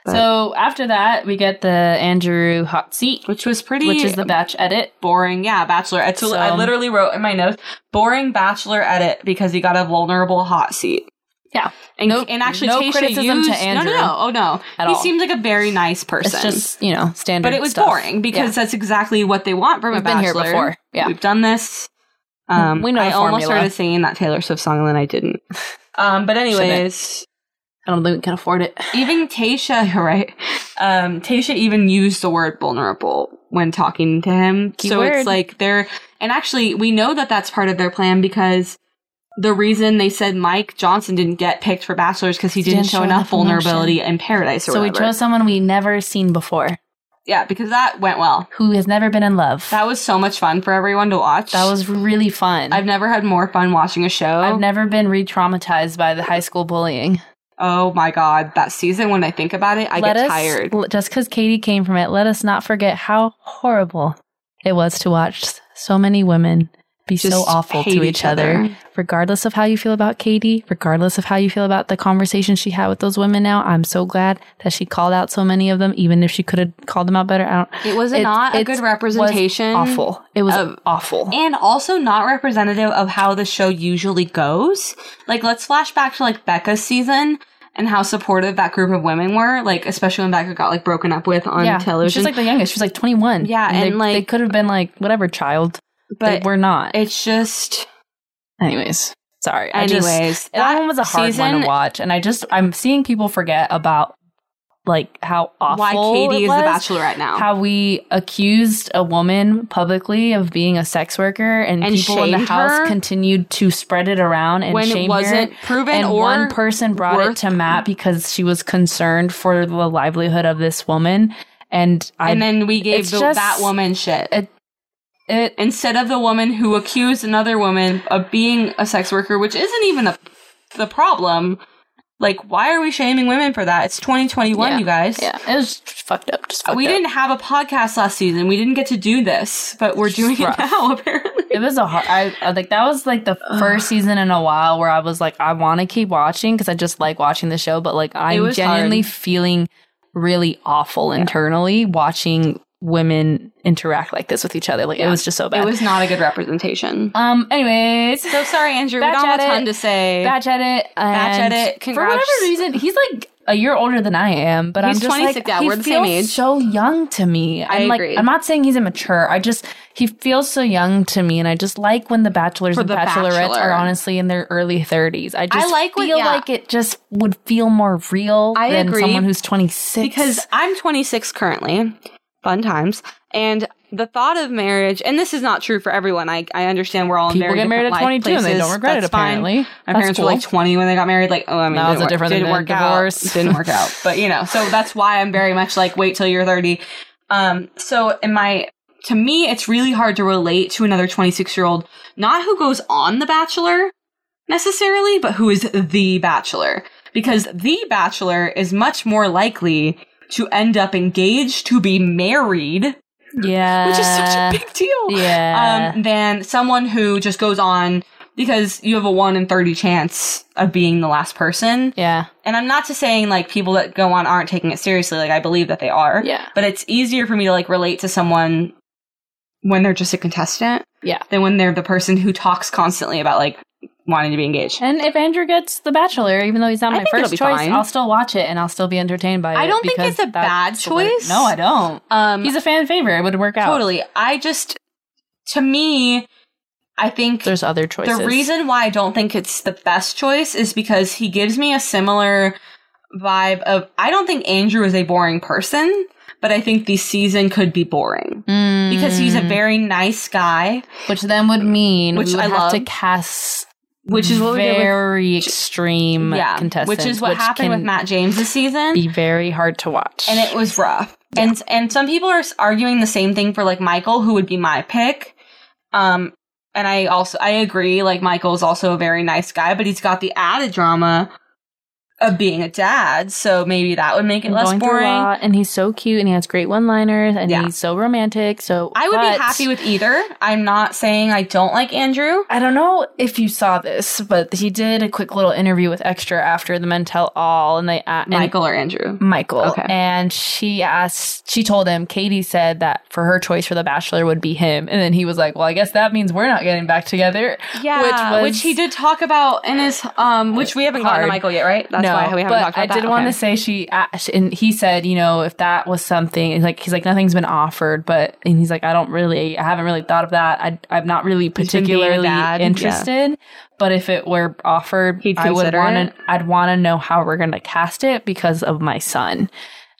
Speaker 3: But-
Speaker 2: so after that, we get the Andrew hot seat,
Speaker 3: Which was pretty,
Speaker 2: which is the batch edit.
Speaker 3: boring. Yeah, bachelor. It's,
Speaker 2: So-
Speaker 3: I literally wrote in my notes, boring bachelor edit because he got a vulnerable hot seat.
Speaker 2: Yeah.
Speaker 3: and,
Speaker 2: No-
Speaker 3: and actually,
Speaker 2: no
Speaker 3: Tayshia
Speaker 2: criticism to
Speaker 3: used,
Speaker 2: Andrew
Speaker 3: No, no, no. oh no,
Speaker 2: at
Speaker 3: he
Speaker 2: all.
Speaker 3: seemed like a very nice person.
Speaker 2: It's just you know standard.
Speaker 3: but it was
Speaker 2: stuff.
Speaker 3: boring because that's exactly what they want from
Speaker 2: Yeah.
Speaker 3: a
Speaker 2: we've been
Speaker 3: bachelor.
Speaker 2: here before. Yeah,
Speaker 3: We've done this. Um,
Speaker 2: We know
Speaker 3: I
Speaker 2: the
Speaker 3: almost
Speaker 2: formula.
Speaker 3: started singing that Taylor Swift song and then I didn't. [LAUGHS] Um, but anyways,
Speaker 2: I don't think we can afford it.
Speaker 3: even Tasha, [LAUGHS] right? Um, Tasha even used the word vulnerable when talking to him. So
Speaker 2: Keyword.
Speaker 3: it's like they're, and actually, we know that that's part of their plan because the reason they said Mike Johnson didn't get picked for Bachelor's because he, didn't, show enough
Speaker 2: emotion.
Speaker 3: vulnerability in Paradise or
Speaker 2: So we
Speaker 3: whatever.
Speaker 2: chose someone we never seen before,
Speaker 3: yeah, because that went well.
Speaker 2: who has never been in love.
Speaker 3: That was so much fun for everyone to watch.
Speaker 2: That was really fun.
Speaker 3: I've never had more fun watching a show.
Speaker 2: I've never been re-traumatized by the high school bullying.
Speaker 3: Oh my god, that season when I think about it, I
Speaker 2: Let
Speaker 3: get
Speaker 2: us-
Speaker 3: tired.
Speaker 2: l- Just because Katie came from it, let us not forget how horrible it was to watch s- so many women be so
Speaker 3: Just
Speaker 2: awful to
Speaker 3: hate
Speaker 2: each, other. regardless of how you feel about Katie, regardless of how you feel about the conversation she had with those women now, I'm so glad that she called out so many of them, even if she could have called them out better. I don't,
Speaker 3: It was
Speaker 2: It-
Speaker 3: not a
Speaker 2: it
Speaker 3: good representation.
Speaker 2: awful. It was
Speaker 3: of-
Speaker 2: awful.
Speaker 3: And also not representative of how the show usually goes. Like let's flash back to like Becca's season and how supportive that group of women were, like especially when Becca got like broken up with on television.
Speaker 2: She's like the youngest. She's like 21.
Speaker 3: Yeah,
Speaker 2: they,
Speaker 3: and, like-
Speaker 2: they could have been like, whatever, child. But
Speaker 3: but
Speaker 2: they were not.
Speaker 3: it's just
Speaker 2: Anyways, sorry. I just,
Speaker 3: anyways.
Speaker 2: that one was a hard one
Speaker 3: season-
Speaker 2: to watch. And I just, I'm seeing people forget about like how awful
Speaker 3: Why Katie
Speaker 2: it
Speaker 3: is the
Speaker 2: was,
Speaker 3: bachelorette now.
Speaker 2: how we accused a woman publicly of being a sex worker and,
Speaker 3: And
Speaker 2: people in the
Speaker 3: shamed
Speaker 2: house
Speaker 3: her?
Speaker 2: continued to spread it around and
Speaker 3: when
Speaker 2: shame
Speaker 3: it wasn't
Speaker 2: her.
Speaker 3: proven
Speaker 2: And
Speaker 3: or
Speaker 2: one person brought
Speaker 3: worth-
Speaker 2: it to Matt because she was concerned for the livelihood of this woman. And I
Speaker 3: and then we gave
Speaker 2: it's
Speaker 3: the,
Speaker 2: just-
Speaker 3: that woman shit.
Speaker 2: it- it
Speaker 3: Instead of the woman who accused another woman of being a sex worker, which isn't even the, the problem. Like, why are we shaming women for that? It's 2021,
Speaker 2: Yeah.
Speaker 3: you guys.
Speaker 2: yeah, it was just fucked up. Just fucked
Speaker 3: We
Speaker 2: up.
Speaker 3: didn't have a podcast last season. We didn't get to do this, but we're doing
Speaker 2: rough.
Speaker 3: it now, [LAUGHS] apparently.
Speaker 2: It was a hard. I, I like that was like the first season in a while where I was like, I want to keep watching because I just like watching the show, but like I'm
Speaker 3: was
Speaker 2: genuinely
Speaker 3: hard.
Speaker 2: feeling really awful internally watching women interact like this with each other. Like it
Speaker 3: Yeah.
Speaker 2: was just so bad.
Speaker 3: It was not a good representation.
Speaker 2: um. Anyways,
Speaker 3: So
Speaker 2: [LAUGHS]
Speaker 3: sorry, Andrew.
Speaker 2: Batch
Speaker 3: we don't have a
Speaker 2: edit.
Speaker 3: ton to say.
Speaker 2: batch edit.
Speaker 3: Batch
Speaker 2: and
Speaker 3: edit,
Speaker 2: For
Speaker 3: congrats.
Speaker 2: whatever reason, he's like a year older than I am, but I'm
Speaker 3: He's
Speaker 2: just
Speaker 3: 26,
Speaker 2: like
Speaker 3: yeah,
Speaker 2: he
Speaker 3: we're the
Speaker 2: feels
Speaker 3: same age.
Speaker 2: so young to me.
Speaker 3: I
Speaker 2: and like
Speaker 3: agree.
Speaker 2: I'm not saying he's immature. I just he feels so young to me, and I just like when the bachelors
Speaker 3: For
Speaker 2: and
Speaker 3: the
Speaker 2: bachelorettes
Speaker 3: bachelor.
Speaker 2: are honestly in their early 30s. I just
Speaker 3: like when-
Speaker 2: feel
Speaker 3: yeah.
Speaker 2: like it just would feel more real
Speaker 3: I
Speaker 2: than
Speaker 3: agree.
Speaker 2: someone who's 26.
Speaker 3: because I'm 26 currently. Fun times. And the thought of marriage, and this is not true for everyone. I, I understand we're all in
Speaker 2: people
Speaker 3: very
Speaker 2: get married
Speaker 3: different
Speaker 2: at
Speaker 3: life
Speaker 2: 22 and they
Speaker 3: places.
Speaker 2: don't regret
Speaker 3: That's
Speaker 2: it. Apparently,
Speaker 3: Fine. My
Speaker 2: That's
Speaker 3: parents
Speaker 2: cool.
Speaker 3: were like 20 when they got married. Like, oh, I mean,
Speaker 2: That
Speaker 3: didn't
Speaker 2: was a
Speaker 3: work,
Speaker 2: different
Speaker 3: didn't
Speaker 2: than
Speaker 3: work
Speaker 2: a divorce.
Speaker 3: out. [LAUGHS] Didn't work out. But you know, so that's why I'm very much like wait till you're 30. Um, so in my to me, it's really hard to relate to another 26 year old, not who goes on The Bachelor necessarily, but who is The Bachelor. Because The Bachelor is much more likely to end up engaged, to be married, which
Speaker 2: yeah,
Speaker 3: is such a big deal,
Speaker 2: Uh, yeah.
Speaker 3: um, than someone who just goes on because you have a 1 in 30 chance of being the last person
Speaker 2: yeah,
Speaker 3: and I'm not just saying like people that go on aren't taking it seriously. Like I believe that they are.
Speaker 2: Yeah.
Speaker 3: But it's easier for me to like relate to someone when they're just a contestant.
Speaker 2: Yeah.
Speaker 3: Than when they're the person who talks constantly about like wanting to be engaged.
Speaker 2: And if Andrew gets The Bachelor, even though he's not
Speaker 3: I
Speaker 2: my
Speaker 3: think
Speaker 2: first
Speaker 3: it'll be
Speaker 2: choice,
Speaker 3: fine.
Speaker 2: I'll still watch it and I'll still be entertained by it.
Speaker 3: I don't think
Speaker 2: because
Speaker 3: it's a bad
Speaker 2: that's what-
Speaker 3: choice.
Speaker 2: no, I don't.
Speaker 3: Um,
Speaker 2: He's a fan favorite. It would work out.
Speaker 3: totally. I just to me, I think
Speaker 2: There's other choices.
Speaker 3: The reason why I don't think it's the best choice is because he gives me a similar vibe of I don't think Andrew is a boring person, but I think the season could be boring
Speaker 2: Mm.
Speaker 3: because he's a very nice guy,
Speaker 2: which then would mean
Speaker 3: Which
Speaker 2: we would
Speaker 3: I
Speaker 2: have to
Speaker 3: love.
Speaker 2: cast
Speaker 3: which is what we did with
Speaker 2: very extreme contestants,
Speaker 3: which is what happened with
Speaker 2: can
Speaker 3: Matt James this season.
Speaker 2: Be very hard to watch,
Speaker 3: and it was rough. And and some people are s- arguing the same thing for like Michael, who would be my pick. Um, and I also I agree. Like Michael's also a very nice guy, but he's got the added drama of being a dad, so maybe that would make it
Speaker 2: I'm
Speaker 3: less
Speaker 2: going through a
Speaker 3: boring.
Speaker 2: lot, and he's so cute, and he has great one-liners, and
Speaker 3: Yeah.
Speaker 2: he's so romantic. So
Speaker 3: I would
Speaker 2: but-
Speaker 3: be happy with either. I'm not saying I don't like Andrew.
Speaker 2: I don't know if you saw this, but he did a quick little interview with Extra after the Mentel All, and they a- and
Speaker 3: Michael or Andrew.
Speaker 2: Michael,
Speaker 3: Okay.
Speaker 2: and she asked, she told him, Katie said that for her choice for the Bachelor would be him, and then he was like, "Well, I guess that means we're not getting back together."
Speaker 3: Yeah,
Speaker 2: which
Speaker 3: which,
Speaker 2: was-
Speaker 3: he did talk about in his um, which we haven't gotten
Speaker 2: Hard.
Speaker 3: to Michael yet, right? That's
Speaker 2: no,
Speaker 3: why we haven't
Speaker 2: but
Speaker 3: talked about
Speaker 2: I
Speaker 3: that.
Speaker 2: did want
Speaker 3: Okay.
Speaker 2: to say she asked, and he said, you know, if that was something, he's like he's like nothing's been offered, but and he's like, I don't really, I haven't really thought of that. I, I'm not really
Speaker 3: been being a
Speaker 2: particularly
Speaker 3: dad, yeah.
Speaker 2: interested, but if it were offered,
Speaker 3: He'd
Speaker 2: I would
Speaker 3: consider
Speaker 2: want
Speaker 3: it.
Speaker 2: to, I'd want to know how we're going to cast it because of my son.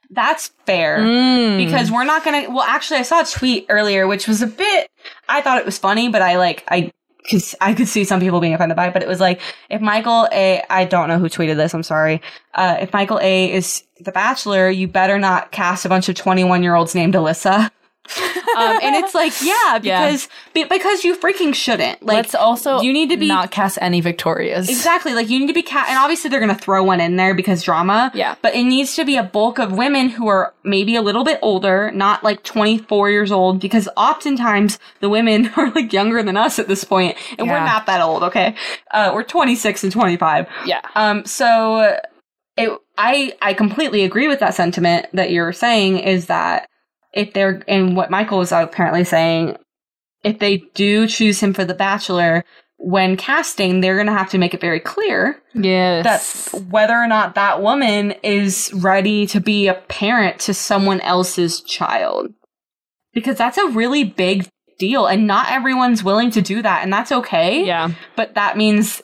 Speaker 3: That's fair.
Speaker 2: Mm.
Speaker 3: because we're not gonna well actually i saw a tweet earlier which was a bit i thought it was funny but i like i because i could see some people being offended by it but it was like if michael a i don't know who tweeted this i'm sorry uh, if michael a is the bachelor you better not cast a bunch of 21 year olds named alyssa [LAUGHS] um, and it's like yeah
Speaker 2: [LAUGHS] Yeah.
Speaker 3: because be- because you freaking shouldn't like
Speaker 2: let's also
Speaker 3: you need to be-
Speaker 2: not cast any Victorias.
Speaker 3: Exactly. Like you need to be cat, and obviously they're gonna throw one in there because drama.
Speaker 2: Yeah.
Speaker 3: But it needs to be a bulk of women who are maybe a little bit older, not like 24 years old, because oftentimes the women [LAUGHS] are like younger than us at this point, and
Speaker 2: Yeah.
Speaker 3: we're not that old. Okay, uh, we're 26 and 25.
Speaker 2: Yeah.
Speaker 3: Um. So, it I I completely agree with that sentiment that you're saying is that if they're and what Michael is apparently saying, if they do choose him for the Bachelor. When casting, they're going to have to make it very clear that
Speaker 2: Yes.
Speaker 3: whether or not that woman is ready to be a parent to someone else's child. Because that's a really big deal, and not everyone's willing to do that, and that's okay.
Speaker 2: yeah.
Speaker 3: But that means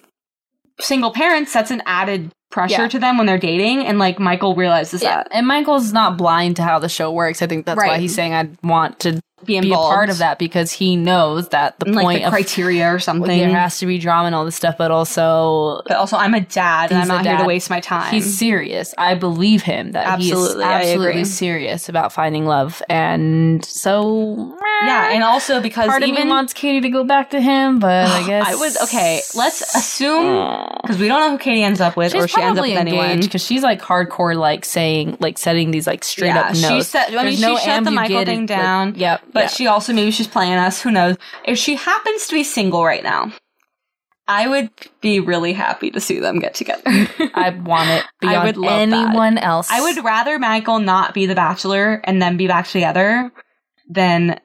Speaker 3: single parents, that's an added pressure
Speaker 2: Yeah.
Speaker 3: to them when they're dating, and like Michael realizes
Speaker 2: Yeah.
Speaker 3: that.
Speaker 2: And Michael's not blind to how the show works. I think that's why
Speaker 3: Right.
Speaker 2: he's saying I'd want to
Speaker 3: Be
Speaker 2: be a
Speaker 3: involved.
Speaker 2: part of that because he knows that the
Speaker 3: And, like
Speaker 2: point
Speaker 3: the
Speaker 2: of
Speaker 3: criteria or something.
Speaker 2: there has to be drama and all this stuff, but also
Speaker 3: but also, I'm a dad, and
Speaker 2: He's
Speaker 3: I'm
Speaker 2: a
Speaker 3: not here
Speaker 2: dad.
Speaker 3: to waste my time.
Speaker 2: He's serious. I believe him that
Speaker 3: Absolutely,
Speaker 2: he's
Speaker 3: I agree.
Speaker 2: absolutely serious about finding love. And so
Speaker 3: yeah, and also because
Speaker 2: part of
Speaker 3: even
Speaker 2: me wants Katie to go back to him, but I guess
Speaker 3: [SIGHS] I would okay. Let's assume
Speaker 2: [SIGHS]
Speaker 3: because we don't know who Katie ends up with,
Speaker 2: She's
Speaker 3: or she ends up with anyone.
Speaker 2: because she's like hardcore, like saying, like setting these like straight
Speaker 3: yeah,
Speaker 2: up
Speaker 3: she
Speaker 2: notes.
Speaker 3: said. I mean,
Speaker 2: There's
Speaker 3: she
Speaker 2: no
Speaker 3: shut the Michael
Speaker 2: ambiguity,
Speaker 3: thing
Speaker 2: like-
Speaker 3: down.
Speaker 2: yep,
Speaker 3: But
Speaker 2: yep.
Speaker 3: she also maybe she's playing us. Who knows? If she happens to be single right now, I would be really happy to see them get [LAUGHS] together.
Speaker 2: I want
Speaker 3: [LAUGHS]
Speaker 2: it beyond
Speaker 3: would love that.
Speaker 2: anyone else.
Speaker 3: I would rather Michael not be the bachelor and then be back together than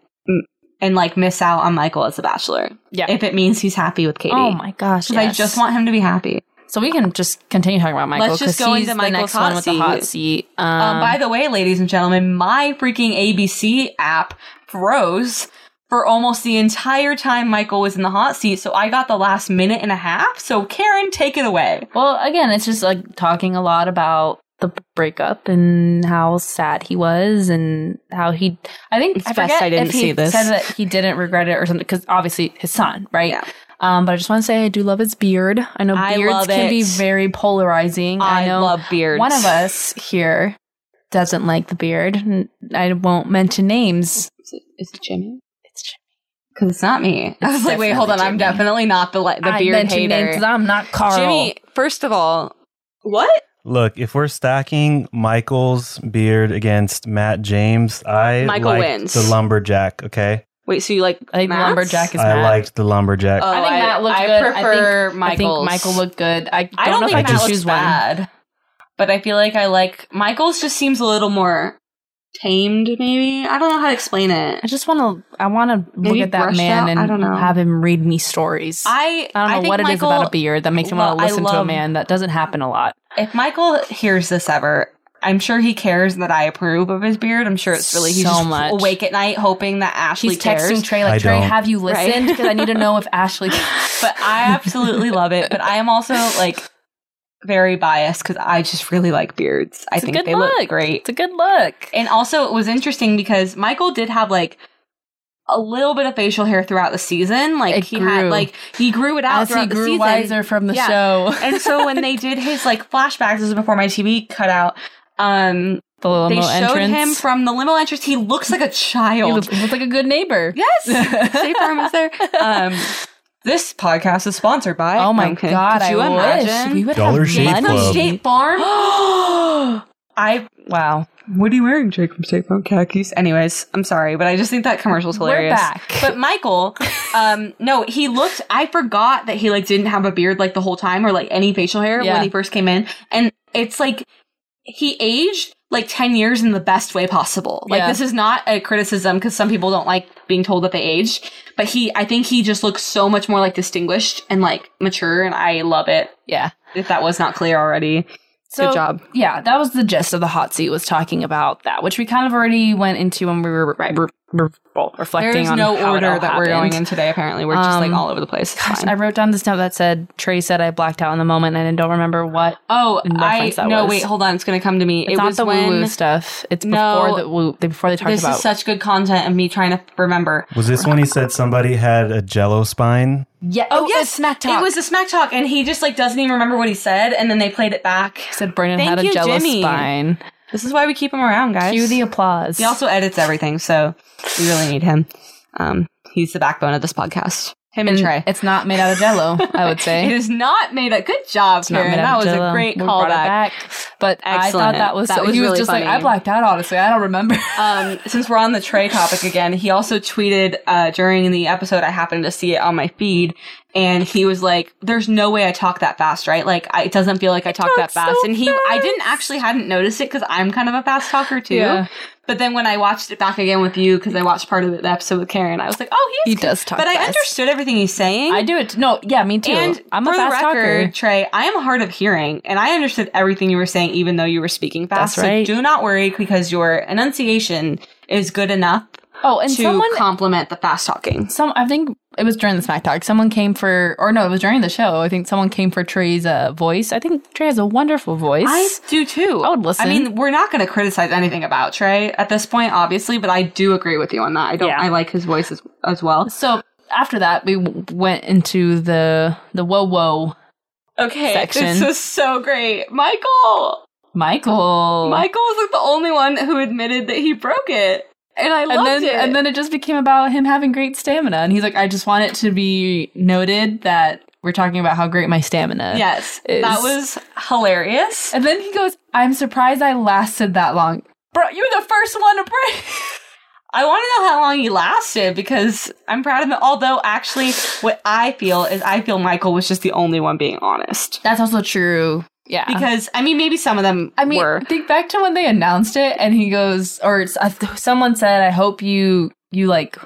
Speaker 3: and like miss out on Michael as the bachelor
Speaker 2: yeah.
Speaker 3: if it means he's happy with Katie.
Speaker 2: Oh my gosh!
Speaker 3: 'Cause I
Speaker 2: yes.
Speaker 3: just want him to be happy.
Speaker 2: So we can just continue talking about Michael.
Speaker 3: Let's just
Speaker 2: 'cause
Speaker 3: go
Speaker 2: he's
Speaker 3: into
Speaker 2: the next
Speaker 3: Michael's
Speaker 2: one
Speaker 3: hot
Speaker 2: with the hot
Speaker 3: seat.
Speaker 2: seat. Um,
Speaker 3: Um, by the way, ladies and gentlemen, my freaking ABC app froze for almost the entire time Michael was in the hot seat, so I got the last minute and a half. So Karen, take it away.
Speaker 2: Well, again, it's just like talking a lot about the breakup and how sad he was and how he. I think
Speaker 3: It's
Speaker 2: I
Speaker 3: best
Speaker 2: forget
Speaker 3: I didn't
Speaker 2: if he
Speaker 3: see this.
Speaker 2: Said that he didn't regret it or something because obviously his son, right?
Speaker 3: Yeah.
Speaker 2: Um, but I just want to say I do love his beard. I know
Speaker 3: I
Speaker 2: beards
Speaker 3: love
Speaker 2: can be
Speaker 3: it.
Speaker 2: very polarizing. I,
Speaker 3: I,
Speaker 2: know
Speaker 3: love beards.
Speaker 2: one of us here doesn't like the beard. and I won't mention names.
Speaker 3: Is it, is it Jimmy?
Speaker 2: It's
Speaker 3: Because it's not me. I
Speaker 2: It's
Speaker 3: was like, wait,
Speaker 2: definitely
Speaker 3: hold on. I'm
Speaker 2: Jimmy.
Speaker 3: definitely not the li- the
Speaker 2: I
Speaker 3: beard
Speaker 2: mention names
Speaker 3: hater.
Speaker 2: 'cause I'm not Carl.
Speaker 3: Jimmy, first of all, what?
Speaker 1: Look, if we're stacking Michael's beard against Matt James, I
Speaker 3: Michael
Speaker 1: liked
Speaker 3: wins.
Speaker 1: the lumberjack. Okay,
Speaker 3: Wait, so you like
Speaker 2: I think
Speaker 3: Matt's?
Speaker 2: lumberjack is
Speaker 1: I
Speaker 2: Matt.
Speaker 1: liked the lumberjack.
Speaker 3: Oh,
Speaker 2: I think Matt looked
Speaker 3: I
Speaker 2: good. I
Speaker 3: prefer
Speaker 2: I think
Speaker 3: Michael's.
Speaker 2: Michael looked good. I don't,
Speaker 3: I don't,
Speaker 2: know if
Speaker 3: think
Speaker 2: I
Speaker 1: I
Speaker 2: can
Speaker 3: Matt
Speaker 2: choose
Speaker 3: looks
Speaker 2: one.
Speaker 3: bad, but I feel like I like Michael's. Just seems a little more tamed. Maybe I don't know how to explain
Speaker 2: I
Speaker 3: it.
Speaker 2: just want to. I want to look
Speaker 3: Maybe
Speaker 2: at that
Speaker 3: brushed
Speaker 2: man
Speaker 3: out? I don't
Speaker 2: and
Speaker 3: know.
Speaker 2: have him read me stories. I,
Speaker 3: I
Speaker 2: don't know
Speaker 3: think
Speaker 2: what it is
Speaker 3: Michael,
Speaker 2: about a beard that makes me want
Speaker 3: Well,
Speaker 2: to
Speaker 3: I
Speaker 2: listen to a
Speaker 3: love-
Speaker 2: man. That doesn't happen a lot.
Speaker 3: If Michael hears this ever, I'm sure he cares that I approve of his beard. I'm sure it's really he's
Speaker 2: So
Speaker 3: just
Speaker 2: much.
Speaker 3: awake at night hoping that Ashley
Speaker 2: She's
Speaker 3: cares.
Speaker 2: texting Trey
Speaker 1: I
Speaker 2: like Trey,
Speaker 1: don't.
Speaker 2: have you listened?
Speaker 3: Right.
Speaker 2: Because I need to know if
Speaker 3: [LAUGHS]
Speaker 2: Ashley.
Speaker 3: but I
Speaker 2: [LAUGHS]
Speaker 3: absolutely love it. But I am also like very biased because I just really like beards. I
Speaker 2: It's a
Speaker 3: think
Speaker 2: good
Speaker 3: they look
Speaker 2: look.
Speaker 3: great.
Speaker 2: it's a good look.
Speaker 3: And also, it was interesting because Michael did have like a little bit of facial hair throughout the season. Like
Speaker 2: It
Speaker 3: he
Speaker 2: grew.
Speaker 3: had like he grew it out
Speaker 2: As
Speaker 3: throughout
Speaker 2: he grew
Speaker 3: the season.
Speaker 2: wiser from the
Speaker 3: Yeah.
Speaker 2: show,
Speaker 3: and so when they did his like flashbacks, this was before my TV cut out. Um,
Speaker 2: the limo
Speaker 3: they showed
Speaker 2: entrance.
Speaker 3: him from the limo entrance. He looks like a
Speaker 2: he
Speaker 3: child.
Speaker 2: looked, he looked like a good neighbor.
Speaker 3: yes, safe farm
Speaker 2: [LAUGHS]
Speaker 3: is there. Um, [LAUGHS] this podcast is sponsored by.
Speaker 2: Oh my
Speaker 3: Okay.
Speaker 2: god!
Speaker 3: Could you
Speaker 2: I
Speaker 3: imagine?
Speaker 2: wish we would
Speaker 1: Dollar
Speaker 2: have
Speaker 1: Shave
Speaker 2: money.
Speaker 1: Club. From
Speaker 3: State [GASPS]
Speaker 2: Farm.
Speaker 3: I
Speaker 2: Wow,
Speaker 3: what are you wearing, Jake from State Farm khakis? Anyways, I'm sorry, but I just think that commercial's hilarious.
Speaker 2: we're back.
Speaker 3: [LAUGHS] But Michael, um, no, he looked. I forgot that he like didn't have a beard like the whole time or like any facial hair
Speaker 2: Yeah.
Speaker 3: when he first came in, and it's like he aged like ten years in the best way possible. Like
Speaker 2: Yeah.
Speaker 3: this is not a criticism because some people don't like being told that they aged, but he, I think he just looks so much more like distinguished and like mature, and I love it.
Speaker 2: yeah.
Speaker 3: If that was not clear already,
Speaker 2: So,
Speaker 3: good job.
Speaker 2: Yeah, that was the gist of the hot seat was talking about that, which we kind of already went into when we were re- re- well, reflecting
Speaker 3: There's
Speaker 2: on
Speaker 3: no
Speaker 2: how it
Speaker 3: order
Speaker 2: all
Speaker 3: that we're going
Speaker 2: happened.
Speaker 3: in today. Apparently, we're just like
Speaker 2: Um,
Speaker 3: all over the place. It's
Speaker 2: Gosh,
Speaker 3: fine.
Speaker 2: I wrote down this note that said Trey said I blacked out in the moment and I don't remember what.
Speaker 3: oh, I
Speaker 2: reference that
Speaker 3: no.
Speaker 2: was.
Speaker 3: Wait, hold on. It's going to come to me.
Speaker 2: It's
Speaker 3: it
Speaker 2: not
Speaker 3: was
Speaker 2: the woo
Speaker 3: when
Speaker 2: woo stuff. It's
Speaker 3: No.
Speaker 2: before the woo. they- Before they talked
Speaker 3: this
Speaker 2: about
Speaker 3: is such good content of me trying to remember.
Speaker 1: Was this when he said somebody had a jello spine?
Speaker 2: yeah.
Speaker 3: Oh, yes,
Speaker 2: it's smack talk.
Speaker 3: It was a smack talk, and he just like doesn't even remember what he said, and then they played it back.
Speaker 2: He said Brandon
Speaker 3: Thank
Speaker 2: had a
Speaker 3: you,
Speaker 2: jello
Speaker 3: Jimmy.
Speaker 2: spine.
Speaker 3: This is why we keep him around, guys.
Speaker 2: Cue the applause.
Speaker 3: he also edits everything, so we really need him. Um, he's the backbone of this podcast. Him and,
Speaker 2: And
Speaker 3: Trey.
Speaker 2: It's not made out of jello. I would say
Speaker 3: [LAUGHS] it is not made a good job,
Speaker 2: It's not
Speaker 3: Karen.
Speaker 2: made out
Speaker 3: That
Speaker 2: of
Speaker 3: was
Speaker 2: Jell-O.
Speaker 3: a great
Speaker 2: We brought it
Speaker 3: callback.
Speaker 2: back. But I thought
Speaker 3: Excellent.
Speaker 2: that was
Speaker 3: That
Speaker 2: so.
Speaker 3: was
Speaker 2: he was
Speaker 3: really
Speaker 2: just like,
Speaker 3: funny.
Speaker 2: I blacked out. Honestly, I don't remember.
Speaker 3: [LAUGHS] um, since we're on the Trey topic again, he also tweeted uh, during the episode. I happened to see it on my feed, and he was like, "There's no way I talk that fast, right? Like, I, it doesn't feel like I talk that
Speaker 2: talk so
Speaker 3: fast." and he, I
Speaker 2: fast.
Speaker 3: didn't actually hadn't noticed it because I'm kind of a fast talker too.
Speaker 2: Yeah.
Speaker 3: But then when I watched it back again with you, because I watched part of the episode with Karen, I was like, "Oh,
Speaker 2: he
Speaker 3: he's."
Speaker 2: does talk.
Speaker 3: But I
Speaker 2: fast.
Speaker 3: understood everything he's saying.
Speaker 2: I do it. No, yeah, me too.
Speaker 3: And
Speaker 2: I'm a
Speaker 3: for
Speaker 2: fast
Speaker 3: the record,
Speaker 2: talker.
Speaker 3: Trey, I am hard of hearing, and I understood everything you were saying, even though you were speaking fast.
Speaker 2: That's right.
Speaker 3: So do not worry because your enunciation is good enough
Speaker 2: Oh, and
Speaker 3: to
Speaker 2: someone
Speaker 3: compliment the fast talking.
Speaker 2: some I think it was during the smack talk. Someone came for or no, it was during the show. I think someone came for Trey's uh, voice. I think Trey has a wonderful voice.
Speaker 3: I do too.
Speaker 2: I would listen.
Speaker 3: I mean, we're not going to criticize anything about Trey at this point, obviously, but I do agree with you on that. I don't.
Speaker 2: Yeah.
Speaker 3: I like his voice as, as well.
Speaker 2: so after that, we w- went into the the whoa whoa
Speaker 3: Okay,
Speaker 2: Section.
Speaker 3: this is so great, Michael.
Speaker 2: Michael.
Speaker 3: Michael was like the only one who admitted that he broke it, and I
Speaker 2: and
Speaker 3: loved
Speaker 2: then
Speaker 3: it.
Speaker 2: and then it just became about him having great stamina, and he's like, I just want it to be noted that we're talking about how great my stamina.
Speaker 3: yes,
Speaker 2: is-
Speaker 3: that was hilarious.
Speaker 2: And then he goes, I'm surprised I lasted that long. Bro, you were the first one to break.
Speaker 3: [LAUGHS] I want to know how long he lasted because I'm proud of him. Although, actually, what I feel is I feel Michael was just the only one being honest.
Speaker 2: That's also true. Yeah.
Speaker 3: Because I mean, maybe some of them
Speaker 2: I mean, [LAUGHS]
Speaker 3: were.
Speaker 2: think back to when they announced it, and he goes, or it's, I th- someone said, "I hope you you like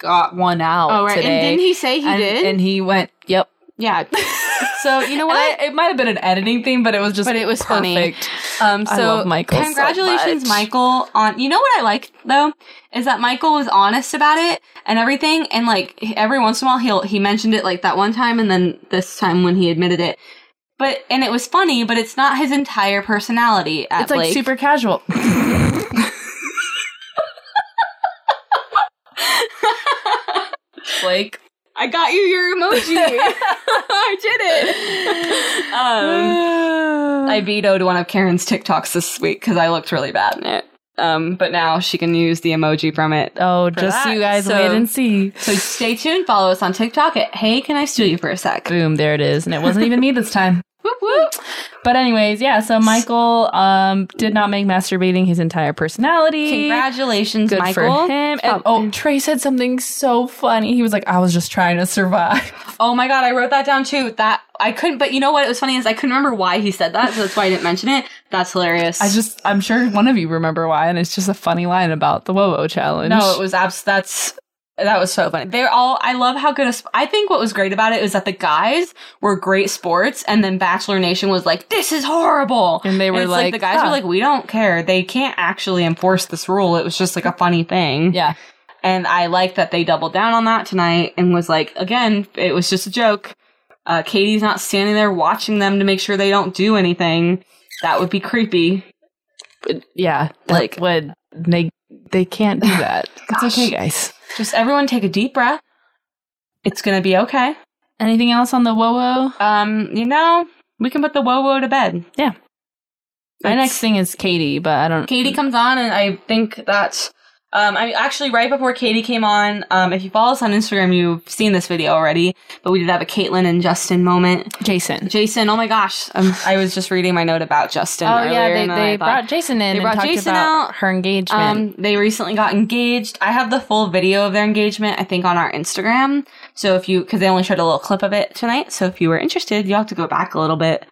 Speaker 2: got one out
Speaker 3: Oh,
Speaker 2: today."
Speaker 3: he say
Speaker 2: And- And he went, "Yep."
Speaker 3: yeah. [LAUGHS] so you
Speaker 2: And
Speaker 3: know what?
Speaker 2: I- it might have been an editing thing, but it was just,
Speaker 3: But it was funny.
Speaker 2: perfect.
Speaker 3: Um, so
Speaker 2: I love Michael so
Speaker 3: Congratulations,
Speaker 2: much.
Speaker 3: Michael. On you know what I like though is that Michael was honest about it and everything, and like every once in a while he'll he mentioned it like that one time, and then this time when he admitted it. But and it was funny, but it's not his entire personality. At
Speaker 2: It's like,
Speaker 3: Blake. [LAUGHS]
Speaker 2: super
Speaker 3: [SIGHS]
Speaker 2: casual. Blake,
Speaker 3: I got you
Speaker 2: [LAUGHS]
Speaker 3: your emoji. [LAUGHS] I did it.
Speaker 2: [LAUGHS]
Speaker 3: Um, I vetoed one of Karen's TikToks this week because I looked really bad in it. Um, but now she can use the emoji from it
Speaker 2: oh, just so
Speaker 3: that,
Speaker 2: you guys
Speaker 3: so-
Speaker 2: wait and see.
Speaker 3: So stay tuned. Follow us on TikTok at Hey Can I Steal You for a Sec?
Speaker 2: Boom, there it is, and it wasn't even me this time.
Speaker 3: Whoop whoop.
Speaker 2: But anyways, yeah. So Michael um did not make masturbating his entire personality.
Speaker 3: Congratulations,
Speaker 2: Good
Speaker 3: Michael. Um,
Speaker 2: for him. And, oh, Trey said something so funny. He was like, "I was just trying to survive." [LAUGHS]
Speaker 3: Oh my god, I wrote that down too. That I couldn't. But you know what? It was funny is I couldn't remember why he said that, so that's why I didn't mention it. That's hilarious.
Speaker 2: I just, I'm sure one of you remember why, and it's just a funny line about the Wowo challenge.
Speaker 3: no. It was abs. That's that was so funny. They're all. I love how good. A sp- I think what was great about it is that the guys were great sports, and then Bachelor Nation was like, "This is horrible."
Speaker 2: [LAUGHS] and they were
Speaker 3: it's
Speaker 2: like,
Speaker 3: the guys
Speaker 2: "Huh."
Speaker 3: were like, "We don't care. They can't actually enforce this rule. It was just like a funny thing."
Speaker 2: "Yeah,
Speaker 3: And I like that they doubled down on that tonight and was like, again, it was just a joke. Uh, Katie's not standing there watching them to make sure they don't do anything. That would be creepy.
Speaker 2: yeah,"
Speaker 3: [LAUGHS]
Speaker 2: like
Speaker 3: Like-
Speaker 2: would they? They can't do
Speaker 3: [LAUGHS]
Speaker 2: that. it's
Speaker 3: Gosh.
Speaker 2: okay, guys.
Speaker 3: Just everyone take a deep breath. It's gonna be okay.
Speaker 2: Anything else on the Wowo?
Speaker 3: Um, you know, we can put the whoa whoa to bed.
Speaker 2: Yeah. My
Speaker 3: It's-
Speaker 2: next thing is Katie, but I don't.
Speaker 3: Katie comes on, and I think that um, I actually right before Katie came on. Um, if you follow us on Instagram, you've seen this video already. But we did have a Caitlyn and Justin moment.
Speaker 2: Jason.
Speaker 3: Jason, oh my gosh, um, I was just reading my note about Justin.
Speaker 2: Oh
Speaker 3: earlier,
Speaker 2: yeah, they,
Speaker 3: and then
Speaker 2: they
Speaker 3: I thought-
Speaker 2: brought Jason in.
Speaker 3: They brought
Speaker 2: and talked
Speaker 3: Jason
Speaker 2: about
Speaker 3: out.
Speaker 2: her engagement.
Speaker 3: Um, they recently got engaged. I have the full video of their engagement, I think, on our Instagram. So if you, because they only showed a little clip of it tonight. So if you were interested, you will have to go back a little bit.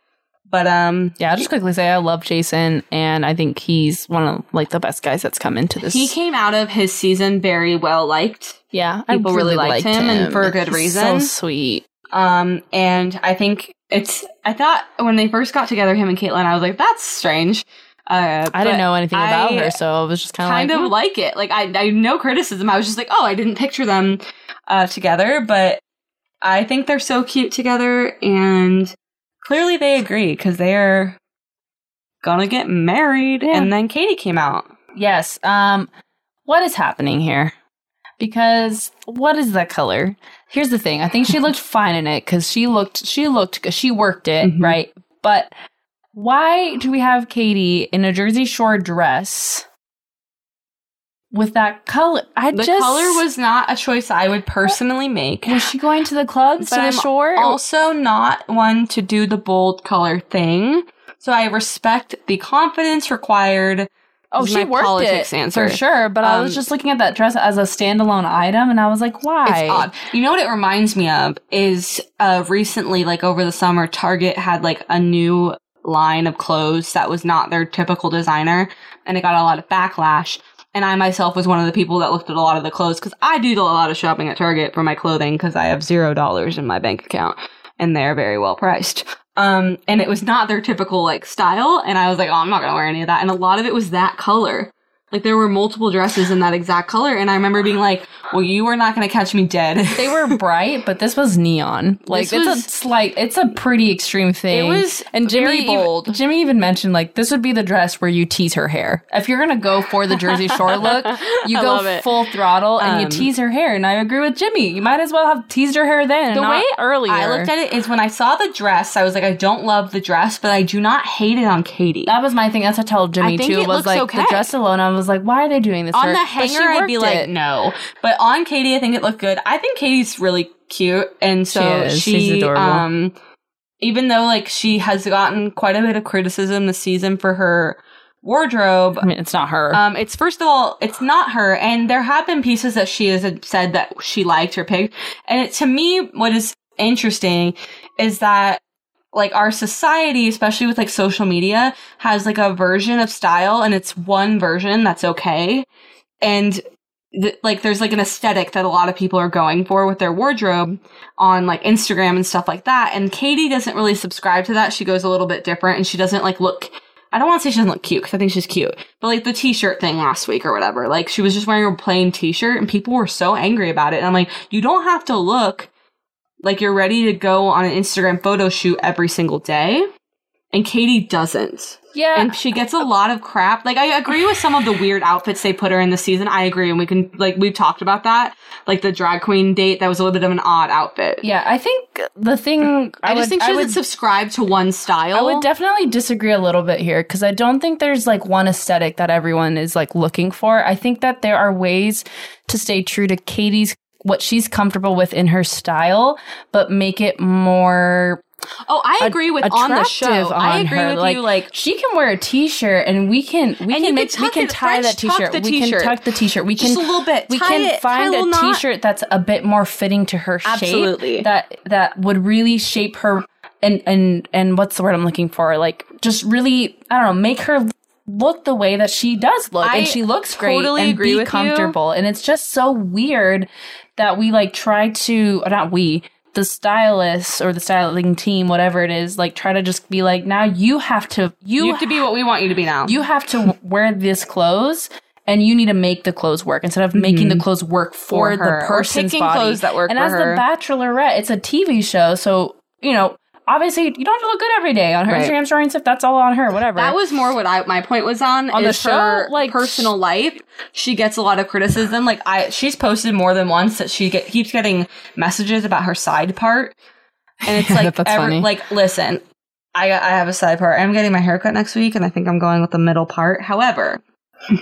Speaker 3: But um,
Speaker 2: Yeah, I'll just quickly say I love Jason, and I think he's one of like the best guys that's come into this.
Speaker 3: he came out of his season very well liked.
Speaker 2: yeah,
Speaker 3: people really liked him, and for a good
Speaker 2: He's
Speaker 3: reason.
Speaker 2: So sweet.
Speaker 3: Um, and I think it's. I thought when they first got together, him and Caitlyn, I was like, that's strange. Uh,
Speaker 2: I
Speaker 3: but-
Speaker 2: didn't know anything about
Speaker 3: I
Speaker 2: her, so I was just kind of
Speaker 3: kind
Speaker 2: like,
Speaker 3: of
Speaker 2: "Hmm."
Speaker 3: like it. Like I, I no criticism. I was just like, oh, I didn't picture them uh, together, but I think they're so cute together, and clearly they agree because they are gonna get married.
Speaker 2: Yeah.
Speaker 3: And then Katie came out.
Speaker 2: yes. Um, what is happening here? Because what is that color? Here's the thing. I think she
Speaker 3: [LAUGHS]
Speaker 2: looked fine in it because she looked she looked good. she worked it
Speaker 3: Mhm.
Speaker 2: right. But why do we have Katie in a Jersey Shore dress with that color? I
Speaker 3: The
Speaker 2: just
Speaker 3: color was not a choice I would personally make.
Speaker 2: Was she going to the clubs
Speaker 3: But
Speaker 2: to the
Speaker 3: I'm
Speaker 2: shore?
Speaker 3: Also, not one to do the bold color thing. So I respect the confidence required.
Speaker 2: oh,
Speaker 3: is
Speaker 2: she
Speaker 3: my
Speaker 2: worked
Speaker 3: politics
Speaker 2: it
Speaker 3: answer.
Speaker 2: for sure. But I was
Speaker 3: Um,
Speaker 2: just looking at that dress as a standalone item, and I was like, why?
Speaker 3: It's odd. You know what it reminds me of is uh recently, like over the summer, Target had like a new line of clothes that was not their typical designer, and it got a lot of backlash. And I myself was one of the people that looked at a lot of the clothes because I do a lot of shopping at Target for my clothing because I have zero dollars in my bank account, and they're very well priced. Um, and it was not their typical like style, and I was like, oh, I'm not gonna wear any of that. And a lot of it was that color. Like there were multiple dresses in that exact color, and I remember being like, "Well, you are not going to catch me dead."
Speaker 2: They
Speaker 3: [LAUGHS]
Speaker 2: were bright, but this was neon. Like
Speaker 3: This
Speaker 2: it's
Speaker 3: was-
Speaker 2: a slight, it's a pretty extreme thing.
Speaker 3: was
Speaker 2: and
Speaker 3: very
Speaker 2: even-
Speaker 3: bold.
Speaker 2: Jimmy even mentioned like this would be the dress where you tease her hair. If you're gonna go for the
Speaker 3: [LAUGHS]
Speaker 2: Jersey Shore look, you
Speaker 3: I love
Speaker 2: go
Speaker 3: it.
Speaker 2: full throttle and you
Speaker 3: Um,
Speaker 2: tease her hair. And I agree with Jimmy. You might as well have teased her hair then.
Speaker 3: the
Speaker 2: not
Speaker 3: way
Speaker 2: earlier
Speaker 3: I looked at it is when I saw the dress, I was like, "I don't love the dress, but I do not hate it on Katie."
Speaker 2: That was my thing. That's what I told Jimmy
Speaker 3: I think
Speaker 2: too.
Speaker 3: it
Speaker 2: Was
Speaker 3: looks
Speaker 2: like the
Speaker 3: okay.
Speaker 2: dress alone. I was like, why are they doing this? to
Speaker 3: on
Speaker 2: her?
Speaker 3: the
Speaker 2: But she
Speaker 3: hanger, I'd
Speaker 2: worked
Speaker 3: be like,
Speaker 2: it.
Speaker 3: no. But on Katie, I think it looked good. I think Katie's really cute, and so
Speaker 2: She
Speaker 3: she,
Speaker 2: is. She's adorable.
Speaker 3: um, even though like she has gotten quite a bit of criticism this season for her wardrobe.
Speaker 2: I mean, it's not her.
Speaker 3: Um, it's first of all, it's not her, and there have been pieces that she has said that she liked or picked. And it, to me, what is interesting is that like our society, especially with like social media, has like a version of style, and it's one version that's okay, and th- like there's like an aesthetic that a lot of people are going for with their wardrobe on like Instagram and stuff like that. And Katie doesn't really subscribe to that. She goes a little bit different, and she doesn't like look. I don't want to say she doesn't look cute because I think she's cute, but like the t-shirt thing last week or whatever, like she was just wearing a plain t-shirt and people were so angry about it. And I'm like, you don't have to look like you're ready to go on an Instagram photo shoot every single day. And Katie doesn't.
Speaker 2: yeah,
Speaker 3: And she gets a lot of crap. Like I agree with some of the weird outfits they put her in this season. I agree, and we can like we've talked about that. Like the drag queen date, that was a little bit of an odd outfit.
Speaker 2: yeah. I think the thing
Speaker 3: I, just
Speaker 2: would-
Speaker 3: think she
Speaker 2: I
Speaker 3: doesn't
Speaker 2: would-
Speaker 3: subscribe to one style.
Speaker 2: I would definitely disagree a little bit here because I don't think there's like one aesthetic that everyone is like looking for. I think that there are ways to stay true to Katie's what she's comfortable with in her style, but make it more
Speaker 3: oh, I agree with on the show.
Speaker 2: attractive
Speaker 3: I
Speaker 2: on
Speaker 3: agree
Speaker 2: her.
Speaker 3: with
Speaker 2: like,
Speaker 3: you. Like
Speaker 2: she can wear a t-shirt and we can we
Speaker 3: And you
Speaker 2: can
Speaker 3: can
Speaker 2: make we
Speaker 3: tuck
Speaker 2: can
Speaker 3: it-
Speaker 2: tie that
Speaker 3: French tuck
Speaker 2: t-shirt.
Speaker 3: the
Speaker 2: We can
Speaker 3: t-shirt.
Speaker 2: tuck the t-shirt. We can
Speaker 3: just a little bit.
Speaker 2: we
Speaker 3: Tie
Speaker 2: can
Speaker 3: it, tie
Speaker 2: find
Speaker 3: little
Speaker 2: a
Speaker 3: knot.
Speaker 2: t-shirt that's a bit more fitting to her shape
Speaker 3: Absolutely.
Speaker 2: that that would really shape her and and and what's the word i'm looking for like just really i don't know make her look the way that she does look
Speaker 3: I
Speaker 2: and she looks great
Speaker 3: totally
Speaker 2: and
Speaker 3: agree
Speaker 2: be
Speaker 3: with you.
Speaker 2: comfortable and it's just so weird that we like try to or not we the stylists or the styling team whatever it is like try to just be like now you have to you,
Speaker 3: You have to be what we want you to be now.
Speaker 2: you have to wear this clothes and you need to make the clothes work instead of making the clothes work for,
Speaker 3: For her,
Speaker 2: the
Speaker 3: Mm-hmm. or
Speaker 2: person's
Speaker 3: picking
Speaker 2: body.
Speaker 3: clothes that work
Speaker 2: and
Speaker 3: for
Speaker 2: as
Speaker 3: her.
Speaker 2: the bachelorette it's a tv show so you know obviously you don't have to look good every day on her
Speaker 3: Right.
Speaker 2: instagram story and stuff that's all on her whatever
Speaker 3: That was more what I my point was on
Speaker 2: On the
Speaker 3: is
Speaker 2: show,
Speaker 3: her
Speaker 2: like,
Speaker 3: personal life. She gets a lot of criticism. Like I, she's posted more than once that she get, keeps getting messages about her side part, and it's
Speaker 2: [LAUGHS] Yeah,
Speaker 3: like
Speaker 2: that's
Speaker 3: every-
Speaker 2: funny.
Speaker 3: like listen, I I have a side part. I'm getting my haircut next week, and I think I'm going with the middle part. However. [LAUGHS]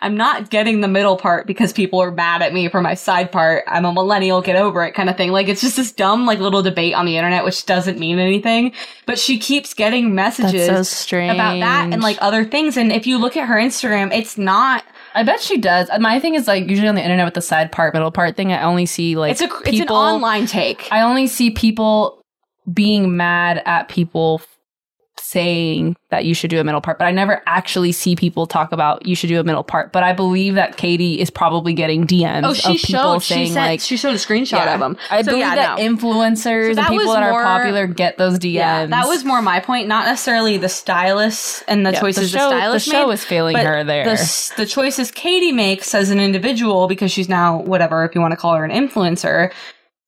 Speaker 3: I'm not getting the middle part because people are mad at me for my side part. I'm a millennial, get over it kind of thing. Like it's just this dumb like little debate on the internet which doesn't mean anything, but she keeps getting messages
Speaker 2: that's so strange
Speaker 3: about that and like other things. And if you look at her Instagram, it's not.
Speaker 2: I bet she does. Uh, My thing is like usually on the internet with the side part, middle part thing. I only see like
Speaker 3: It's a it's an
Speaker 2: people-
Speaker 3: online take.
Speaker 2: I only see people being mad at people f- saying that you should do a middle part, but I never actually see people talk about you should do a middle part. But I believe that Katie is probably getting DMs
Speaker 3: oh, she
Speaker 2: of people
Speaker 3: showed.
Speaker 2: saying
Speaker 3: She sent.
Speaker 2: like
Speaker 3: she showed a screenshot
Speaker 2: Yeah.
Speaker 3: of them.
Speaker 2: I
Speaker 3: So,
Speaker 2: believe
Speaker 3: yeah,
Speaker 2: that
Speaker 3: no.
Speaker 2: influencers
Speaker 3: So that
Speaker 2: and people
Speaker 3: was
Speaker 2: that
Speaker 3: more-
Speaker 2: are popular get those DMs.
Speaker 3: Yeah, that was more my point. Not necessarily the stylists and the
Speaker 2: Yeah,
Speaker 3: choices
Speaker 2: the show. The,
Speaker 3: stylist
Speaker 2: show
Speaker 3: made,
Speaker 2: is failing
Speaker 3: but
Speaker 2: her there.
Speaker 3: The, s- the choices Katie makes as an individual, because she's now whatever, if you want to call her an influencer,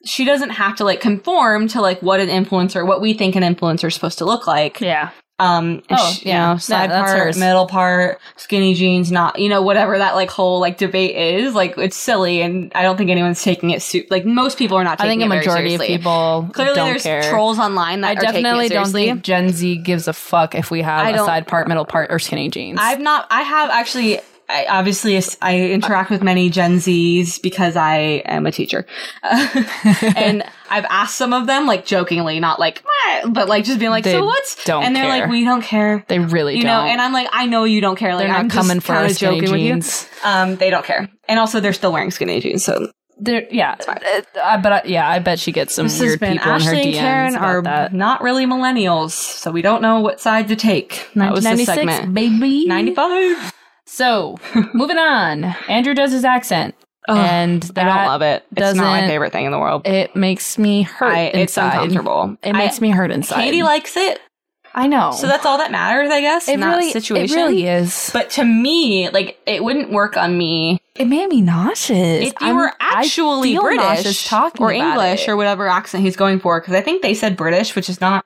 Speaker 3: she doesn't have to like conform to like what an influencer, what we think an influencer is supposed to look like.
Speaker 2: yeah,
Speaker 3: um
Speaker 2: Oh,
Speaker 3: sh-
Speaker 2: yeah.
Speaker 3: you know
Speaker 2: That-
Speaker 3: side
Speaker 2: that's
Speaker 3: part
Speaker 2: hers.
Speaker 3: middle part skinny jeans not you know whatever that like whole like debate is like it's silly and i don't think anyone's taking it su- like most people are not
Speaker 2: I
Speaker 3: taking
Speaker 2: think a
Speaker 3: it very
Speaker 2: majority of
Speaker 3: seriously.
Speaker 2: people
Speaker 3: clearly
Speaker 2: don't
Speaker 3: there's
Speaker 2: care.
Speaker 3: trolls online that
Speaker 2: I
Speaker 3: are taking it
Speaker 2: definitely don't
Speaker 3: seriously.
Speaker 2: think Gen Z gives a fuck if we
Speaker 3: I
Speaker 2: have a
Speaker 3: don't-
Speaker 2: side part, middle part, or skinny jeans.
Speaker 3: I've not. I have actually. I obviously I interact with many Gen Zs because I am a teacher, [LAUGHS] and I've asked some of them like jokingly, not like, "Meh," but like just being like,
Speaker 2: They
Speaker 3: "So what's?"
Speaker 2: don't
Speaker 3: and they're
Speaker 2: care.
Speaker 3: like, "We don't care."
Speaker 2: They really
Speaker 3: you
Speaker 2: don't.
Speaker 3: know, and I'm like, I know you don't care. Like,
Speaker 2: They're not
Speaker 3: I'm
Speaker 2: coming
Speaker 3: just
Speaker 2: for our
Speaker 3: kinda
Speaker 2: skinny
Speaker 3: joking
Speaker 2: jeans.
Speaker 3: with you. Um, they don't care, and also they're still wearing skinny jeans. So
Speaker 2: There, yeah, uh, uh, but uh, yeah, I bet she gets some weird people in her DMs about that.
Speaker 3: not really millennials, so we don't know what side to take.
Speaker 2: That was the
Speaker 3: 1996,
Speaker 2: segment. baby.
Speaker 3: ninety-five.
Speaker 2: So moving on, Andrew does his accent, and
Speaker 3: I
Speaker 2: that
Speaker 3: don't love it. It's not
Speaker 2: doesn't-
Speaker 3: my favorite thing in the world.
Speaker 2: It makes me hurt
Speaker 3: I, it's
Speaker 2: inside.
Speaker 3: uncomfortable.
Speaker 2: It makes
Speaker 3: I- Oh.
Speaker 2: me hurt inside.
Speaker 3: Katie likes it.
Speaker 5: I know.
Speaker 3: So that's all that matters, I guess,
Speaker 5: it
Speaker 3: in that
Speaker 5: really,
Speaker 3: situation.
Speaker 5: It really is.
Speaker 3: But to me, like it wouldn't work on me
Speaker 5: it made me nauseous.
Speaker 3: if you
Speaker 5: I'm-
Speaker 3: were
Speaker 5: I
Speaker 3: actually
Speaker 5: feel
Speaker 3: British
Speaker 5: nauseous talking
Speaker 3: or
Speaker 5: about
Speaker 3: English
Speaker 5: it.
Speaker 3: or whatever accent he's going for, because I think they said British, which is not.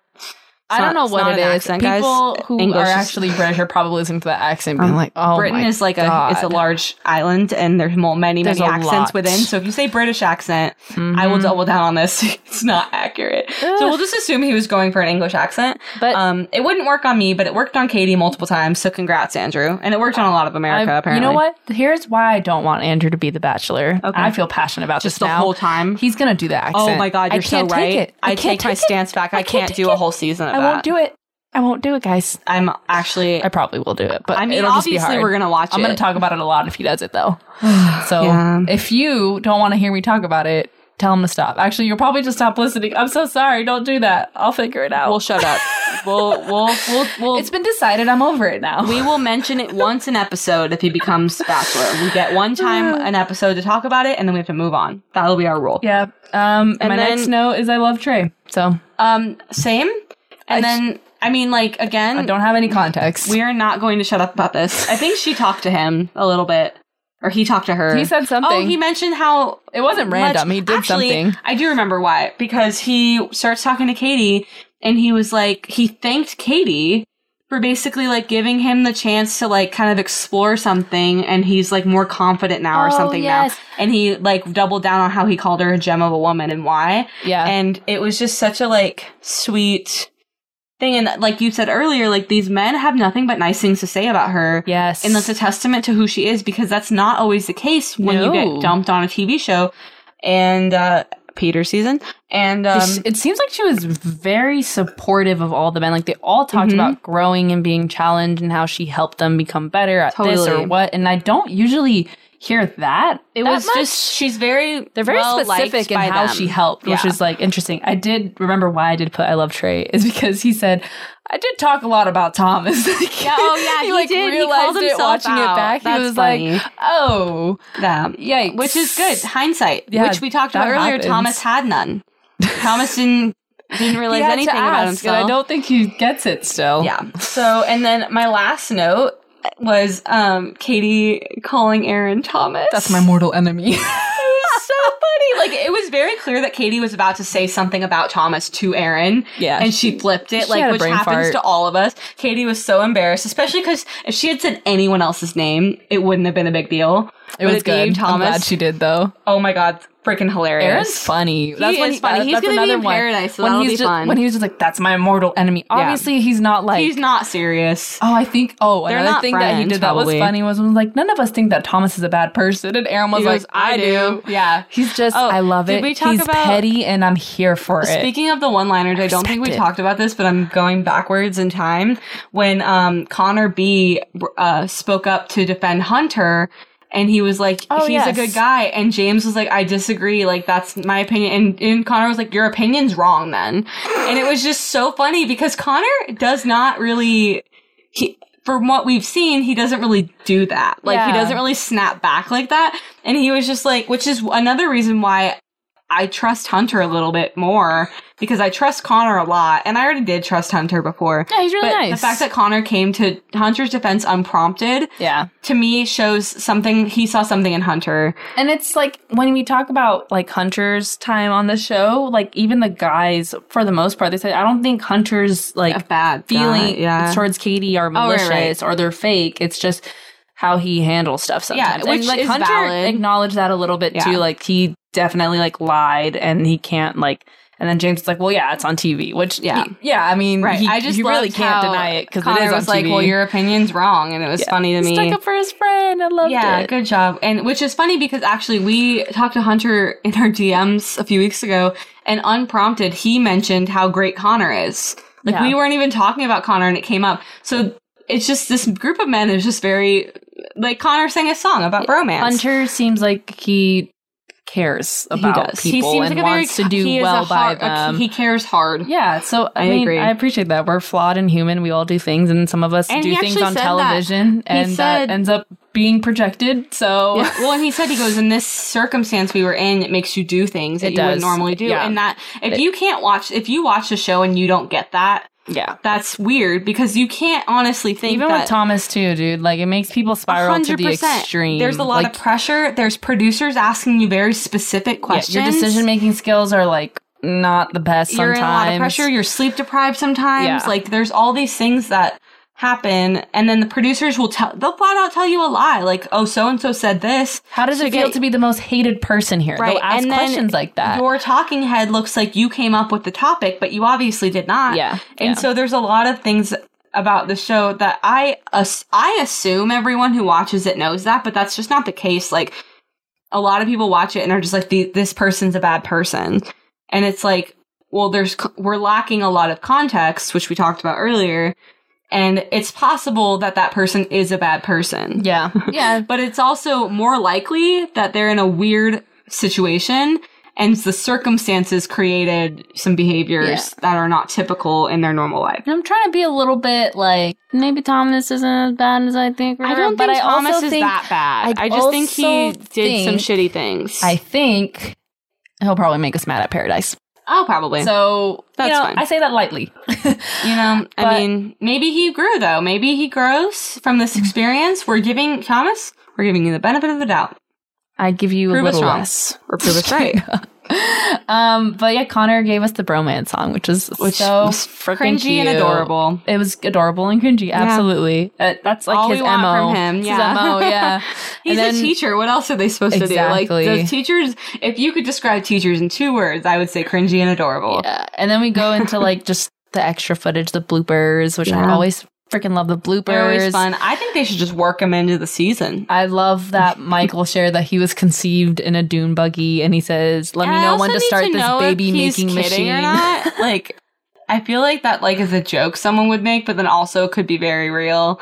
Speaker 2: I don't know
Speaker 3: it's not
Speaker 2: what it
Speaker 3: an
Speaker 2: is.
Speaker 3: accent, guys.
Speaker 2: People who
Speaker 3: English
Speaker 2: are
Speaker 3: is-
Speaker 2: actually British are probably listening to that accent, being
Speaker 5: Um,
Speaker 2: like, "Oh,
Speaker 3: Britain
Speaker 2: my
Speaker 3: is like a it's a
Speaker 2: God.
Speaker 3: large island, and there's Mm-hmm. mo- many
Speaker 2: There's
Speaker 3: many
Speaker 2: a
Speaker 3: accents
Speaker 2: lot.
Speaker 3: within. So if you say British accent, I will
Speaker 2: Mhm.
Speaker 3: double down on this. [LAUGHS] it's not accurate. So we'll just assume he was going for an English accent.
Speaker 2: But-
Speaker 3: um, it wouldn't work on me, but it worked on Katie multiple times. So congrats, Andrew, and it worked on a lot of
Speaker 2: I-
Speaker 3: America. apparently,
Speaker 2: You know what? Here's why I don't want Andrew to be the bachelor.
Speaker 3: Okay.
Speaker 2: I feel passionate about
Speaker 3: Just
Speaker 2: this
Speaker 3: the
Speaker 2: now.
Speaker 3: whole time.
Speaker 2: He's gonna do that.
Speaker 3: Oh my God, you're
Speaker 2: I
Speaker 3: so
Speaker 2: can't
Speaker 3: right.
Speaker 2: Take it.
Speaker 3: I,
Speaker 2: can't
Speaker 3: take my
Speaker 2: it.
Speaker 3: stance back. I, can't,
Speaker 2: take
Speaker 3: do a
Speaker 2: it.
Speaker 3: whole season of
Speaker 2: I
Speaker 3: that.
Speaker 2: won't do it. I won't do it, guys.
Speaker 3: I'm actually.
Speaker 2: I probably will do it, but
Speaker 3: I mean,
Speaker 2: it'll just be
Speaker 3: obviously,
Speaker 2: hard.
Speaker 3: we're gonna watch
Speaker 2: I'm
Speaker 3: it.
Speaker 2: gonna talk about it a lot if he does it,
Speaker 3: [SIGHS]
Speaker 2: though. So
Speaker 3: Yeah.
Speaker 2: if you don't want to hear me talk about it, tell him to stop. Actually, you'll probably just stop listening. I'm so sorry. Don't do that. I'll figure it out.
Speaker 3: We'll shut up. we'll we'll we'll we'll.
Speaker 2: it's been decided. I'm over it now. [LAUGHS]
Speaker 3: we will mention it once an episode if he becomes bachelor. We get one time an episode to talk about it, and then we have to move on. That'll be our rule.
Speaker 2: yeah. Um.
Speaker 3: And
Speaker 2: my
Speaker 3: then-
Speaker 2: next note is I love Trey. So
Speaker 3: Um, same. And
Speaker 2: I just-
Speaker 3: then I mean, like
Speaker 2: I
Speaker 3: again,
Speaker 2: don't have any context.
Speaker 3: we are not going to shut up about this. I think she talked to him a little bit, or he talked to her.
Speaker 2: He said something.
Speaker 3: Oh, he mentioned how
Speaker 2: It wasn't
Speaker 3: much-
Speaker 2: random. He did
Speaker 3: Actually,
Speaker 2: something.
Speaker 3: I do remember why because he starts talking to Katie, and he was like, he thanked Katie for basically like giving him the chance to like kind of explore something, and he's like more confident now or
Speaker 5: Oh,
Speaker 3: something
Speaker 5: yes.
Speaker 3: now, and he like doubled down on how he called her a gem of a woman and why,
Speaker 2: Yeah.
Speaker 3: and it was just such a like sweet thing and like you said earlier like these men have nothing but nice things to say about her
Speaker 2: yes.
Speaker 3: and that's a testament to who she is because that's not always the case when
Speaker 2: No.
Speaker 3: you get dumped on a tv show and uh peter season and um
Speaker 2: She- it seems like she was very supportive of all the men. Like they all talked
Speaker 3: Mhm.
Speaker 2: about growing and being challenged and how she helped them become better at this
Speaker 3: Totally.
Speaker 2: or what. And I don't usually hear that.
Speaker 3: it
Speaker 2: that
Speaker 3: was
Speaker 2: much.
Speaker 3: just she's very
Speaker 2: they're very specific in how she helped, which
Speaker 3: Yeah.
Speaker 2: is like interesting. I did remember why I did put I love Trey is because he said I did talk a lot about Thomas. [LAUGHS] Like,
Speaker 3: Yeah, oh, yeah, he did. He called
Speaker 2: it
Speaker 3: himself
Speaker 2: watching
Speaker 3: out.
Speaker 2: it back.
Speaker 3: That's
Speaker 2: he was
Speaker 3: funny.
Speaker 2: like, oh,
Speaker 3: them
Speaker 2: yikes.
Speaker 3: which is good hindsight
Speaker 2: Yeah,
Speaker 3: which we talked about
Speaker 2: that
Speaker 3: earlier
Speaker 2: happens.
Speaker 3: thomas had none thomas didn't didn't
Speaker 2: [LAUGHS]
Speaker 3: realize
Speaker 2: He had to
Speaker 3: anything about
Speaker 2: ask, and
Speaker 3: himself
Speaker 2: I don't think he gets it still.
Speaker 3: Yeah. So, and then my last note was um Katie calling Aaron Thomas.
Speaker 2: That's my mortal enemy. [LAUGHS]
Speaker 3: so funny. Like it was very clear that Katie was about to say something about Thomas to Aaron.
Speaker 2: Yeah,
Speaker 3: And she flipped it,
Speaker 2: she
Speaker 3: like
Speaker 2: had a
Speaker 3: which
Speaker 2: brain
Speaker 3: happens
Speaker 2: fart.
Speaker 3: to all of us. Katie was so embarrassed, especially because if she had said anyone else's name, it wouldn't have been a big deal.
Speaker 2: It
Speaker 3: But
Speaker 2: was
Speaker 3: being
Speaker 2: good. I'm glad she did though.
Speaker 3: oh my god, freaking hilarious.
Speaker 2: Aaron's funny.
Speaker 3: is funny. He's
Speaker 2: that's
Speaker 3: gonna be
Speaker 2: another
Speaker 3: in
Speaker 2: one.
Speaker 3: Paradise, so
Speaker 2: when
Speaker 3: that'll
Speaker 2: he's
Speaker 3: be
Speaker 2: just,
Speaker 3: fun.
Speaker 2: When he was just like, "That's my mortal enemy." Obviously, he's not like.
Speaker 3: He's not serious.
Speaker 2: oh, I think. Oh,
Speaker 3: They're
Speaker 2: another
Speaker 3: not
Speaker 2: thing that he
Speaker 3: friends,
Speaker 2: did that was
Speaker 3: probably.
Speaker 2: funny was, was like, none of us think that Thomas is a bad person, and Aaron was
Speaker 3: He
Speaker 2: like,
Speaker 3: goes, "I do."
Speaker 2: Yeah, he's just.
Speaker 3: Oh,
Speaker 2: I love
Speaker 3: did
Speaker 2: it.
Speaker 3: we talk
Speaker 2: he's
Speaker 3: about-
Speaker 2: petty, and I'm here for it.
Speaker 3: Speaking of the one-liners, I, don't think we
Speaker 2: respect it.
Speaker 3: talked about this, but I'm going backwards in time when um, Connor B uh, spoke up to defend Hunter. And he was like,
Speaker 2: Oh,
Speaker 3: he's a
Speaker 2: yes.
Speaker 3: good guy. And James was like, I disagree. Like, that's my opinion. And, and Connor was like, your opinion's wrong then. and it was just so funny because Connor does not really, he, from what we've seen, he doesn't really do that. Like, he
Speaker 2: Yeah.
Speaker 3: doesn't really snap back like that. And he was just like, which is another reason why I trust Hunter a little bit more because I trust Connor a lot, and I already did trust Hunter before.
Speaker 2: yeah, he's really
Speaker 3: but
Speaker 2: nice.
Speaker 3: the fact that Connor came to Hunter's defense unprompted
Speaker 2: yeah,
Speaker 3: to me shows something. He saw something in Hunter.
Speaker 2: And it's like when we talk about like Hunter's time on the show, like even the guys, for the most part, they say, I don't think Hunter's
Speaker 3: A
Speaker 2: like
Speaker 3: bad
Speaker 2: feeling
Speaker 3: guy, yeah.
Speaker 2: towards Katie are
Speaker 3: right,
Speaker 2: malicious or they're fake. It's just how he handles stuff sometimes.
Speaker 3: which
Speaker 2: and, like
Speaker 3: is
Speaker 2: Hunter
Speaker 3: valid.
Speaker 2: acknowledged that a little bit
Speaker 3: Yeah.
Speaker 2: too. Like he definitely like lied and he can't like. And then James is like, well, yeah, it's on TV, which
Speaker 3: Yeah.
Speaker 2: yeah, yeah. I mean,
Speaker 3: Right.
Speaker 2: he,
Speaker 3: I just
Speaker 2: he really
Speaker 3: loved
Speaker 2: can't
Speaker 3: how
Speaker 2: deny it because it
Speaker 3: Connor
Speaker 2: is on
Speaker 3: was
Speaker 2: TV.
Speaker 3: like, well, your opinion's wrong, and it was funny to
Speaker 2: He
Speaker 3: me.
Speaker 2: Stuck up for his friend. I loved
Speaker 3: yeah,
Speaker 2: it.
Speaker 3: good job. And which is funny because actually we talked to Hunter in our DMs a few weeks ago, and unprompted he mentioned how great Connor is. Like
Speaker 2: Yeah.
Speaker 3: we weren't even talking about Connor, and it came up. So it's just this group of men is just very like Connor sang a song about bromance.
Speaker 2: Hunter seems like he cares about people and wants to do
Speaker 3: he is a
Speaker 2: well by
Speaker 3: hard- a-
Speaker 2: them.
Speaker 3: he cares hard.
Speaker 2: yeah, so I,
Speaker 3: I
Speaker 2: mean,
Speaker 3: agree.
Speaker 2: I appreciate that. We're flawed and human. We all do things, and some of us
Speaker 3: And
Speaker 2: do
Speaker 3: he
Speaker 2: things
Speaker 3: actually
Speaker 2: on
Speaker 3: said that.
Speaker 2: television,
Speaker 3: He
Speaker 2: and
Speaker 3: said-
Speaker 2: that ends up being projected. So
Speaker 3: Yeah,
Speaker 2: [LAUGHS]
Speaker 3: Well, and he said he goes in this circumstance we were in, it makes you do things that
Speaker 2: It
Speaker 3: you would
Speaker 2: does.
Speaker 3: normally do,
Speaker 2: Yeah.
Speaker 3: and that if you can't watch, if you watch the show and you don't get that,
Speaker 4: Yeah.
Speaker 3: That's weird because you can't honestly think
Speaker 2: Even
Speaker 3: that
Speaker 2: with Thomas too, dude. Like it makes people spiral to the
Speaker 3: 100%.
Speaker 2: extreme.
Speaker 3: There's a lot
Speaker 2: Like,
Speaker 3: of pressure. There's producers asking you very specific
Speaker 2: yeah,
Speaker 3: questions.
Speaker 2: your decision making skills are like not the best.
Speaker 3: You're
Speaker 2: sometimes.
Speaker 3: in a lot of pressure. You're sleep deprived sometimes.
Speaker 2: Yeah.
Speaker 3: Like there's all these things that happen, and then the producers will tell. They'll flat out tell you a lie, like, "Oh, so and so said this."
Speaker 2: How does it feel
Speaker 3: get-
Speaker 2: to be the most hated person here?
Speaker 3: Right,
Speaker 2: They'll ask
Speaker 3: and then
Speaker 2: questions like that.
Speaker 3: Your talking head looks like you came up with the topic, but you obviously did not.
Speaker 2: Yeah,
Speaker 3: And
Speaker 2: yeah.
Speaker 3: so there's a lot of things about the show that I ass- I assume everyone who watches it knows that, but that's just not the case. Like a lot of people watch it and are just like, "The- "This person's a bad person," and it's like, well, there's c- we're lacking a lot of context, which we talked about earlier, and it's possible that that person is a bad person.
Speaker 2: Yeah.
Speaker 4: Yeah.
Speaker 3: But it's also more likely that they're in a weird situation and the circumstances created some behaviors that are not typical in their normal life.
Speaker 2: And I'm trying to be a little bit like
Speaker 4: Maybe Thomas isn't as bad as I think. or
Speaker 3: I
Speaker 4: whatever,
Speaker 3: don't
Speaker 4: but
Speaker 3: think Thomas
Speaker 2: also
Speaker 3: is
Speaker 2: think-
Speaker 3: that bad. I,
Speaker 2: I
Speaker 3: just think he
Speaker 2: also
Speaker 3: did some
Speaker 2: think-
Speaker 3: shitty things.
Speaker 2: I think he'll probably make us mad at Paradise.
Speaker 3: oh, probably.
Speaker 2: So
Speaker 3: That's
Speaker 2: you know,
Speaker 3: fine.
Speaker 2: I say that lightly. [LAUGHS]
Speaker 3: you know,
Speaker 2: but-
Speaker 3: I mean, maybe he grew though. Maybe he grows from this experience. We're giving Thomas, we're giving you the benefit of the doubt.
Speaker 2: I give you
Speaker 3: Prove
Speaker 2: a
Speaker 3: us
Speaker 2: little
Speaker 3: wrong.
Speaker 2: less. [LAUGHS]
Speaker 3: Or prove [LAUGHS] us right.
Speaker 2: um, but yeah, Connor gave us the bromance song, which is
Speaker 3: Which
Speaker 2: so
Speaker 3: was
Speaker 2: freaking
Speaker 3: cringy and
Speaker 2: cute.
Speaker 3: adorable.
Speaker 2: It was adorable and cringy, absolutely. Uh, that's like
Speaker 3: All
Speaker 2: his
Speaker 3: we want
Speaker 2: mo.
Speaker 3: from him,
Speaker 2: It's
Speaker 3: yeah.
Speaker 2: his mo,
Speaker 3: [LAUGHS]
Speaker 2: yeah.
Speaker 3: He's
Speaker 2: And
Speaker 3: a
Speaker 2: then-
Speaker 3: teacher. What else are they supposed to do?
Speaker 2: Exactly.
Speaker 3: Like, the teachers, if you could describe teachers in two words, I would say cringy and adorable.
Speaker 2: Yeah. And then we go into like just the extra footage, the bloopers, which I
Speaker 3: Yeah.
Speaker 2: always freaking love the bloopers.
Speaker 3: They're always fun. I think they should just work them into the season.
Speaker 2: I love that Michael shared that he was conceived in a dune buggy, and he says, "Let me
Speaker 3: And I
Speaker 2: know
Speaker 3: also
Speaker 2: when to
Speaker 3: need
Speaker 2: start this
Speaker 3: know if
Speaker 2: baby
Speaker 3: he's
Speaker 2: making
Speaker 3: kidding
Speaker 2: machine." [LAUGHS]
Speaker 3: Or not. like, I feel like that like is a joke someone would make, but then also could be very real.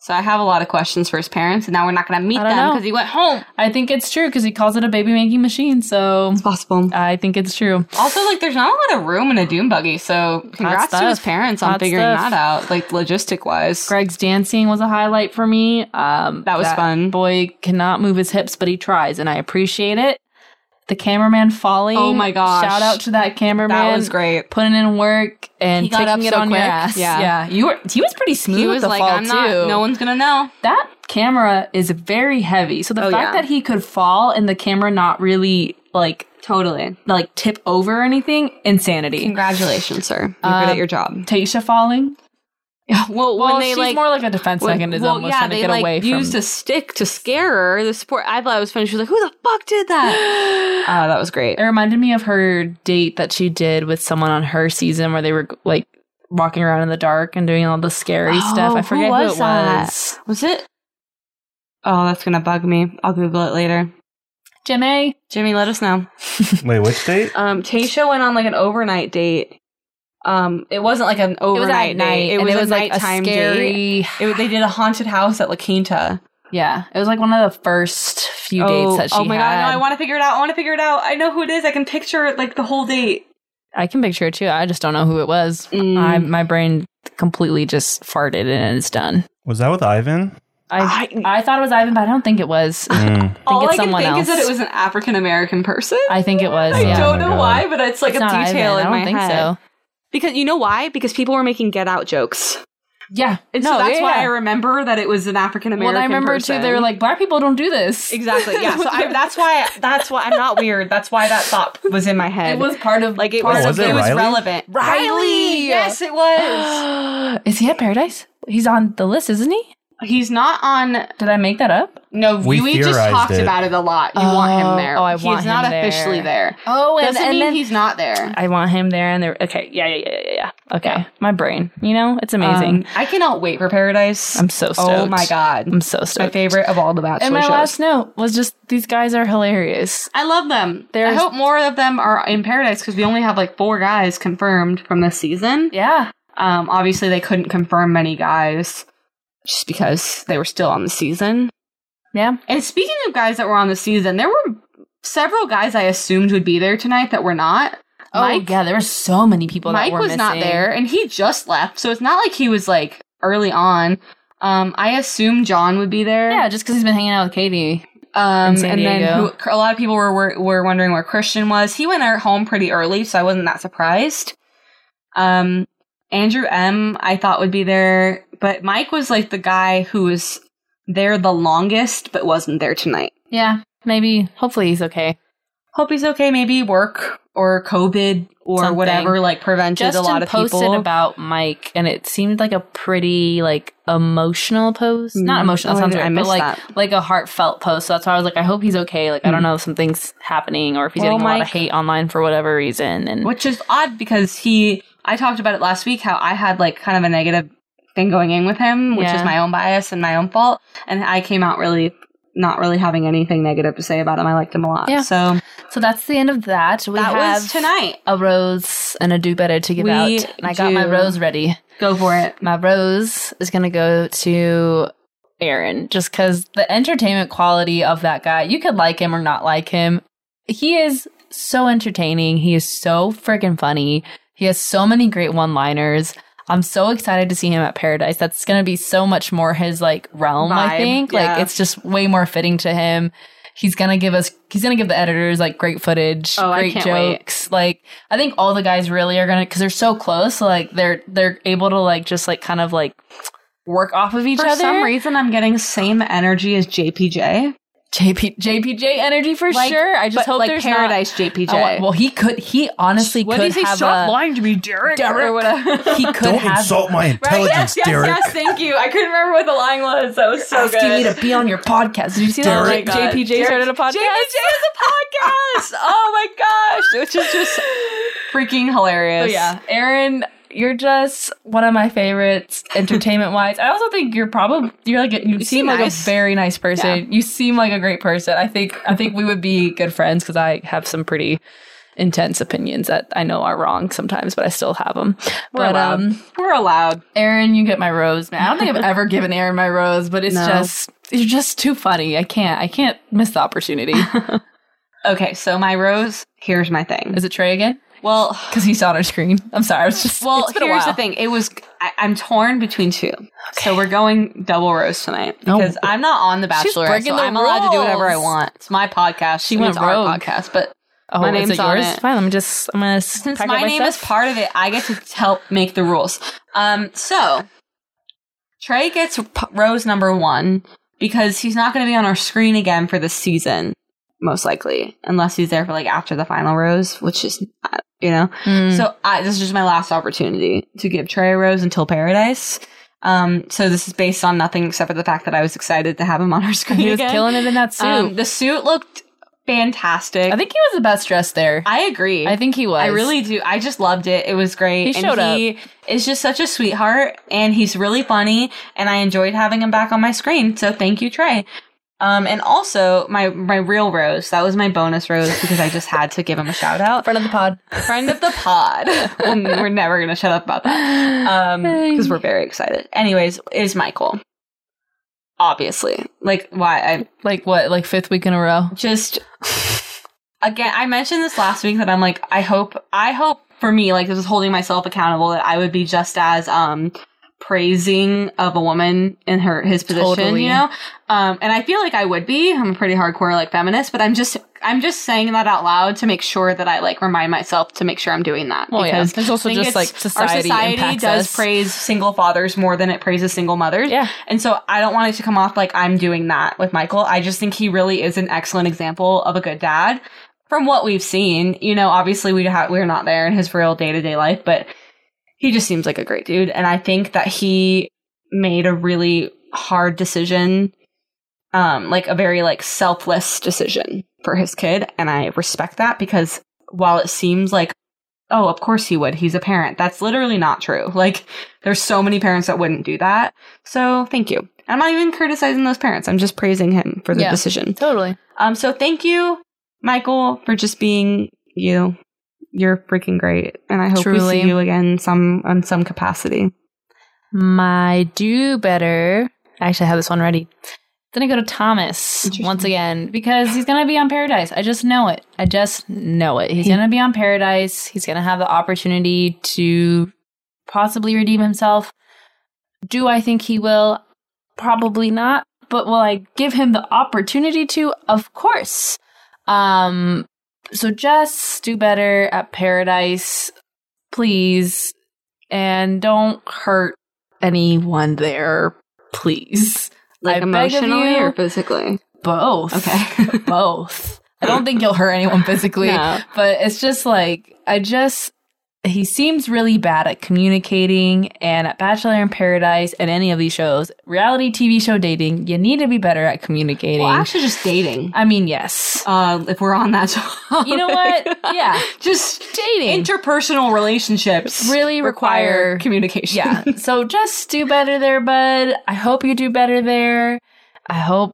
Speaker 3: So I have a lot of questions for his parents, and now we're not going to meet
Speaker 2: I don't
Speaker 3: them
Speaker 2: know.
Speaker 3: because he went home.
Speaker 2: I think it's true because he calls it a baby making machine, so
Speaker 3: It's possible.
Speaker 2: I think it's true.
Speaker 3: Also, like, there's not a lot of room in a doom buggy, so congrats to his
Speaker 2: stuff.
Speaker 3: parents on
Speaker 2: Hot
Speaker 3: figuring
Speaker 2: stuff.
Speaker 3: that out, like logistic wise.
Speaker 2: Greg's dancing was a highlight for me. Um,
Speaker 3: That was fun.
Speaker 2: Boy cannot move his hips, but he tries, and I appreciate it. The cameraman falling.
Speaker 3: Oh my gosh.
Speaker 2: Shout out to that cameraman.
Speaker 3: That was great.
Speaker 2: Putting in work and
Speaker 3: He got up
Speaker 2: taking it
Speaker 3: so
Speaker 2: on
Speaker 3: quick.
Speaker 2: your ass.
Speaker 3: Yeah.
Speaker 2: you were. He was pretty smooth.
Speaker 3: He
Speaker 2: with
Speaker 3: was
Speaker 2: the
Speaker 3: like,
Speaker 2: fall
Speaker 3: I'm not.
Speaker 2: too.
Speaker 3: No one's gonna know.
Speaker 2: that camera is very heavy. So the
Speaker 3: Oh,
Speaker 2: fact
Speaker 3: yeah.
Speaker 2: that he could fall and the camera not really like
Speaker 3: Totally.
Speaker 2: like tip over or anything, insanity.
Speaker 3: [LAUGHS] Congratulations, sir. You're good at
Speaker 2: Um,
Speaker 3: your job.
Speaker 2: Tasha falling.
Speaker 3: [LAUGHS] Well,
Speaker 2: Well, she's more like a defense
Speaker 3: when-
Speaker 2: mechanism. was trying to
Speaker 3: they
Speaker 2: get
Speaker 3: like
Speaker 2: away
Speaker 3: used
Speaker 2: from.
Speaker 3: a stick to scare her. This poor, I thought it was funny. She was like, "Who the fuck
Speaker 2: [GASPS]
Speaker 3: did that?" Oh, that was great.
Speaker 2: it reminded me of her date that she did with someone on her season where they were like walking around in the dark and doing all the scary
Speaker 3: Oh,
Speaker 2: stuff. I
Speaker 3: who
Speaker 2: forget
Speaker 3: was
Speaker 2: it
Speaker 3: that?
Speaker 2: was.
Speaker 3: Was it? Oh, that's gonna bug me. I'll Google it later.
Speaker 2: Jimmy.
Speaker 3: Jimmy, let us know. [LAUGHS]
Speaker 1: Wait, which date?
Speaker 3: Um, Tasha went on like an overnight date. Um, it wasn't like an
Speaker 2: It was at
Speaker 3: overnight
Speaker 2: night.
Speaker 3: date.
Speaker 2: and it was like a
Speaker 3: nighttime
Speaker 2: scary.
Speaker 3: date. It, was- they did a haunted house at La Quinta.
Speaker 2: Yeah, it was like one of the first few dates that she
Speaker 3: oh my
Speaker 2: had.
Speaker 3: god! No, I want to figure it out. I want to figure it out. I know who it is. I can picture like the whole date.
Speaker 2: I can picture it too. I just don't know who it was.
Speaker 3: Mm.
Speaker 2: I, my brain completely just farted and it's done.
Speaker 1: Was that
Speaker 3: [LAUGHS]
Speaker 1: with Ivan?
Speaker 2: I, I thought it was Ivan, but I don't think it was.
Speaker 1: Mm.
Speaker 2: I think
Speaker 3: All
Speaker 2: it's
Speaker 3: I can
Speaker 2: someone
Speaker 3: think is that
Speaker 2: else.
Speaker 3: it was an African American person.
Speaker 2: I think it was.
Speaker 3: [LAUGHS] I
Speaker 2: yeah.
Speaker 1: Oh
Speaker 3: don't
Speaker 1: my
Speaker 3: know
Speaker 1: God.
Speaker 3: why, but it's like
Speaker 2: It's
Speaker 3: a
Speaker 2: not
Speaker 3: detail
Speaker 2: Ivan.
Speaker 3: in
Speaker 2: I
Speaker 3: my
Speaker 2: don't think
Speaker 3: head.
Speaker 2: so.
Speaker 3: Because you know why? Because people were making get out jokes,
Speaker 2: Yeah.
Speaker 3: and
Speaker 2: No,
Speaker 3: so that's
Speaker 2: yeah,
Speaker 3: why
Speaker 2: yeah.
Speaker 3: I remember that it was an African
Speaker 2: Well,
Speaker 3: American.
Speaker 2: I remember too. They were like, "Black people don't do this."
Speaker 3: exactly, yeah. So
Speaker 2: [LAUGHS]
Speaker 3: I, that's why that's why I'm not weird. That's why that thought was in my head.
Speaker 2: It was part of
Speaker 3: like it
Speaker 2: part
Speaker 3: was,
Speaker 1: Oh, was
Speaker 2: of
Speaker 1: it
Speaker 3: it,
Speaker 2: the-
Speaker 3: was
Speaker 1: Riley?
Speaker 3: relevant.
Speaker 2: Riley!
Speaker 3: yes, it was.
Speaker 2: [GASPS] Is he at Paradise? He's on the list, isn't he?
Speaker 3: [GASPS] He's not on.
Speaker 2: Did I make that up?
Speaker 3: No,
Speaker 1: We
Speaker 3: we, just
Speaker 1: theorized
Speaker 3: talked
Speaker 1: it.
Speaker 3: about it a lot. You
Speaker 2: Oh,
Speaker 3: want him there?
Speaker 2: oh, I want
Speaker 3: He's
Speaker 2: him
Speaker 3: not
Speaker 2: there.
Speaker 3: officially there.
Speaker 2: Oh,
Speaker 3: Doesn't mean he's not there.
Speaker 2: I want him there, and they're okay. Yeah, yeah, yeah, yeah, yeah. Okay, my brain. You know, it's amazing.
Speaker 3: Um, I cannot wait for Paradise.
Speaker 2: I'm so stoked.
Speaker 3: Oh my god.
Speaker 2: I'm so stoked.
Speaker 3: my favorite of all the Bachelor
Speaker 2: And my
Speaker 3: shows.
Speaker 2: last note was just these guys are hilarious.
Speaker 3: I love them. I
Speaker 2: There's-
Speaker 3: hope more of them are in Paradise because we only have like four guys confirmed from this season.
Speaker 2: Yeah.
Speaker 3: Um, obviously they couldn't confirm many guys just because they were still on the season.
Speaker 2: Yeah.
Speaker 3: And speaking of guys that were on the season, there were several guys I assumed would be there tonight that were not.
Speaker 2: Oh
Speaker 3: Mike,
Speaker 2: yeah, there were so many people
Speaker 3: Mike
Speaker 2: that were
Speaker 3: was not
Speaker 2: missing.
Speaker 3: there, and he just left, so it's not like he was like early on. Um, I assume John would be there.
Speaker 2: Yeah, just because he's been hanging out with Katie.
Speaker 3: Um,
Speaker 2: in San
Speaker 3: and then
Speaker 2: Diego.
Speaker 3: who, a lot of people were, were were wondering where Christian was. He went out home pretty early, so I wasn't that surprised. Um, Andrew M, I thought would be there, but Mike was like the guy who was there the longest, but wasn't there tonight.
Speaker 2: Yeah, maybe. Hopefully he's okay.
Speaker 3: Hope he's okay. Maybe work or COVID or
Speaker 2: Something.
Speaker 3: whatever like prevented
Speaker 2: Justin
Speaker 3: a lot of
Speaker 2: posted
Speaker 3: people.
Speaker 2: about Mike, and it seemed like a pretty like emotional post. Not
Speaker 3: Mm.
Speaker 2: emotional.
Speaker 3: Oh,
Speaker 2: That sounds
Speaker 3: I
Speaker 2: right, but
Speaker 3: missed
Speaker 2: like
Speaker 3: that.
Speaker 2: like a heartfelt post. So that's why I was like, I hope he's okay. Like I don't
Speaker 3: Mm.
Speaker 2: know if something's happening or if he's
Speaker 3: Well,
Speaker 2: getting a lot
Speaker 3: Mike-
Speaker 2: of hate online for whatever reason. And
Speaker 3: which is odd because he i talked about it last week how i had like kind of a negative thing going in with him which
Speaker 2: Yeah.
Speaker 3: is my own bias and my own fault and i came out really not really having anything negative to say about him i liked him a lot
Speaker 2: Yeah.
Speaker 3: so
Speaker 2: so that's the end of that. We
Speaker 3: that
Speaker 2: have
Speaker 3: was tonight
Speaker 2: a rose and a do better to give
Speaker 3: We
Speaker 2: out, and I got my
Speaker 3: do.
Speaker 2: rose ready.
Speaker 3: go for it
Speaker 2: my rose is gonna go to Aaron just because the entertainment quality of that guy, you could like him or not like him. He is so entertaining. He is so freaking funny. He has so many great one liners. I'm so excited to see him at Paradise. That's gonna be so much more his like realm, I
Speaker 3: Vibe,
Speaker 2: think. Like
Speaker 3: yeah.
Speaker 2: it's just way more fitting to him. He's gonna give us he's gonna give the editors like great footage,
Speaker 3: Oh, I
Speaker 2: great
Speaker 3: can't wait.
Speaker 2: jokes. Like I think all the guys really are gonna because they're so close. So, like they're they're able to like just like kind of like work off of each
Speaker 3: for
Speaker 2: other.
Speaker 3: some reason i'm getting same energy as jpj
Speaker 2: JP JPJ energy for
Speaker 3: Like,
Speaker 2: sure. I just
Speaker 3: but
Speaker 2: hope
Speaker 3: like
Speaker 2: there's
Speaker 3: paradise
Speaker 2: Not, I
Speaker 3: jpj
Speaker 2: want- well, he could. He honestly could have a.
Speaker 3: lying to me derek, or whatever [LAUGHS]
Speaker 2: He could
Speaker 1: Don't
Speaker 2: have
Speaker 1: insult my intelligence,
Speaker 3: yes, yes,
Speaker 1: Derek.
Speaker 3: yes, thank you. I couldn't remember what the line was. That was so
Speaker 2: asking
Speaker 3: good.
Speaker 2: me to be on your podcast. Did you see
Speaker 1: Derek.
Speaker 2: that?
Speaker 3: Oh
Speaker 2: Like, JPJ started a podcast.
Speaker 3: JPJ is a
Speaker 2: [LAUGHS]
Speaker 3: podcast. oh my gosh, which is just freaking hilarious.
Speaker 2: But Oh, yeah, Aaron, you're just one of my favorites, entertainment wise. I also think you're probably you're like a, you, seem
Speaker 3: seem
Speaker 2: like
Speaker 3: nice.
Speaker 2: a very nice person. You seem like a great person. I think I think we would be good friends because I have some pretty intense opinions that I know are wrong sometimes, but I still have them.
Speaker 3: We're
Speaker 2: but
Speaker 3: allowed.
Speaker 2: um,
Speaker 3: We're allowed.
Speaker 2: Aaron, you get my rose, man. I don't think I've ever given Aaron my rose, but it's
Speaker 3: No.
Speaker 2: just you're just too funny. I can't I can't miss the
Speaker 3: [LAUGHS]
Speaker 2: opportunity.
Speaker 3: Okay, so my rose. Here's my thing.
Speaker 2: Is it Trey again?
Speaker 3: Well,
Speaker 2: Because he's on our screen. I'm sorry. I was just
Speaker 3: well.
Speaker 2: it's been a
Speaker 3: Here's the
Speaker 2: while.
Speaker 3: thing. It was. I, I'm torn between two. So we're going double rose tonight
Speaker 2: No.
Speaker 3: because I'm not on the
Speaker 2: She's
Speaker 3: Bachelor,
Speaker 2: breaking
Speaker 3: so
Speaker 2: the
Speaker 3: I'm allowed to do whatever I
Speaker 2: rules.
Speaker 3: want. It's my podcast.
Speaker 2: She
Speaker 3: I mean,
Speaker 2: went
Speaker 3: it's our
Speaker 2: rogue.
Speaker 3: podcast, but
Speaker 2: Oh,
Speaker 3: My
Speaker 2: is it
Speaker 3: name's on
Speaker 2: yours?
Speaker 3: it.
Speaker 2: Fine, I'm just I'm gonna
Speaker 3: since my name is part of it, I get to help make the rules. Um, so Trey gets p- rose number one because he's not going to be on our screen again for this season, most likely, unless he's there for like after the final rose, which is not, you know.
Speaker 2: Mm. [LAUGHS]
Speaker 3: So I, this is just my last opportunity to give Trey a rose until paradise. Um, so this is based on nothing except for the fact that I was excited to have him on our [LAUGHS] screen.
Speaker 2: he was
Speaker 3: again.
Speaker 2: killing it in that suit.
Speaker 3: Um, the suit looked fantastic.
Speaker 2: I think he was the best dressed there. I,
Speaker 3: I agree.
Speaker 2: think he was.
Speaker 3: I really do. I just loved it. It was
Speaker 2: He
Speaker 3: great.
Speaker 2: showed
Speaker 3: and he is just such a sweetheart and he's really funny and I enjoyed having him back on my screen. So thank you, Trey. Um, and also my my real rose. That was my bonus rose because I just had to give him a shout out.
Speaker 2: front of the [LAUGHS] pod.
Speaker 3: Friend of the pod. [LAUGHS] We'll- we're never gonna shut up about that. Um because we're very excited. Anyways, is Michael. Obviously. Like why I
Speaker 2: Like what? Like fifth week in a row.
Speaker 3: just again i mentioned this last week that i'm like i hope i hope for me like this is holding myself accountable that i would be just as um praising of a woman in her his position
Speaker 2: Totally.
Speaker 3: you know um and i feel like i would be i'm a pretty hardcore like feminist but i'm just i'm just saying that out loud to make sure that i like remind myself to make sure i'm doing that
Speaker 2: Well, yeah.
Speaker 3: because
Speaker 2: There's also
Speaker 3: I think
Speaker 2: just like
Speaker 3: it's- our
Speaker 2: society,
Speaker 3: society
Speaker 2: impacts
Speaker 3: does
Speaker 2: us.
Speaker 3: praise single fathers more than it praises single mothers
Speaker 2: Yeah.
Speaker 3: and so I don't want it to come off like I'm doing that with Michael. I just think he really is an excellent example of a good dad from what we've seen. You know, obviously we ha- we're not there in his real day to day life, but he just seems like a great dude. And I think that he made a really hard decision, um, like a very like selfless decision for his kid. And I respect that because while it seems like Oh, of course he would. He's a parent. That's literally not true. [LAUGHS] Like, there's so many parents that wouldn't do that. So thank you. I'm not even criticizing those parents. I'm just praising him for the
Speaker 2: Yeah.
Speaker 3: decision.
Speaker 2: Totally.
Speaker 3: Um, so thank you, Michael, for just being you. You're freaking great, and I hope we
Speaker 2: Truly.
Speaker 3: see you again some on some capacity.
Speaker 2: My do better. I actually have this one ready. Then I go to Thomas
Speaker 3: Interesting.
Speaker 2: once again because he's going to be on Paradise. I just know it. I just know it. He's
Speaker 3: He-
Speaker 2: going to be on Paradise. He's going to have the opportunity to possibly redeem himself. Do I think he will? Probably not. But will I give him the opportunity to? Of course. Um, so just do better at Paradise, please. and don't hurt anyone there, please.
Speaker 3: Like
Speaker 2: I beg of
Speaker 3: emotionally
Speaker 2: you.
Speaker 3: or physically?
Speaker 2: Both.
Speaker 3: [LAUGHS] Okay.
Speaker 2: [LAUGHS] Both. I don't think you'll hurt anyone physically,
Speaker 3: No.
Speaker 2: but it's just like, I just, he seems really bad at communicating and at Bachelor in Paradise and any of these shows. Reality TV show dating, you need to be better at communicating.
Speaker 3: Well, actually, just dating.
Speaker 2: I mean, yes.
Speaker 3: Uh, if we're on that,
Speaker 2: You know what?
Speaker 3: topic.
Speaker 2: Yeah.
Speaker 3: [LAUGHS] just
Speaker 2: Dating.
Speaker 3: interpersonal relationships
Speaker 2: Really require-
Speaker 3: communication.
Speaker 2: yeah. So just do better there, bud. I hope you do better there. I hope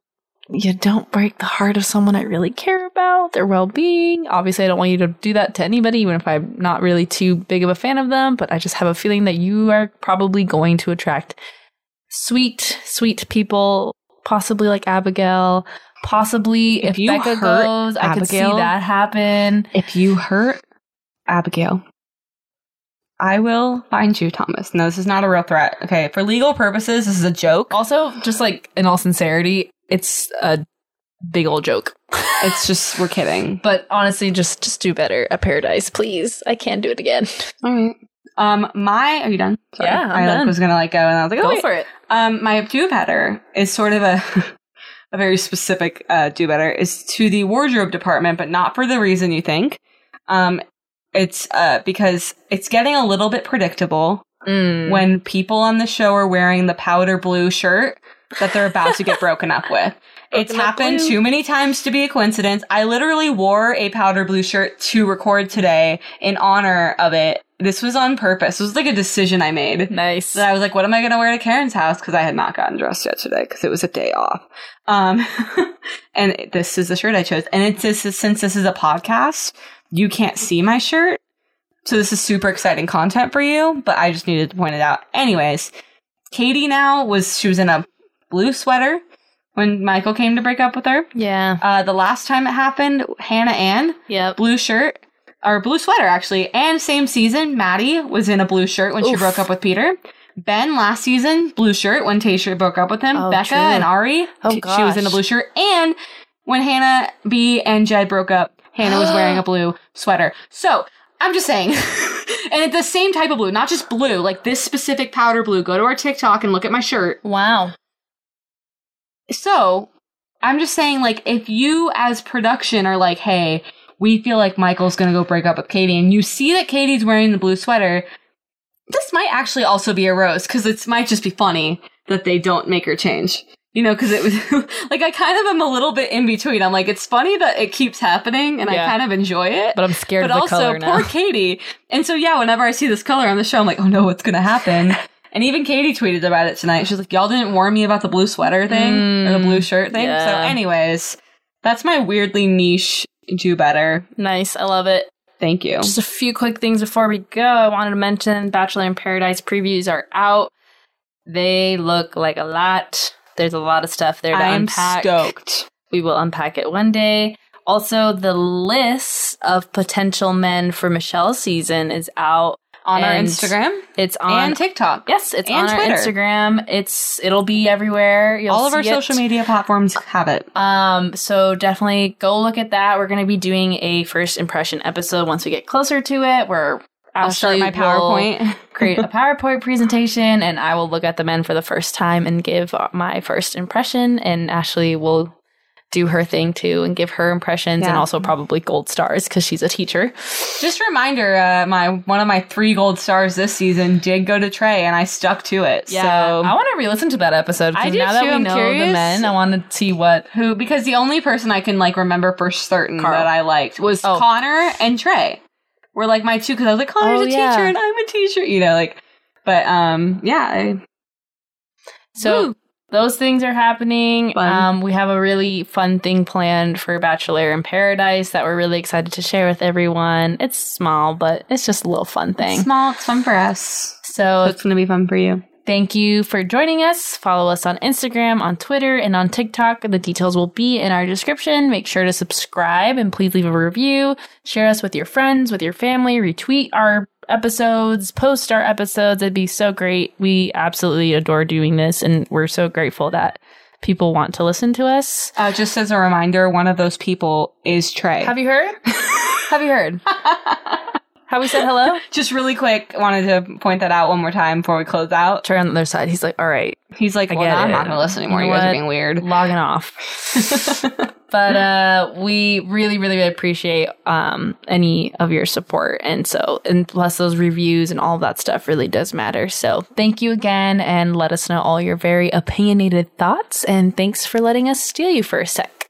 Speaker 2: you don't break the heart of someone I really care about, their well being. Obviously, I don't want you to do that to anybody, even if I'm not really too big of a fan of them, but I just have a feeling that you are probably going to attract sweet, sweet people, possibly like Abigail. Possibly if,
Speaker 3: If you
Speaker 2: Becca
Speaker 3: hurt
Speaker 2: goes, I could see
Speaker 3: Abigail-
Speaker 2: that happen.
Speaker 3: [LAUGHS] If you hurt Abigail, I will find you, Thomas. No, this is not a real threat. Okay, for legal purposes, this is a joke.
Speaker 2: Also, just like in all sincerity, it's a big old joke.
Speaker 3: [LAUGHS] It's just we're kidding.
Speaker 2: But honestly, just just do better at Paradise, please. I can't do it again.
Speaker 3: All right. Um, my are you done?
Speaker 2: Yeah, I'm
Speaker 3: I like,
Speaker 2: done.
Speaker 3: was gonna like go, and I was like, oh,
Speaker 2: Go
Speaker 3: wait.
Speaker 2: for it.
Speaker 3: Um, my do better is sort of a [LAUGHS] a very specific uh, do better is to the wardrobe department, but not for the reason you think. Um, it's uh, because it's getting a little bit predictable
Speaker 2: Mm.
Speaker 3: when people on the show are wearing the powder blue shirt that they're about to get broken up with. It's
Speaker 2: [LAUGHS] Broken up
Speaker 3: happened
Speaker 2: blue.
Speaker 3: too many times to be a coincidence. I literally wore a powder blue shirt to record today in honor of it. This was on purpose. This was like a decision I made.
Speaker 2: nice.
Speaker 3: So I was like, what am I going to wear to Karen's house? Because I had not gotten dressed yet today because it was a day off. Um, [LAUGHS] and this is the shirt I chose. And it's this, since this is a podcast, you can't see my shirt. So this is super exciting content for you, but I just needed to point it out. Anyways, Katie now was, she was in a blue sweater when Michael came to break up with her.
Speaker 4: Yeah.
Speaker 3: Uh, the last time it happened, Hannah Ann,
Speaker 4: Yep.
Speaker 3: blue shirt, or blue sweater actually, and same season, Maddie was in a blue shirt when she
Speaker 4: Oof.
Speaker 3: broke up with Peter. Ben last season, blue shirt when Tayshia broke up with him.
Speaker 4: Oh,
Speaker 3: Becca
Speaker 4: true.
Speaker 3: and Ari,
Speaker 4: Oh,
Speaker 3: t- she was in a
Speaker 4: gosh.
Speaker 3: blue shirt. And when Hannah B and Jed broke up, Hannah was
Speaker 4: [GASPS]
Speaker 3: wearing a blue sweater. So I'm just saying. [LAUGHS] and it's the same type of blue, not just blue, like this specific powder blue. Go to our TikTok and look at my shirt.
Speaker 2: wow.
Speaker 3: So, I'm just saying, like, if you as production are like, hey, we feel like Michael's gonna go break up with Katie, and you see that Katie's wearing the blue sweater, this might actually also be a rose, because it might just be funny that they don't make her change. You know, because it was [LAUGHS] like I kind of am a little bit in between. I'm like, it's funny that it keeps happening, and
Speaker 2: Yeah.
Speaker 3: I kind of enjoy it.
Speaker 2: But I'm scared
Speaker 3: But
Speaker 2: of the
Speaker 3: also,
Speaker 2: color now. [LAUGHS]
Speaker 3: poor Katie. And so, yeah, whenever I see this color on the show, I'm like, oh no, what's
Speaker 2: [LAUGHS]
Speaker 3: gonna happen? And even Katie tweeted about it tonight. She's like, y'all didn't warn me about the blue sweater thing or the blue shirt thing.
Speaker 2: Mm, yeah.
Speaker 3: So, anyways, that's my weirdly niche do better.
Speaker 2: nice. I love it.
Speaker 3: Thank you.
Speaker 2: Just a few quick things before we go. I wanted to mention Bachelor in Paradise previews are out. They look like a lot. There's a lot of stuff there to
Speaker 3: I'm
Speaker 2: unpack.
Speaker 3: stoked.
Speaker 2: We will unpack it one day. Also, the list of potential men for Michelle's season is out.
Speaker 3: On our
Speaker 2: And
Speaker 3: Instagram
Speaker 2: It's on
Speaker 3: and TikTok.
Speaker 2: Yes, it's
Speaker 3: And
Speaker 2: on
Speaker 3: Twitter.
Speaker 2: our Instagram. It's it'll be everywhere. You'll
Speaker 3: All of our
Speaker 2: see it.
Speaker 3: social media platforms have it.
Speaker 2: Um, so definitely go look at that. We're gonna be doing a first impression episode once we get closer to it. Where
Speaker 3: I'll start
Speaker 2: Ashley
Speaker 3: my
Speaker 2: will
Speaker 3: PowerPoint. [LAUGHS]
Speaker 2: create a PowerPoint presentation, and I will look at the men for the first time and give uh, my first impression. And Ashley will do her thing too and give her impressions and
Speaker 3: Yeah.
Speaker 2: also probably gold stars because she's a teacher.
Speaker 3: Just a reminder, uh, my one of my three gold stars this season did go to Trey, and I stuck to it. So
Speaker 2: I want to re-listen to that episode. 'cause
Speaker 3: I do
Speaker 2: now that
Speaker 3: too.
Speaker 2: we
Speaker 3: I'm
Speaker 2: know the
Speaker 3: curious.
Speaker 2: men, I want to see what
Speaker 3: who because the only person I can like remember for certain
Speaker 2: Carl.
Speaker 3: that I liked was
Speaker 2: Oh.
Speaker 3: Connor and Trey. Were like my two because I was like Connor's
Speaker 4: Oh,
Speaker 3: a
Speaker 4: yeah.
Speaker 3: teacher and I'm a teacher, you know, like. But um, yeah, I,
Speaker 2: So those things are happening.
Speaker 3: Fun.
Speaker 2: Um, we have a really fun thing planned for Bachelor in Paradise that we're really excited to share with everyone. It's small, but it's just a little fun
Speaker 3: it's
Speaker 2: thing.
Speaker 3: small. It's fun for us. So
Speaker 2: So
Speaker 3: it's gonna be fun for you.
Speaker 2: thank you for joining us. Follow us on Instagram, on Twitter, and on TikTok. The details will be in our description. Make sure to subscribe and please leave a review. Share us with your friends, with your family. Retweet our episodes, post our episodes. It'd be so great. We absolutely adore doing this, and we're so grateful that people want to listen to us.
Speaker 3: Uh, just as a reminder, one of those people is Trey.
Speaker 2: Have you heard? Have you heard?
Speaker 4: How we said hello?
Speaker 3: [LAUGHS] Just really quick, wanted to point that out one more time before we close
Speaker 2: [LAUGHS]
Speaker 3: out.
Speaker 2: Turn on the other side. He's like, all right,
Speaker 3: He's like,
Speaker 2: I
Speaker 3: well,
Speaker 2: get
Speaker 3: now I'm
Speaker 2: it.
Speaker 3: not going to listen anymore.
Speaker 4: You
Speaker 3: You
Speaker 4: know
Speaker 3: guys
Speaker 4: what?
Speaker 3: are being weird.
Speaker 2: logging off.
Speaker 4: But uh
Speaker 2: we really, really, really appreciate um, any of your support. And so, and plus those reviews and all that stuff really does matter. So, thank you again and let us know all your very opinionated thoughts. And thanks for letting us steal you for a sec.